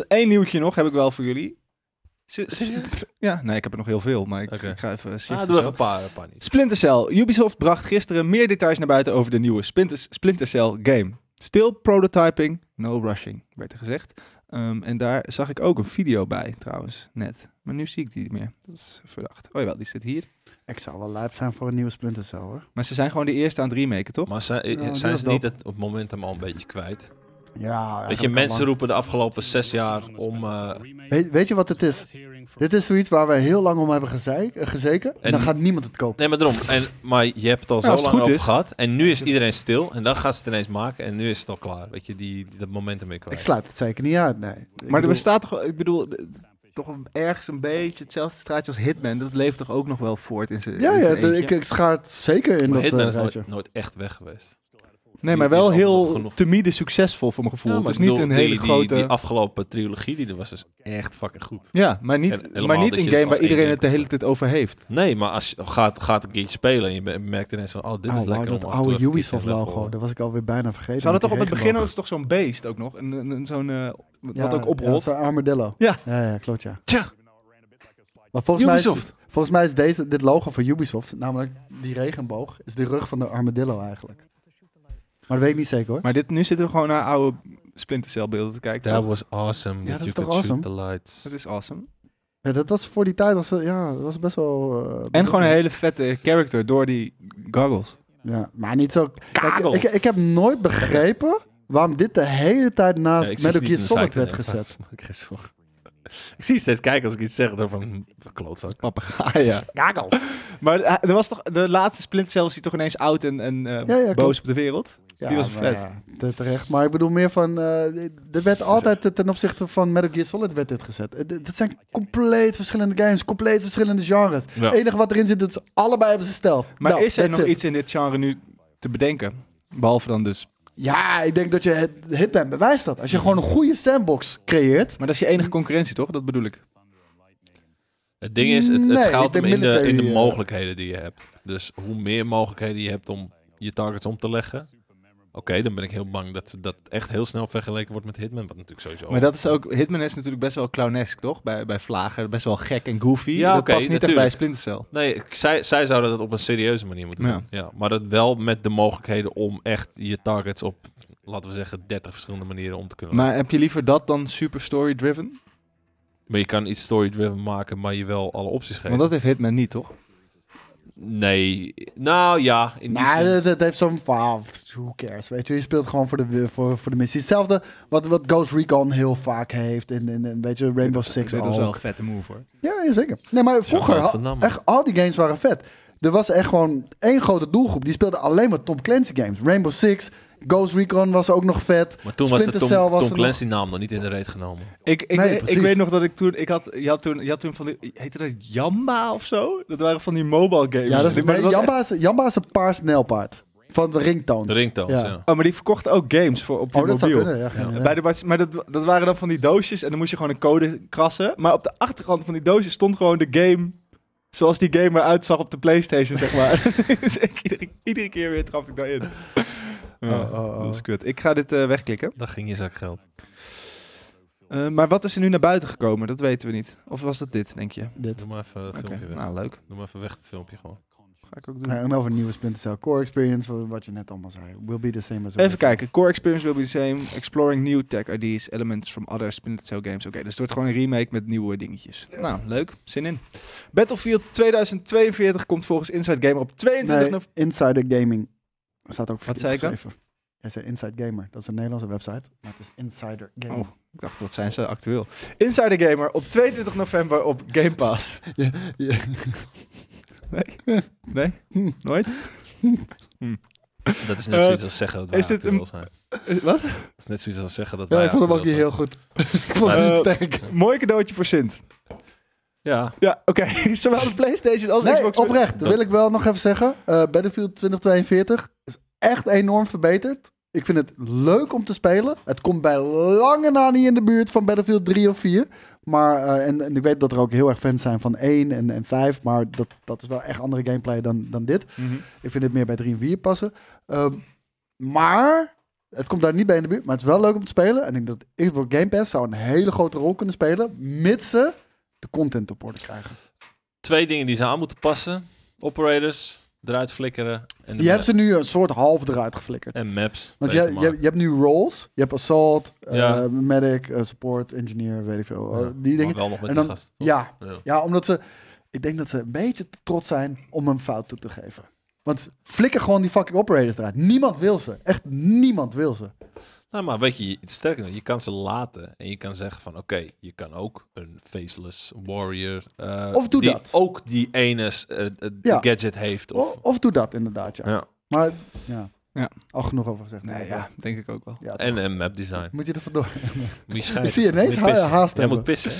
S1: Eén nieuwtje nog heb ik wel voor jullie. Zit-
S3: Serieus?
S1: Ja, nee, ik heb er nog heel veel, maar ik,
S3: Oké.
S1: ik ga even shiften.
S3: Ah, doe even
S1: zo.
S3: een paar, een paar niet.
S1: Splinter Cell. Ubisoft bracht gisteren meer details naar buiten over de nieuwe Splinter, Splinter Cell game. Still prototyping, no rushing, werd er gezegd. Ehm, en daar zag ik ook een video bij trouwens, net. Maar nu zie ik die niet meer. Dat is verdacht. Oh jawel, die zit hier.
S2: Ik zou wel lijp zijn voor een nieuwe Splinter Cell, hoor.
S1: Maar ze zijn gewoon de eerste aan het remaken, toch?
S3: Maar zijn, eh,
S2: Nou, dat
S3: zijn
S2: is
S3: ze niet het, het momentum al een beetje kwijt?
S2: Ja,
S3: Weet je,
S2: eigenlijk al
S3: mensen
S2: lang.
S3: roepen de afgelopen zes jaar om... eh,
S2: Weet, weet je wat het is? Dit is zoiets waar we heel lang om hebben gezei- eh, gezeken. En,
S3: En-
S2: dan gaat niemand het kopen.
S3: nee, maar daarom. En, maar je hebt het al
S1: Nou, als
S3: zo
S1: het
S3: lang
S1: goed
S3: over
S1: is.
S3: gehad. En nu is iedereen stil. En dan gaan ze het ineens maken. En nu is het al klaar. Weet je, die, die- dat momentum weer
S2: Ik
S3: kwijt.
S2: sluit het zeker niet uit, nee. Ik
S1: Maar er
S2: bedoel,
S1: bestaat toch, ik bedoel, d- toch een- ergens een beetje hetzelfde straatje als Hitman. Dat leeft toch ook nog wel voort in zijn.
S2: Ja,
S1: in
S2: ja
S1: zijn
S2: de-
S1: dus eentje?
S2: ik, ik schaar het zeker in
S3: Maar
S2: dat
S3: Hitman
S2: eh,
S3: is
S2: rijtje.
S3: nooit, nooit echt weg geweest.
S1: nee, maar
S3: die
S1: wel
S3: is al
S1: heel
S3: nog genoeg.
S1: timide succesvol voor mijn gevoel.
S3: Ja,
S1: het
S3: maar
S1: is
S3: ik
S1: niet
S3: bedoel,
S1: een hele
S3: die, die-
S1: grote.
S3: Die, afgelopen trilogie, die was dus echt fucking goed.
S1: ja, maar
S3: En
S1: niet,
S3: helemaal
S1: maar
S3: dat
S1: niet
S3: je
S1: een
S3: het
S1: game
S3: als
S1: waar iedereen
S3: één
S1: het de hele tijd over heeft.
S3: Nee, maar als je gaat, gaat een keertje spelen en je be- merkt ineens van, oh, dit
S2: Oh, wauw,
S3: is lekker
S2: dat
S3: om af en toe
S2: oude
S3: even een
S2: Ubisoft
S3: keer te
S2: logo,
S3: level
S2: dat was ik alweer bijna vergeten.
S1: Ze hadden toch op
S2: met
S1: het
S2: die
S1: begin hadden ze toch zo'n beest ook nog. Een, een, een- zo'n, eh, wat
S2: regenboog. Ja,
S1: ook oprolt.
S2: Ja, zo'n armadillo.
S1: Ja.
S2: ja, ja, klopt ja.
S3: Tja.
S2: Maar volgens mij, is,
S3: Ubisoft.
S2: volgens mij is deze, dit logo van Ubisoft, namelijk die regenboog, is de rug van de armadillo eigenlijk. Maar dat weet ik niet zeker hoor.
S1: Maar dit, nu zitten we gewoon naar oude Splinter Cell beelden te kijken.
S3: That
S1: toch?
S3: was awesome.
S2: Ja,
S3: that
S2: dat
S3: you
S2: is
S3: could
S2: toch
S3: shoot
S2: awesome?
S3: the lights.
S1: Dat is awesome.
S2: Ja, dat was voor die tijd, was, dat- ja, dat was best wel... eh,
S1: En gewoon een
S2: bijzonder.
S1: hele vette character door die goggles.
S2: Ja, maar niet zo... Kijk,
S3: Kabels.
S2: ik, ik heb nooit begrepen waarom dit de hele tijd naast
S3: ik zit
S2: Metal
S3: niet
S2: Gear
S3: in de
S2: Solid
S3: site,
S2: werd
S3: nee,
S2: gezet.
S3: maak ik geen zorgen. Ik zie je steeds kijken als ik iets zeg, dan van, hm, klootzak.
S1: Papagaaien.
S3: Kagels.
S1: Maar eh, er was toch, de laatste Splinter Cell is die toch ineens oud en, en eh,
S2: Ja, ja, klopt.
S1: boos op de wereld?
S2: Ja,
S1: Die was
S2: maar
S1: vet.
S2: ja, te- terecht. Maar ik bedoel meer van... eh er werd altijd te- ten opzichte van Metal Gear Solid werd dit gezet. Eh, dit- dit zijn compleet verschillende games. Compleet verschillende genres.
S3: Ja.
S2: Het enige wat erin zit, dat is allebei hebben ze stijl.
S1: Maar
S2: Nou,
S1: is er
S2: that's
S1: nog
S2: it.
S1: iets in dit genre nu te bedenken? Behalve dan dus.
S2: Ja, ik denk dat je het Hitman bewijst dat. Als je gewoon een goede sandbox creëert...
S1: Maar dat is je
S2: Hm.
S1: enige concurrentie, toch? Dat bedoel ik.
S3: Het ding is, het, het
S2: Nee,
S3: schuilt
S2: ik denk
S3: hem in de, in de
S2: military, eh.
S3: mogelijkheden die je hebt. Dus hoe meer mogelijkheden je hebt om je targets om te leggen. Oké, dan ben ik heel bang dat dat echt heel snel vergeleken wordt met Hitman. Wat natuurlijk sowieso...
S1: Maar dat is ook. Hitman is natuurlijk best wel clownesk, toch? Bij, bij vlagen. Best wel gek en goofy.
S3: Ja,
S1: dat
S3: oké,
S1: past niet echt bij
S3: natuurlijk.
S1: Splinter Cell.
S3: Nee, ik- zij, zij zouden dat op een serieuze manier moeten
S1: Ja.
S3: doen. Ja, maar dat wel met de mogelijkheden om echt je targets op, laten we zeggen, 30 verschillende manieren om te kunnen.
S1: Maar heb je liever dat dan super story-driven?
S3: Maar je kan iets story-driven maken, maar je wel alle opties geven.
S1: Want dat heeft Hitman niet, toch?
S3: Nee, nou ja, in die
S2: Maar
S3: zin.
S2: dat, dat heeft zo'n verhaal. Who cares? Weet je, je speelt gewoon voor de, voor, voor de missie. Hetzelfde wat, wat Ghost Recon heel vaak heeft. En, en, en weet je, Rainbow Six
S1: Dit
S2: ook.
S1: is wel een vette move, hoor.
S2: Ja, ja, zeker. Nee, maar vroeger,
S3: Jean-Claude Van Damme.
S2: echt, al die games waren vet. Er was echt gewoon één grote doelgroep. Die speelde alleen maar Tom Clancy games. Rainbow Six, Ghost Recon was ook nog vet.
S3: Maar toen was de
S2: Splinter
S3: Tom,
S2: Cell was
S3: Tom
S2: er
S3: Clancy naam nog niet in de reet genomen.
S1: Ik, ik,
S2: Nee,
S1: ik
S2: precies.
S1: weet nog dat ik toen... Ik had, je, had toen je had toen van die... Heette dat Jamba of zo? Dat waren van die mobile games.
S2: Ja, dat is,
S1: Maar
S2: nee,
S1: was
S2: Jamba, is, Jamba is een paars nijlpaard. Van de ringtones.
S3: De ringtones,
S2: Ja.
S3: ja.
S1: Oh, maar die verkochten ook games voor op je
S2: Oh, dat zou
S1: mobiel.
S2: kunnen. Ja, geen
S3: Ja.
S2: idee.
S1: Bij de, wat- maar dat, dat waren dan van die doosjes en dan moest je gewoon een code krassen. Maar op de achterkant van die doosjes stond gewoon de game zoals die game eruit zag op de Playstation, zeg maar. dus ik, iedere, iedere keer weer trapte ik daarin. Ja,
S2: Oh, oh, oh.
S1: Dat is kut. Ik ga dit eh, wegklikken.
S3: Daar ging je zak geld.
S1: Eh, maar wat is er nu naar buiten gekomen? Dat weten we niet. Of was dat dit, denk je?
S2: Dit.
S3: Doe maar even het
S1: Oké,
S3: filmpje weg.
S1: nou leuk.
S3: Doe maar even weg het filmpje gewoon.
S1: Ga ik ook doen.
S2: Ja, en over nieuwe Splinter Cell Core Experience, wa- wat je net allemaal zei. Will be the same as
S1: Even kijken. Core experience will be the same. Exploring new tech ideas, elements from other Splinter Cell games. Oké, dus het wordt gewoon een remake met nieuwe dingetjes. Nou, leuk. Zin in. Battlefield 2042 komt volgens Inside Gamer op 22
S2: Nee,
S1: november.
S2: Insider Gaming. Er staat ook verkeerd
S1: zei ik dan?
S2: geschreven. Jij zei Inside Gamer. Dat is een Nederlandse website. Maar het is Insider Gaming.
S1: Oh. Ik dacht, wat zijn ze actueel? Insider Gamer op 22 november op Game Pass.
S2: Je- je-
S1: Nee? Nooit?
S3: Dat is net
S1: Eh,
S3: zoiets als zeggen dat wij
S1: is dit
S3: actueel zijn.
S1: Eh, Wat?
S3: Dat is net zoiets als zeggen dat
S2: Ja,
S3: wij
S2: ik vond hem ook niet
S3: actueel
S2: heel goed. ik vond het
S1: Eh,
S2: niet sterk.
S1: Mooi cadeautje voor Sint.
S3: zijn. Ja,
S1: Ja, oké. Zowel de PlayStation als
S2: Nee,
S1: Xbox.
S2: oprecht. Dat wil ik wel nog even zeggen. Eh, Battlefield 2042 is echt enorm verbeterd. Ik vind het leuk om te spelen. Het komt bij lange na niet in de buurt van Battlefield 3 of 4. Maar, eh, en, en ik weet dat er ook heel erg fans zijn van 1 en, en 5. Maar dat, dat is wel echt andere gameplay dan, dan dit.
S1: Mhm.
S2: Ik vind het meer bij 3 en 4 passen. Ehm, maar het komt daar niet bij in de buurt. Maar het is wel leuk om te spelen. En ik denk dat Xbox Game Pass zou een hele grote rol kunnen spelen. Mits ze de content op orde krijgen.
S3: twee dingen die ze aan moeten passen. Operators, eruit flikkeren. En, de
S2: Je
S3: ma-
S2: hebt ze nu een soort half eruit geflikkerd.
S3: en maps.
S2: Want je,
S3: beter
S2: je,
S3: maken.
S2: je hebt nu roles. Je hebt assault, eh,
S3: Ja.
S2: medic, eh, support, engineer, weet ik veel. eh,
S3: Ja,
S2: die dingen.
S3: Maar wel nog met
S2: En
S3: die
S2: dan-
S3: gast.
S2: Ja,
S3: Ja.
S2: ja, omdat ze... Ik denk dat ze een beetje te trots zijn om een fout toe te geven. Want flikker gewoon die fucking operators eruit. Niemand wil ze. Echt niemand wil ze.
S3: Nou, maar weet je, je- sterker nog, je kan ze laten en je kan zeggen van, oké, je kan ook een faceless warrior. eh,
S2: Of doe
S3: die
S2: dat.
S3: ook die ene s- eh, eh, de
S2: Ja.
S3: gadget heeft.
S2: O- Of,
S3: Of,
S2: doe dat inderdaad, ja.
S3: ja.
S2: Maar ja.
S1: Ja.
S2: al genoeg over gezegd.
S1: Nee, ja, denk ik ook wel.
S2: Ja,
S3: En, en map design.
S2: Moet je er vandoor?
S3: Moet je
S2: Ik
S3: scheiden.
S2: zie je ineens
S3: Moet je pissen.
S2: haast
S3: Jij
S2: hebben.
S3: moet pissen. hè?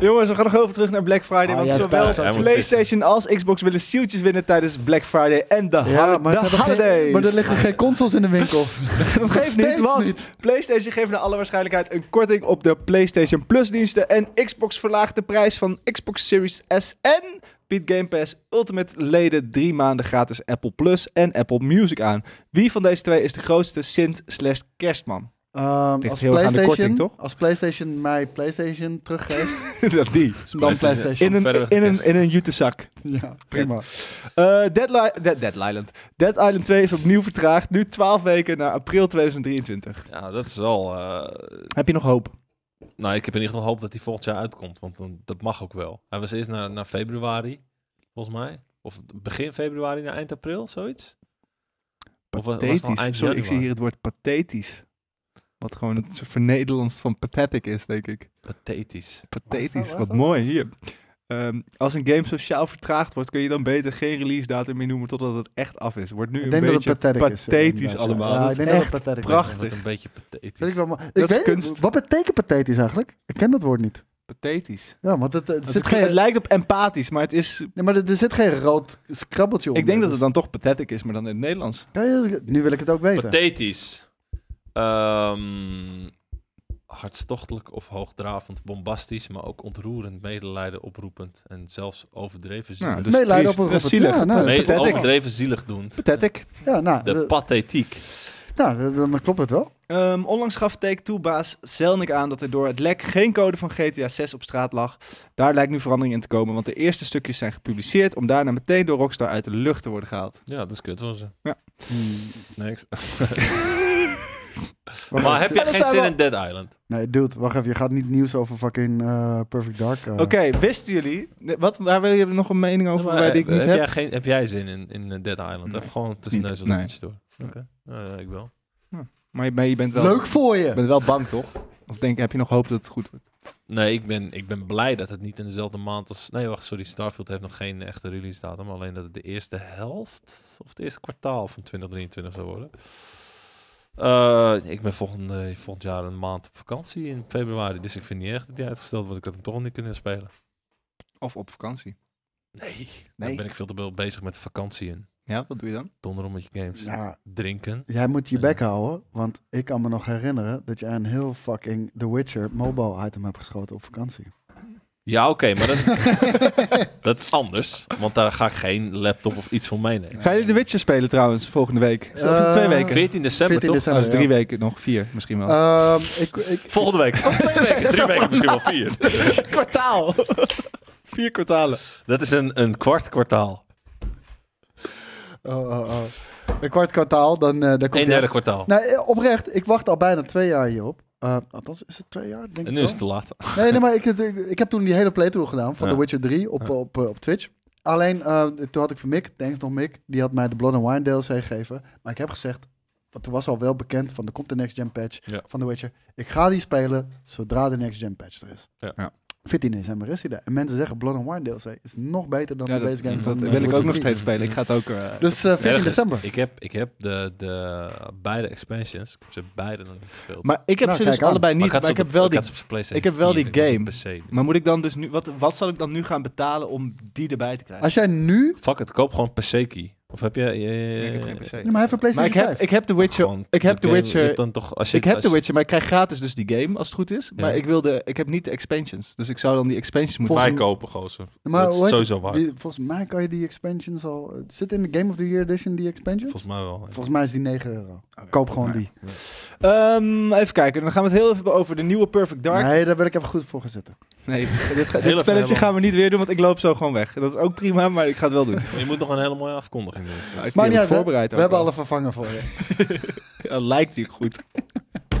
S1: Jongens, we gaan nog heel even terug naar Black Friday.
S2: Ah,
S1: want
S2: ja,
S1: zowel
S2: thuis. Ja,
S3: hij moet
S1: PlayStation als Xbox willen zieltjes winnen tijdens Black Friday en de,
S2: Ja,
S1: hol-
S2: maar,
S1: de
S2: ze hebben geen-
S1: holidays.
S2: maar er liggen geen consoles in de winkel.
S1: Dat geeft niet,
S2: Steeds
S1: want
S2: niet.
S1: PlayStation geeft naar alle waarschijnlijkheid een korting op de PlayStation Plus diensten. En Xbox verlaagt de prijs van Xbox Series S en biedt Game Pass Ultimate leden drie maanden gratis Apple Plus en Apple Music aan. Wie van deze twee is de grootste Sint slash kerstman?
S2: Ehm,
S1: Ligt
S2: als,
S1: heel erg aan de
S2: PlayStation,
S1: korting, toch?
S2: als PlayStation mij PlayStation teruggeeft,
S1: Dat die.
S2: dan PlayStation.
S1: In een, in een, in een jute zak.
S2: ja, prima.
S1: Eh, Deadli Dead, Dead Island. Dead Island 2 is opnieuw vertraagd. Nu 12 weken naar april 2023.
S3: Ja, dat is wel... eh,
S1: Heb je nog hoop?
S3: nou, ik heb in ieder geval hoop dat hij volgend jaar uitkomt. Want dan, dat mag ook wel. Hij was eerst naar, naar februari, volgens mij. Of begin februari naar eind april, zoiets. Of was- was het al
S1: Pathetisch.
S3: eind
S1: Sorry, ik
S3: januari?
S1: zie hier het woord pathetisch. Wat gewoon het soort vernederlandst van pathetic is, denk ik.
S3: Pathetisch.
S2: Waar is
S1: Pathetisch,
S2: dat?
S1: wat mooi. Hier. Ehm, als een game sociaal vertraagd wordt, kun je dan beter geen release datum meer noemen totdat het echt af is. Wordt nu
S2: Ik
S1: een
S2: denk dat het
S1: beetje
S2: pathetic is. eh,
S1: pathetisch
S2: inderdaad, ja.
S1: allemaal.
S2: Ja,
S1: Dat
S2: ik
S1: is
S2: denk dat
S1: echt
S2: het pathetic is.
S1: prachtig.
S3: Wordt een beetje pathetisch.
S2: Vind ik wel mooi. Ik
S1: Dat is
S2: weet niet,
S1: kunst.
S2: wat betekent pathetisch eigenlijk? Ik ken dat woord niet.
S1: pathetisch.
S2: Ja, want het, het
S1: Het,
S2: zit geen,
S1: het lijkt op empathisch, maar het is...
S2: nee, maar er, er zit geen rood krabbeltje Dus op.
S1: Ik denk dat het dan toch pathetic is, maar dan in het Nederlands.
S2: nu wil ik het ook weten.
S3: Pathetisch. Ehm, hartstochtelijk of hoogdravend, bombastisch, maar ook ontroerend, medelijden oproepend en zelfs overdreven zielig.
S1: Nou,
S3: Nou,
S1: dus
S2: Medelijden
S1: triest,
S2: oproepen.
S1: eh, zielig.
S2: Ja, nou,
S1: Nee,
S2: pathetic.
S3: overdreven zielig doend.
S1: Pathetic.
S2: Ja, nou,
S3: De
S2: dat-
S3: pathetiek.
S2: nou dat- dan klopt het wel.
S1: Ehm, onlangs gaf Take-Two-baas Zelnik aan dat er door het lek geen code van GTA 6 op straat lag. Daar lijkt nu verandering in te komen, want de eerste stukjes zijn gepubliceerd om daarna meteen door Rockstar uit de lucht te worden gehaald.
S3: Ja, dat is kut hoor. ze.
S1: Hmm.
S3: Next.
S2: Wacht even,
S3: Maar heb je
S1: dat
S3: geen
S1: zijn
S3: zin
S1: wel-
S3: in Dead Island?
S2: Nee, dude, wacht even. Je gaat niet nieuws over fucking eh, Perfect Dark. eh.
S1: Oké, wisten jullie, nee, wat, waar wil je nog een mening over
S3: Ja, maar,
S1: waar die ik
S3: eh,
S1: niet
S3: heb,
S1: heb?
S3: Jij geen, heb jij zin in, in eh, Dead Island?
S1: Nee,
S3: Even gewoon tussen
S1: niet.
S3: neus en lippen
S1: Nee.
S3: door. Oké. Eh, ik wel.
S1: Maar, je- maar je bent wel,
S2: Leuk voor
S1: je
S2: je.
S1: bent wel bang, toch? Of denk, heb je nog hoop dat het goed wordt?
S3: Nee, ik ben, ik ben blij dat het niet in dezelfde maand als... Nee, wacht, sorry. Starfield heeft nog geen echte release datum. Alleen dat het de eerste helft of het eerste kwartaal van 2023 zou worden. Eh, ik ben volgende, volgend jaar een maand op vakantie in februari. Dus ik vind niet erg dat die uitgesteld wordt. Ik had hem toch al niet kunnen spelen.
S1: Of op vakantie?
S3: Nee,
S1: Nee.
S3: dan ben ik veel te veel bezig met vakantie in.
S1: Ja, wat doe je dan?
S3: Donderen met je games.
S2: Ja,
S3: Drinken.
S2: jij moet je
S3: Ja.
S2: bek houden, want ik kan me nog herinneren dat jij een heel fucking The Witcher mobile item hebt geschoten op vakantie.
S3: Ja, oké, maar dat, dat is anders. Want daar ga ik geen laptop of iets van meenemen.
S1: Gaan jullie The Witcher spelen trouwens volgende week? Of over
S2: Eh,
S1: twee weken?
S3: 14 december,
S2: 14
S3: toch?
S1: Nou, dat is
S2: december,
S1: drie
S2: ja.
S1: weken nog, vier misschien wel.
S2: Ehm, ik, ik,
S3: Volgende week. Of twee weken. Drie weken, misschien wel vier.
S1: kwartaal! vier kwartalen.
S3: Dat is een, een kwart kwartaal.
S2: oh, oh, oh. Een kwart kwartaal, dan, eh dan komt
S3: Een
S2: hij-
S3: derde kwartaal.
S2: Nou, eh, oprecht, ik wacht al bijna twee jaar hierop. Eh althans, is het twee jaar? Denk
S3: En
S2: ik
S3: nu
S2: wel.
S3: is het te laat.
S2: Nee, nee, maar ik, ik, ik heb toen die hele playthrough gedaan van
S3: Ja.
S2: The Witcher 3 op,
S3: Ja.
S2: op, eh, op Twitch. Alleen, eh, toen had ik van Mick, thanks nog Mick, die had mij de Blood and Wine DLC gegeven. Maar ik heb gezegd, want toen was al wel bekend van, er komt de Next Gen patch
S3: Ja.
S2: van The Witcher. Ik ga die spelen zodra de Next Gen patch er is.
S3: Ja.
S1: Ja.
S2: 14 december is hij daar. En mensen zeggen, Blood and Wine DLC is nog beter dan
S1: Ja,
S2: de
S1: dat
S2: base game
S1: dat
S2: van eh,
S1: wil ik ook
S2: Witcher
S1: nog
S2: 3.
S1: steeds spelen. Ik ga het ook... eh,
S2: Dus eh, 14
S3: Ergens.
S2: december.
S3: Ik heb, ik heb de, de beide expansions. Ik heb ze beide nog niet gespeeld.
S1: maar ik heb
S2: Nou,
S1: ze dus
S2: kijk aan.
S1: allebei
S3: Maar
S1: niet,
S3: had
S1: maar,
S3: ze
S1: ik
S3: op-
S1: heb wel
S3: ik
S1: die...
S3: had ze op PlayStation
S1: ik heb wel die
S3: 4 en ik
S1: game.
S3: was op PC.
S1: Maar moet ik dan dus nu... Wat, wat zal ik dan nu gaan betalen om die erbij te krijgen?
S2: Als jij nu...
S3: Fuck het, koop gewoon PC key. Of heb je... je-
S1: ik heb geen PC.
S2: Nee,
S1: Eh,
S2: maar hij heeft een
S1: Maar
S2: PlayStation
S1: ik heb,
S2: 5.
S1: ik heb The Witcher...
S3: gewoon
S1: ik heb The
S3: game- je
S1: Witcher-
S3: hebt dan toch, als je,
S1: Ik heb
S3: als
S1: The
S3: je-
S1: Witcher, maar ik krijg gratis dus die game, als het goed is. Maar
S3: Ja.
S1: ik, wil de, ik heb niet de expansions. Dus ik zou dan die expansions moeten...
S2: Volgens
S3: Wij
S2: mij-
S3: kopen, gozer.
S2: Maar hoe
S3: dat is
S2: heet
S3: sowieso waar.
S2: Die- volgens mij kan je die expansions al... eh, Zit in de Game of the Year edition die expansion?
S3: Volgens mij wel.
S2: Volgens mij is die 9
S1: Oh
S2: euro. Koop gewoon die.
S1: Ehm, even kijken, dan gaan we het heel even hebben over de nieuwe Perfect Dark.
S2: Nee, daar wil ik even goed voor gaan zitten.
S1: Nee, dit, ga-
S3: Heel
S1: dit
S3: even
S1: spelletje
S3: hebben.
S1: gaan we niet weer doen, want ik loop zo gewoon weg. Dat is ook prima, maar ik ga het wel doen.
S3: Je moet nog een hele mooie afkondiging doen.
S1: Nou, ik
S2: Maar
S1: ben
S2: niet uit, hè?
S1: voorbereid.
S2: We
S1: ook
S2: hebben
S1: wel.
S2: alle vervangen voor je.
S1: Ja, lijkt hier goed.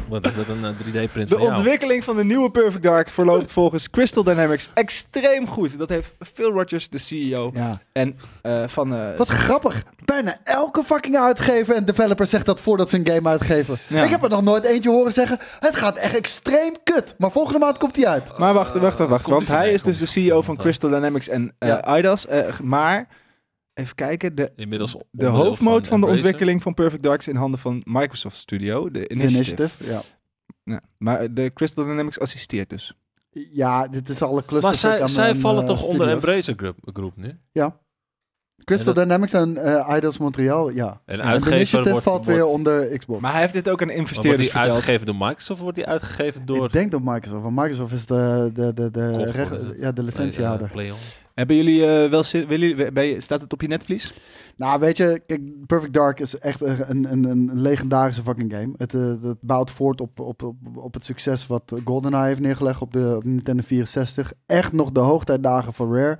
S3: Want is dat een eh, 3D-print
S1: De
S3: van jou?
S1: ontwikkeling van de nieuwe Perfect Dark verloopt volgens Crystal Dynamics extreem goed. Dat heeft Phil Rogers, de CEO
S2: Ja.
S1: eh, van... eh,
S2: Wat grappig. Bijna elke fucking uitgever en developer zegt dat voordat ze een game uitgeven.
S1: Ja.
S2: Ik heb er nog nooit eentje horen zeggen, het gaat echt extreem kut. Maar volgende maand komt die uit.
S1: Maar wacht, wacht, wacht. wacht
S3: Komt
S1: want
S3: ie vandaan,
S1: hij is dus
S3: komt
S1: de
S3: ie
S1: CEO van
S3: vandaan.
S1: Crystal Dynamics en eh
S2: Ja.
S1: IDAS. eh, maar, even kijken, de,
S3: Inmiddels
S1: de
S3: onderdeel
S1: hoofdmoot van, de
S3: Embracer.
S1: ontwikkeling van Perfect Dark is in handen van Microsoft Studio, de Initiative.
S2: Initiative. Ja.
S1: Ja, maar de Crystal Dynamics assisteert dus.
S2: ja, dit is alle clusters.
S3: Maar
S2: ook
S3: zij,
S2: aan-
S3: zij
S2: aan,
S3: vallen
S2: eh,
S3: toch onder
S2: studios.
S3: Embracer Group, Group nu?
S2: Crystal
S3: En dat-
S2: Dynamics en eh, Idols Montreal, ja.
S3: En
S2: En de
S3: uitgever
S2: Initiative
S3: wordt,
S2: valt
S3: wordt-
S2: weer onder Xbox.
S1: Maar hij heeft dit ook aan
S3: maar wordt
S1: investeerders
S3: die
S1: verteld.
S3: uitgegeven door Microsoft of wordt die uitgegeven door...
S2: Ik denk door Microsoft, want Microsoft is de, de, de, de,
S3: Kocht,
S2: recht-
S3: wat is het?
S2: ja, de licentiehouder.
S3: Eh, Playon.
S1: Hebben jullie eh, wel zin, willen jullie- ben je- staat het op je netvlies?
S2: Nou, weet je, kijk, Perfect Dark is echt een, een, een legendarische fucking game. Het, eh, dat bouwt voort op, op, op, op het succes wat GoldenEye heeft neergelegd op de op Nintendo 64. Echt nog de hoogtijdagen van Rare.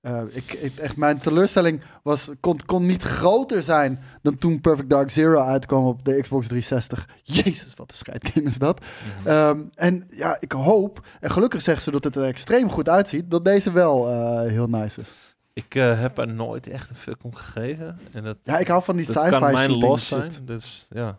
S2: Eh, ik, ik- echt, mijn teleurstelling was, kon, kon niet groter zijn dan toen Perfect Dark Zero uitkwam op de Xbox 360. Jezus, wat een scheidgame is dat.
S3: eh,
S2: Ehm, en ja, ik hoop, en gelukkig zeggen ze dat het er extreem goed uitziet, dat deze wel eh, heel nice is.
S3: Ik eh, heb er nooit echt een fuck om gegeven. En dat,
S2: Ja, ik hou van die
S3: dat
S2: sci-fi
S3: kan mijn
S2: shooting
S3: los
S2: shit.
S3: zijn. Dus ja.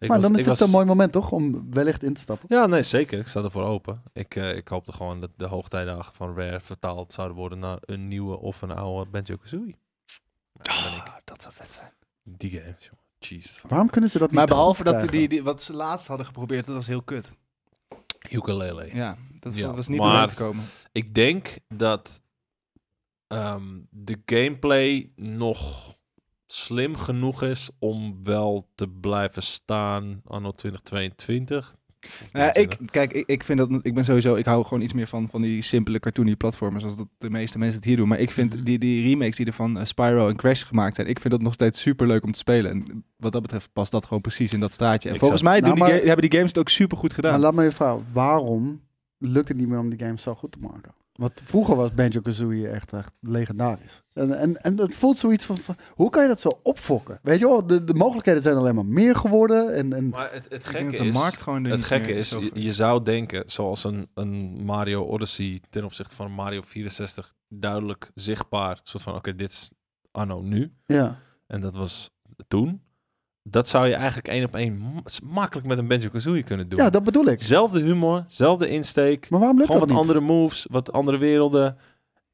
S3: Ik
S2: maar
S3: was-
S2: dan is
S3: ik
S2: het
S3: was-
S2: een mooi moment, toch? Om wellicht in te stappen.
S3: Ja, nee, zeker. Ik sta ervoor open. Ik, eh ik hoopte gewoon dat de hoogtijdagen van Rare vertaald zouden worden naar een nieuwe of een oude Banjo Kazooie. Ah,
S2: Ah.
S1: dat zou vet zijn.
S3: Die games, jongen. Jesus. fuck.
S2: Waarom kunnen ze dat niet?
S1: Maar behalve
S2: goed
S1: dat die,
S2: krijgen?
S1: die, wat ze laatst hadden geprobeerd, dat was heel kut.
S3: Ukulele.
S1: Ja, dat
S3: Ja,
S1: was niet
S3: maar-
S1: doorheen te komen.
S3: Ik denk dat ehm, de gameplay nog slim genoeg is om wel te blijven staan anno 2022.
S1: Nou ja, ik, kijk, ik, ik vind dat, ik ben sowieso, ik hou gewoon iets meer van, van die simpele cartoony platformers, zoals dat de meeste mensen het hier doen. Maar ik vind
S3: Mhm.
S1: die, die remakes die er van eh, Spyro en Crash gemaakt zijn, ik vind dat nog steeds super leuk om te spelen. En wat dat betreft past dat gewoon precies in dat straatje. En
S3: Ik
S1: volgens
S3: zou-
S1: mij doen
S2: Nou,
S1: die
S2: maar-
S1: ga- hebben die games het ook super goed
S2: Maar
S1: gedaan.
S2: laat me je vragen, waarom lukt het niet meer om die games zo goed te maken? Want vroeger was Banjo Kazooie echt, echt legendarisch. En, en, en het voelt zoiets van, van, hoe kan je dat zo opfokken? Weet je wel, de, de mogelijkheden zijn alleen maar meer geworden. En, en
S3: Maar het, het
S1: Ik denk
S3: gekke
S1: dat de
S3: is,
S1: markt gewoon er
S3: het
S1: niet
S3: gekke
S1: meer
S3: is
S1: zo
S3: je,
S1: voor
S3: je zou denken, zoals een, een Mario Odyssey ten opzichte van een Mario 64, duidelijk zichtbaar, soort van, oké, dit is anno nu.
S2: ja,
S3: En dat was toen. Dat zou je eigenlijk één op één ma- makkelijk met een Banjo-Kazooie kunnen doen.
S2: ja, dat bedoel ik.
S3: Zelfde humor, zelfde insteek.
S2: Maar waarom lukt
S3: Gewoon
S2: dat
S3: wat
S2: niet?
S3: andere moves, wat andere werelden.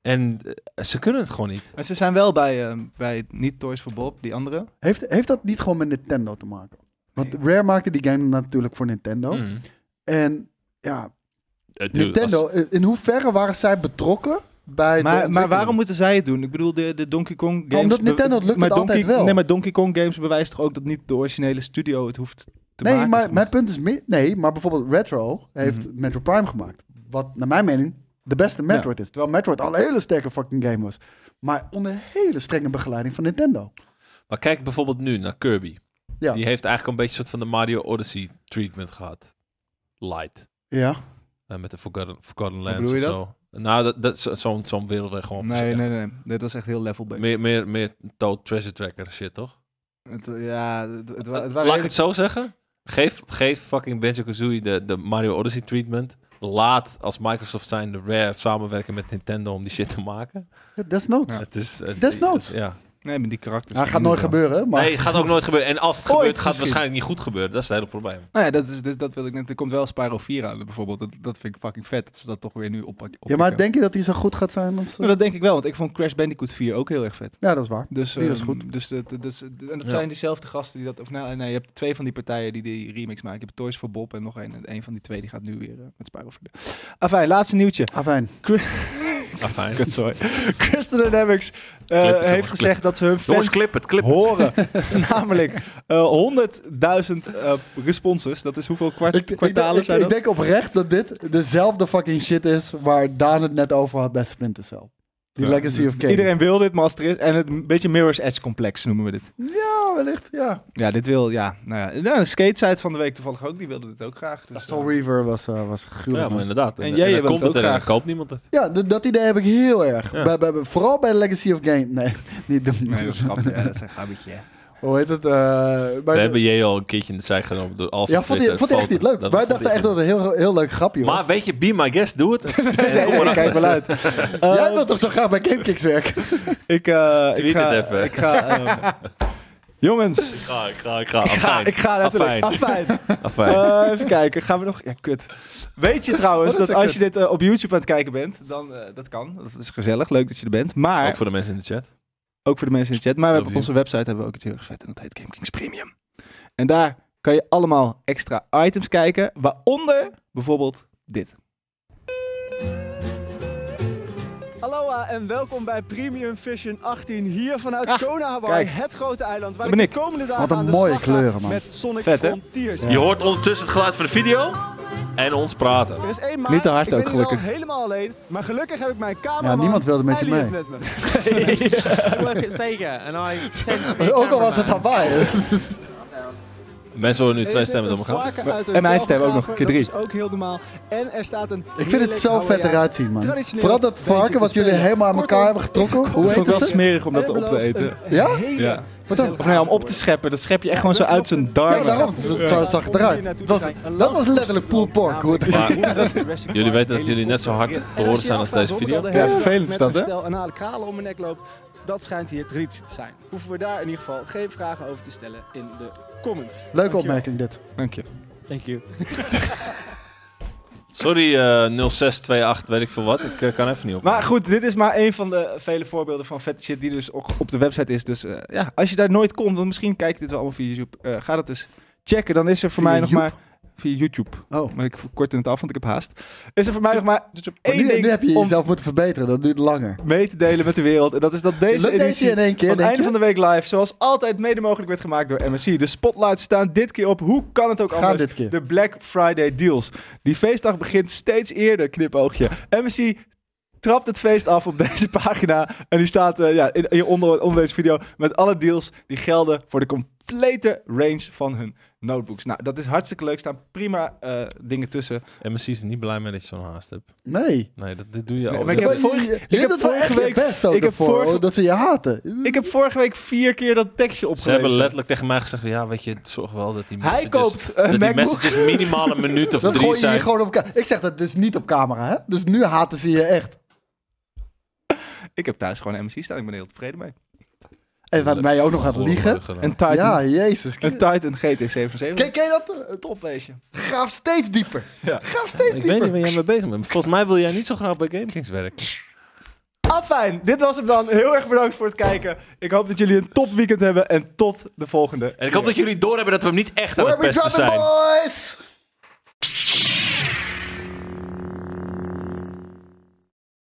S3: En eh, ze kunnen het gewoon niet.
S1: Maar ze zijn wel bij, eh, bij niet Toys for Bob, die andere.
S2: Heeft, heeft dat niet gewoon met Nintendo te maken? Want Rare maakte die game natuurlijk voor Nintendo.
S3: Mm.
S2: En ja,
S3: Eh, dude,
S2: Nintendo,
S3: als-
S2: in hoeverre waren zij betrokken bij de
S1: Maar, maar
S2: ontwikkeling.
S1: waarom moeten zij het doen? Ik bedoel, de, de Donkey Kong games...
S2: omdat Nintendo
S1: be-
S2: lukt
S1: maar
S2: het
S1: Donkey,
S2: altijd wel.
S1: Nee, maar Donkey Kong games bewijst toch ook dat niet de originele studio het hoeft te
S2: Nee,
S1: maken? zeg
S2: maar mijn punt is... mi- Nee, maar bijvoorbeeld Retro heeft
S1: Mhm.
S2: Metro Prime gemaakt. Wat naar mijn mening de beste Metroid is. Terwijl Metroid al een hele sterke fucking game was. Maar onder hele strenge begeleiding van Nintendo.
S3: Maar kijk bijvoorbeeld nu naar Kirby.
S2: Ja.
S3: Die heeft eigenlijk een beetje een soort van de Mario Odyssey treatment gehad. Light.
S2: Ja.
S3: Eh, met de Forgotten, Forgotten
S1: Hoe
S3: Lands
S1: bedoel je
S3: of zo. Nou, dat, dat, zo- zo'n zo'n wereld waar gewoon... vers-
S1: Nee,
S3: echt
S1: nee, nee. Dit was echt heel level-based.
S3: Meer, meer, meer Toad Treasure Tracker shit, toch?
S1: Het- Ja, het, het, wa- het
S3: Eh, Laat
S1: waren
S3: ik het zo zeggen. Geef, geef fucking Banjo-Kazooie de, de Mario Odyssey treatment. Laat als Microsoft zijn de Rare samenwerken met Nintendo om die shit te maken.
S2: Desnoods.
S1: Ja. dus
S3: Het is... eh,
S2: Desnoods.
S3: Ja.
S1: Nee, maar die karakters...
S2: Ja, gaat nooit gebeuren, maar...
S3: Nee, gaat ook nooit gebeuren. En als het
S1: Ooit
S3: gebeurt, gaat
S1: misschien.
S3: het waarschijnlijk niet goed gebeuren. Dat is het hele probleem.
S1: Nou ja, dat, is, dus, dat wil ik net... Er komt wel Spyro 4 aan, bijvoorbeeld. Dat, dat vind ik fucking vet, dat ze dat toch weer nu oppakken.
S2: ja, maar
S1: oppikken.
S2: denk je dat die zo goed gaat zijn? Als, eh?
S1: Nou, dat denk ik wel, want ik vond Crash Bandicoot 4 ook heel erg vet.
S2: Ja, dat is waar.
S1: Dus,
S2: Die was
S1: ehm,
S2: goed.
S1: Dus, dat- dus, en dat
S3: Ja.
S1: zijn diezelfde gasten die dat... Of nou, nee, je hebt twee van die partijen die die remix maken. Je hebt Toys for Bob en nog één. En één van die twee die gaat nu weer eh, met Spyro verder. Afijn, laatste nieuwtje.
S2: Afijn.
S3: Afijn.
S1: Kutzooi. Crystal Dynamics eh,
S3: jongens,
S1: heeft
S3: clip.
S1: gezegd dat ze hun
S3: Jongens,
S1: fans
S3: clip het, clip het.
S1: horen. Namelijk eh 100.000 eh, responses. Dat is hoeveel kwart
S2: Ik, ik,
S1: kwartalen
S2: ik,
S1: zijn
S2: ik
S1: dat?
S2: denk oprecht dat dit dezelfde fucking shit is waar Daan het net over had bij Splinter Cell. Die
S1: Ja,
S2: Legacy of Kane.
S1: Iedereen wil dit, maar als het er is... En het een beetje Mirror's Edge complex noemen we dit.
S2: Ja, wellicht, ja.
S1: Ja, dit wil... Ja, nou ja. Nou, de skatesite van de week toevallig ook. Die wilde dit ook graag. Dus,
S2: Soul
S1: eh,
S2: Reaver was, eh, was gruwelijk.
S3: Ja, maar
S2: man.
S3: inderdaad.
S1: En jij
S3: dan
S1: wilt
S3: komt
S1: ook
S3: het en dan
S1: graag.
S3: koopt niemand het.
S2: Ja, d- dat idee heb ik heel erg.
S3: Ja.
S2: Bij, bij, bij- vooral bij Legacy of Kane. Nee, niet de...
S1: Nee, dat is grappig. Ja, dat is een grabbetje. hè.
S2: Hoe heet het? eh, bij
S3: We
S2: de-
S3: hebben jij al een keertje in de zij genomen door als
S2: ja, vond hij, vond hij echt niet leuk. Wij dachten echt dat het een heel, heel leuk grapje was.
S3: Maar weet je, be my guest, doe het. En
S1: Nee,
S3: kom
S1: nee,
S3: maar
S1: kijk
S3: achter.
S1: wel uit.
S2: Jij
S1: Eh,
S2: wilt toch zo graag bij Gamekicks werken?
S1: ik, eh, ik
S3: Tweet
S1: ga,
S3: het even.
S1: Ik ga, ehm, jongens,
S3: Ik ga, ik ga, ik ga.
S1: ik ga,
S3: Afijn.
S1: ik ga letterlijk.
S3: Afijn.
S1: Afijn.
S3: Afijn.
S1: Eh, even kijken, gaan we nog... Ja, kut. Weet je trouwens
S2: Wat is
S1: dat
S2: er
S1: als
S2: kut?
S1: je dit eh, op YouTube aan het kijken bent, dan eh, dat kan. Dat is gezellig, leuk dat je er bent. Maar, ook
S3: Ook
S1: voor,
S3: voor de mensen in de chat.
S1: de mensen in de chat, maar we hebben op
S3: Love
S1: onze website hebben we ook iets heel erg vet en dat heet GameKings Premium. En daar kan je allemaal extra items kijken, waaronder bijvoorbeeld dit.
S5: Aloha en welkom bij Premium Vision 18 hier vanuit
S1: Ah,
S5: Kona, Hawaii,
S1: kijk.
S5: het grote eiland waar
S1: Dat ben
S5: ik de komende dagen
S2: Wat een
S5: aan de
S2: mooie
S5: slag
S2: kleuren,
S5: ga
S2: man.
S5: met Sonic
S1: Vet, hè?
S5: Frontiers.
S2: Ja.
S3: Je hoort ondertussen het geluid van de video en ons praten.
S5: Er is één maar,
S1: Niet te hard
S5: ik ben
S1: ook,
S5: hier wel
S1: gelukkig.
S5: helemaal alleen, maar gelukkig heb ik mijn
S2: Ja,
S5: cameraman
S2: niemand wilde met je
S5: Elliot
S2: mee.
S5: met me.
S6: work at Sega and I tend to be a
S2: Ook al was het
S6: cameraman.
S2: Hawaii.
S3: Mensen horen nu
S5: Er
S3: twee
S5: is
S3: stemmen door
S5: een
S3: elkaar.
S5: varken uit een
S1: En mijn
S5: kuil
S1: stem ook nog,
S5: gegraven,
S1: keer drie.
S5: Dat is ook heel normaal. En er staat een
S2: Ik vind het zo vet eruit zien, man.
S5: Traditioneel
S2: Vooral dat varken
S5: beetje
S2: wat
S5: te
S2: jullie
S5: spelen.
S2: helemaal aan elkaar hebben getrokken. Hoe
S1: Ik vond
S2: heet
S1: het
S2: dat?
S1: wel smerig om Dus dat op te eten.
S2: Ja?
S1: Ja.
S2: Wat dan?
S1: Of nee, om op te scheppen, dat schep je echt gewoon zo uit zijn darmen.
S2: Ja, daarom. Dat zo zag het eruit. Dat was, dat was letterlijk pool pork. Hoe het-
S3: Jullie weten dat jullie net zo hard te horen zijn als deze video.
S1: Ja, vervelend is dat, hè?
S5: Met een stel anale kralen om mijn nek loopt, dat schijnt hier traditie te zijn. Hoeven we daar in ieder geval geen vragen over te stellen in de comments.
S2: Leuke opmerking dit.
S1: Dank je.
S5: Thank you.
S3: Sorry eh 0628, weet ik veel wat. Ik eh, kan even niet op.
S1: Maar goed, dit is maar een van de vele voorbeelden van vette shit die dus ook op de website is. Dus eh, ja, als je daar nooit komt, dan misschien kijk je dit wel allemaal via YouTube. Eh, ga dat eens checken. Dan is er voor
S2: Via
S1: mij nog
S2: Joep?
S1: maar... Via YouTube.
S2: Oh.
S1: Maar ik kort in het af, want ik heb haast. Is er voor mij nog maar dus
S2: Maar
S1: één
S2: Oh, nu,
S1: ding
S2: nu heb je
S1: om
S2: jezelf moeten verbeteren. Dat duurt langer.
S1: mee te delen met de wereld. En dat is dat deze
S2: Lukt deze
S1: editie
S2: in één keer,
S1: van het
S2: denk
S1: einde
S2: je?
S1: van de week live, zoals altijd, mede mogelijk werd gemaakt door MSC. De spotlights staan dit keer op. Hoe kan het ook
S2: Gaan
S1: anders?
S2: dit keer.
S1: De Black Friday deals. Die feestdag begint steeds eerder, knipoogje. MSC trapt het feest af op deze pagina. En die staat eh, ja, in, hieronder onder deze video met alle deals die gelden voor de complete range van hun notebooks. Nou, dat is hartstikke leuk. Staan prima eh, dingen tussen.
S3: MSC is niet blij mee dat je zo'n haast hebt.
S2: Nee.
S3: Nee, dat, dit doe je
S1: Nee,
S3: al.
S1: maar ik
S3: Dit-
S1: heb vorige-
S2: Je- je
S1: ik heb
S2: doet wel echt
S1: vorige
S2: je
S1: week-
S2: best ook
S1: ik heb
S2: ervoor,
S1: vorige-
S2: hoor, dat ze je haten.
S1: Ik heb vorige week vier keer dat tekstje
S3: Ze
S1: opgelezen.
S3: hebben letterlijk tegen mij gezegd, ja, weet je, zorg wel dat die
S1: Hij
S3: messages,
S1: koopt eh,
S3: dat die
S1: MacBook.
S3: messages minimaal een minuut of
S2: Dat
S3: drie
S2: gooi je
S3: zijn.
S2: hier gewoon op elkaar. Ik zeg dat dus niet op camera, hè? Dus nu haten ze je echt.
S1: Ik heb thuis gewoon MSC staan. Ik ben er heel tevreden mee.
S2: En wat mij ook nog gaat liegen.
S1: En
S3: En
S1: Titan.
S2: Ja, jezus.
S1: Een Titan GT77.
S2: Ken, ken je dat?
S1: het oplezen.
S2: Graaf steeds dieper.
S1: Ja.
S2: Graaf steeds
S3: ik weet niet
S2: dieper.
S3: waar jij mee bezig bent. Volgens mij wil jij niet zo graag bij GameKings werken.
S1: Afijn, Ah, dit was hem dan. Heel erg bedankt voor het kijken. Ik hoop dat jullie een top weekend hebben en tot de volgende.
S3: En ik hoop dat jullie doorhebben dat we hem niet echt aan
S2: Where
S3: het
S2: we
S3: pesten
S2: dropping
S3: zijn.
S2: boys?